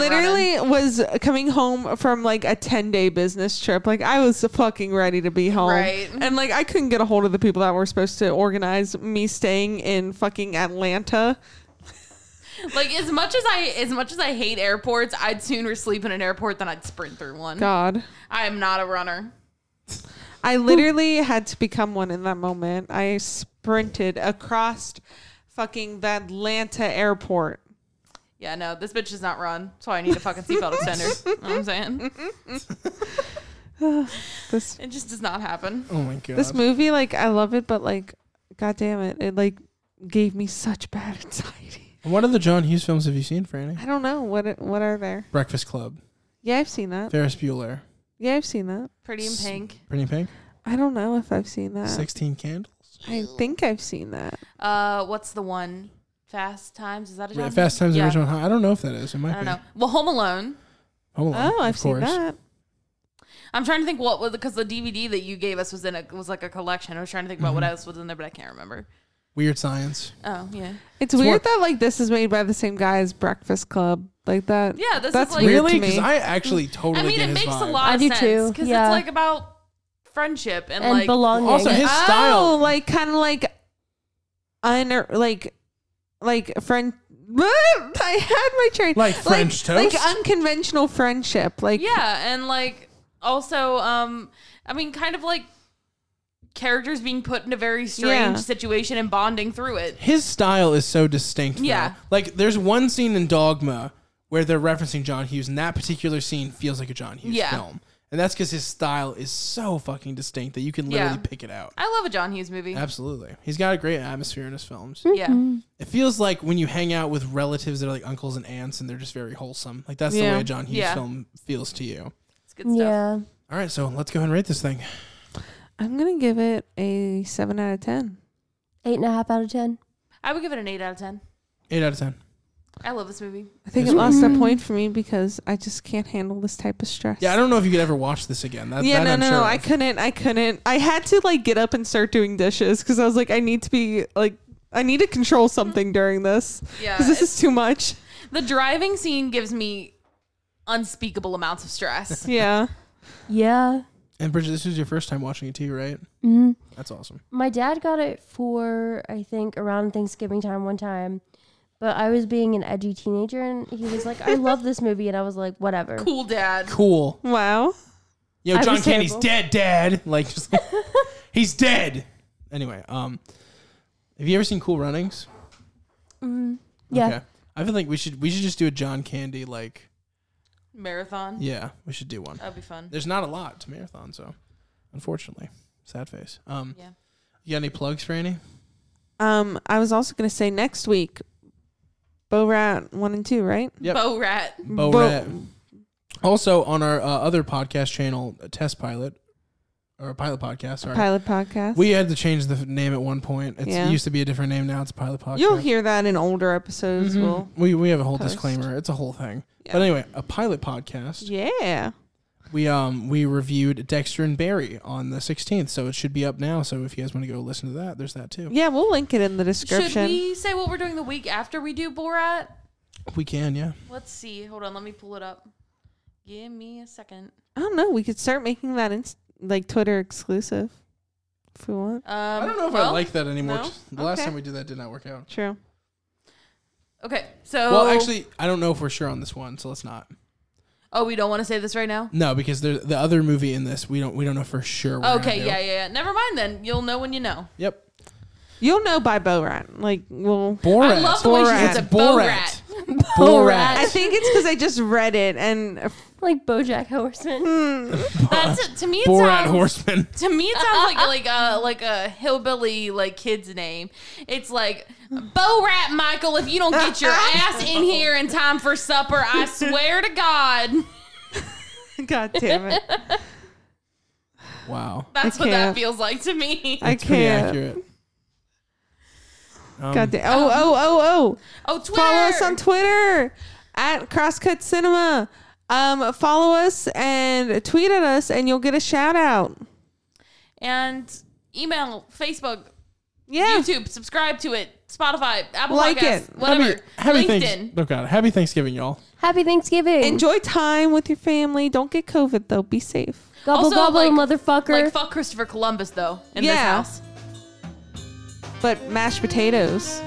Speaker 2: literally was coming home from like a ten day business trip. Like I was fucking ready to be home,
Speaker 3: Right.
Speaker 2: and like I couldn't get a hold of the people that were supposed to organize me staying in fucking Atlanta.
Speaker 3: Like as much as I as much as I hate airports, I'd sooner sleep in an airport than I'd sprint through one.
Speaker 2: God,
Speaker 3: I am not a runner.
Speaker 2: I literally had to become one in that moment. I sprinted across fucking the Atlanta airport.
Speaker 3: Yeah, no, this bitch does not run. That's why I need a fucking seatbelt extender. know what I'm saying?
Speaker 2: This
Speaker 3: It just does not happen.
Speaker 4: Oh my god.
Speaker 2: this movie, like I love it, but like, god damn it, it like gave me such bad anxiety.
Speaker 4: What other John Hughes films have you seen, Franny?
Speaker 2: I don't know what it, what are there.
Speaker 4: Breakfast Club,
Speaker 2: Yeah, I've seen that.
Speaker 4: Ferris Bueller,
Speaker 2: Yeah, I've seen that.
Speaker 3: Pretty in pink.
Speaker 4: Pretty in Pink,
Speaker 2: I don't know if I've seen that.
Speaker 4: 16 Candles,
Speaker 2: I think I've seen that.
Speaker 3: Uh what's the one? Fast Times? Is that a
Speaker 4: Ra-
Speaker 3: genre?
Speaker 4: Fast Times at
Speaker 3: Yeah.
Speaker 4: Ridgemont High. I don't know if that is. It might
Speaker 3: I don't
Speaker 4: be.
Speaker 3: know. Well, Home Alone.
Speaker 4: Home Alone.
Speaker 2: Oh, I've
Speaker 4: of
Speaker 2: seen
Speaker 4: course.
Speaker 2: that.
Speaker 3: I'm trying to think what was because the DVD that you gave us was in a was like a collection. I was trying to think about what else was in there, but I can't remember.
Speaker 4: Weird Science.
Speaker 3: Oh yeah,
Speaker 2: It's, weird
Speaker 4: what-
Speaker 2: that like this is made by the same guy as Breakfast Club. Like that.
Speaker 3: Yeah, this is
Speaker 2: that's
Speaker 3: like-
Speaker 2: weird
Speaker 4: really?
Speaker 2: to
Speaker 4: Because
Speaker 2: me.
Speaker 4: I actually totally
Speaker 3: I mean
Speaker 4: get
Speaker 3: it
Speaker 4: his
Speaker 3: makes
Speaker 4: vibe.
Speaker 3: a lot
Speaker 1: I
Speaker 3: of
Speaker 1: do
Speaker 3: sense
Speaker 1: too,
Speaker 3: because
Speaker 1: yeah.
Speaker 3: it's like about friendship and,
Speaker 1: and
Speaker 3: like
Speaker 1: belonging.
Speaker 4: Also, his
Speaker 2: Oh,
Speaker 4: style.
Speaker 2: like kind of like un like like friend. I had my train
Speaker 4: Like French
Speaker 2: like,
Speaker 4: toast?
Speaker 2: like unconventional friendship. Like
Speaker 3: yeah, and like also um, I mean kind of like characters being put in a very strange
Speaker 2: Yeah.
Speaker 3: situation and bonding through it.
Speaker 4: His style is so distinct. though.
Speaker 3: Yeah.
Speaker 4: Like there's one scene in Dogma where they're referencing John Hughes, and that particular scene feels like a John Hughes
Speaker 3: Yeah.
Speaker 4: film. And that's because his style is so fucking distinct that you can literally
Speaker 3: Yeah.
Speaker 4: pick it out.
Speaker 3: I love a John Hughes movie.
Speaker 4: Absolutely. He's got a great atmosphere in his films.
Speaker 1: Mm-hmm.
Speaker 3: Yeah,
Speaker 4: It feels like when you hang out with relatives that are like uncles and aunts and they're just very wholesome. Like that's the
Speaker 2: Yeah.
Speaker 4: way a John Hughes
Speaker 3: Yeah.
Speaker 4: film feels to you.
Speaker 3: it's good stuff.
Speaker 1: yeah.
Speaker 4: All right, so let's go ahead and rate this thing.
Speaker 2: I'm gonna give it a seven out of ten.
Speaker 1: Eight and a half out of ten.
Speaker 3: I would give it an eight out of ten.
Speaker 4: Eight out of ten.
Speaker 3: I love this movie.
Speaker 2: I think
Speaker 4: That's
Speaker 2: it lost a
Speaker 1: great.
Speaker 2: point for me because I just can't handle this type of stress.
Speaker 4: Yeah, I don't know if you could ever watch this again. That,
Speaker 2: yeah,
Speaker 4: that
Speaker 2: no,
Speaker 4: I'm
Speaker 2: no,
Speaker 4: sure
Speaker 2: no.
Speaker 4: of.
Speaker 2: I couldn't. I couldn't. I had to like get up and start doing dishes because I was like, I need to be like, I need to control something during this
Speaker 3: Yeah,
Speaker 2: because this is too much.
Speaker 3: The driving scene gives me unspeakable amounts of stress.
Speaker 2: Yeah.
Speaker 1: Yeah.
Speaker 4: And Bridget, this was your first time watching it too, right?
Speaker 1: hmm
Speaker 4: That's awesome.
Speaker 1: My dad got it for I think around Thanksgiving time one time, but I was being an edgy teenager and he was like, "I love this movie," and I was like, "Whatever."
Speaker 3: cool dad.
Speaker 4: Cool.
Speaker 2: Wow.
Speaker 4: Yo,
Speaker 1: I
Speaker 4: John
Speaker 1: was
Speaker 4: Candy's
Speaker 1: terrible.
Speaker 4: dead, Dad. Like, just like, he's dead. Anyway, um, have you ever seen Cool Runnings?
Speaker 1: Mm-hmm. Yeah.
Speaker 4: I feel like we should we should just do a John Candy like
Speaker 3: Marathon.
Speaker 4: yeah we should do one.
Speaker 3: That'd be fun.
Speaker 4: There's not a lot to marathon, so unfortunately, sad face. Um,
Speaker 3: Yeah.
Speaker 4: you got any plugs for any?
Speaker 2: Um, I was also gonna say next week, Bo Rat one and two, right?
Speaker 4: Yep.
Speaker 3: Bo Rat.
Speaker 4: Bo
Speaker 2: Bo-
Speaker 4: Rat. Also on our uh, other podcast channel, uh, Test Pilot, or Pilot Podcast. Sorry,
Speaker 2: Pilot podcast.
Speaker 4: we had to change the f- name at one point. It's,
Speaker 2: Yeah.
Speaker 4: It used to be a different name. Now it's Pilot Podcast.
Speaker 2: You'll hear that in older episodes.
Speaker 4: Mhm.
Speaker 2: Well,
Speaker 4: we we have a whole
Speaker 2: post.
Speaker 4: disclaimer. It's a whole thing.
Speaker 2: Yeah.
Speaker 4: But anyway, a pilot podcast.
Speaker 2: yeah.
Speaker 4: We um we reviewed Dexter and Barry on the 16th, so it should be up now. So if you guys want to go listen to that, there's that too.
Speaker 2: Yeah, we'll link it in the
Speaker 3: Should
Speaker 2: description.
Speaker 3: we say what we're doing the week after we do Borat?
Speaker 4: We can, yeah.
Speaker 3: Let's see. Hold on. Let me pull it up. Give me a second.
Speaker 2: I don't know. We could start making that in, like Twitter exclusive if we want.
Speaker 3: Um,
Speaker 4: I don't know if I
Speaker 3: well,
Speaker 4: like that anymore.
Speaker 3: no?
Speaker 4: The last
Speaker 2: Okay.
Speaker 4: time we did that did not work out.
Speaker 2: True.
Speaker 3: Okay. So.
Speaker 4: Well, actually, I don't know if we're sure on this one, so let's not.
Speaker 3: Oh, we don't want to say this right now.
Speaker 4: No, because there's the other movie in this. We don't we don't know for sure. we're gonna
Speaker 3: Okay.
Speaker 4: do.
Speaker 3: Yeah. Yeah. Yeah. Never mind then. You'll know when you know.
Speaker 4: Yep.
Speaker 2: You'll know by Bo Rat. Like, well,
Speaker 4: Borat.
Speaker 3: I love the way she
Speaker 2: Borat.
Speaker 3: says it. Borat.
Speaker 4: Borat.
Speaker 2: I
Speaker 4: Borat.
Speaker 2: think it's because I just read it and uh,
Speaker 1: Like BoJack Horseman.
Speaker 3: That's it. To me, it
Speaker 4: Borat
Speaker 3: sounds.
Speaker 4: Horseman.
Speaker 3: To me, it sounds like like a like a hillbilly like kid's name. It's like Bo Rat Michael. If you don't get your ass in here in time for supper, I swear to God,
Speaker 2: God damn it.
Speaker 4: Wow.
Speaker 3: that's
Speaker 2: I
Speaker 3: what that
Speaker 2: can't.
Speaker 3: feels like to me.
Speaker 2: I
Speaker 4: It's pretty
Speaker 2: can't.
Speaker 4: accurate. Um,
Speaker 2: God damn. Oh, oh, oh, oh.
Speaker 3: Oh, Twitter.
Speaker 2: Follow us on Twitter at Crosscut Cinema. Um, follow us and tweet at us, and you'll get a shout out.
Speaker 3: and email, Facebook,
Speaker 2: Yeah.
Speaker 3: YouTube. Subscribe to it. Spotify, Apple
Speaker 2: Like
Speaker 3: Podcasts,
Speaker 2: it.
Speaker 3: whatever.
Speaker 4: happy
Speaker 3: LinkedIn.
Speaker 4: Thanks- oh God, happy Thanksgiving, y'all.
Speaker 1: Happy Thanksgiving.
Speaker 2: Enjoy time with your family. Don't get COVID, though. Be safe.
Speaker 1: gobble
Speaker 3: Also,
Speaker 1: gobble,
Speaker 3: like-
Speaker 1: motherfucker.
Speaker 3: Like fuck Christopher Columbus though in
Speaker 2: Yeah.
Speaker 3: this house.
Speaker 2: But mashed potatoes.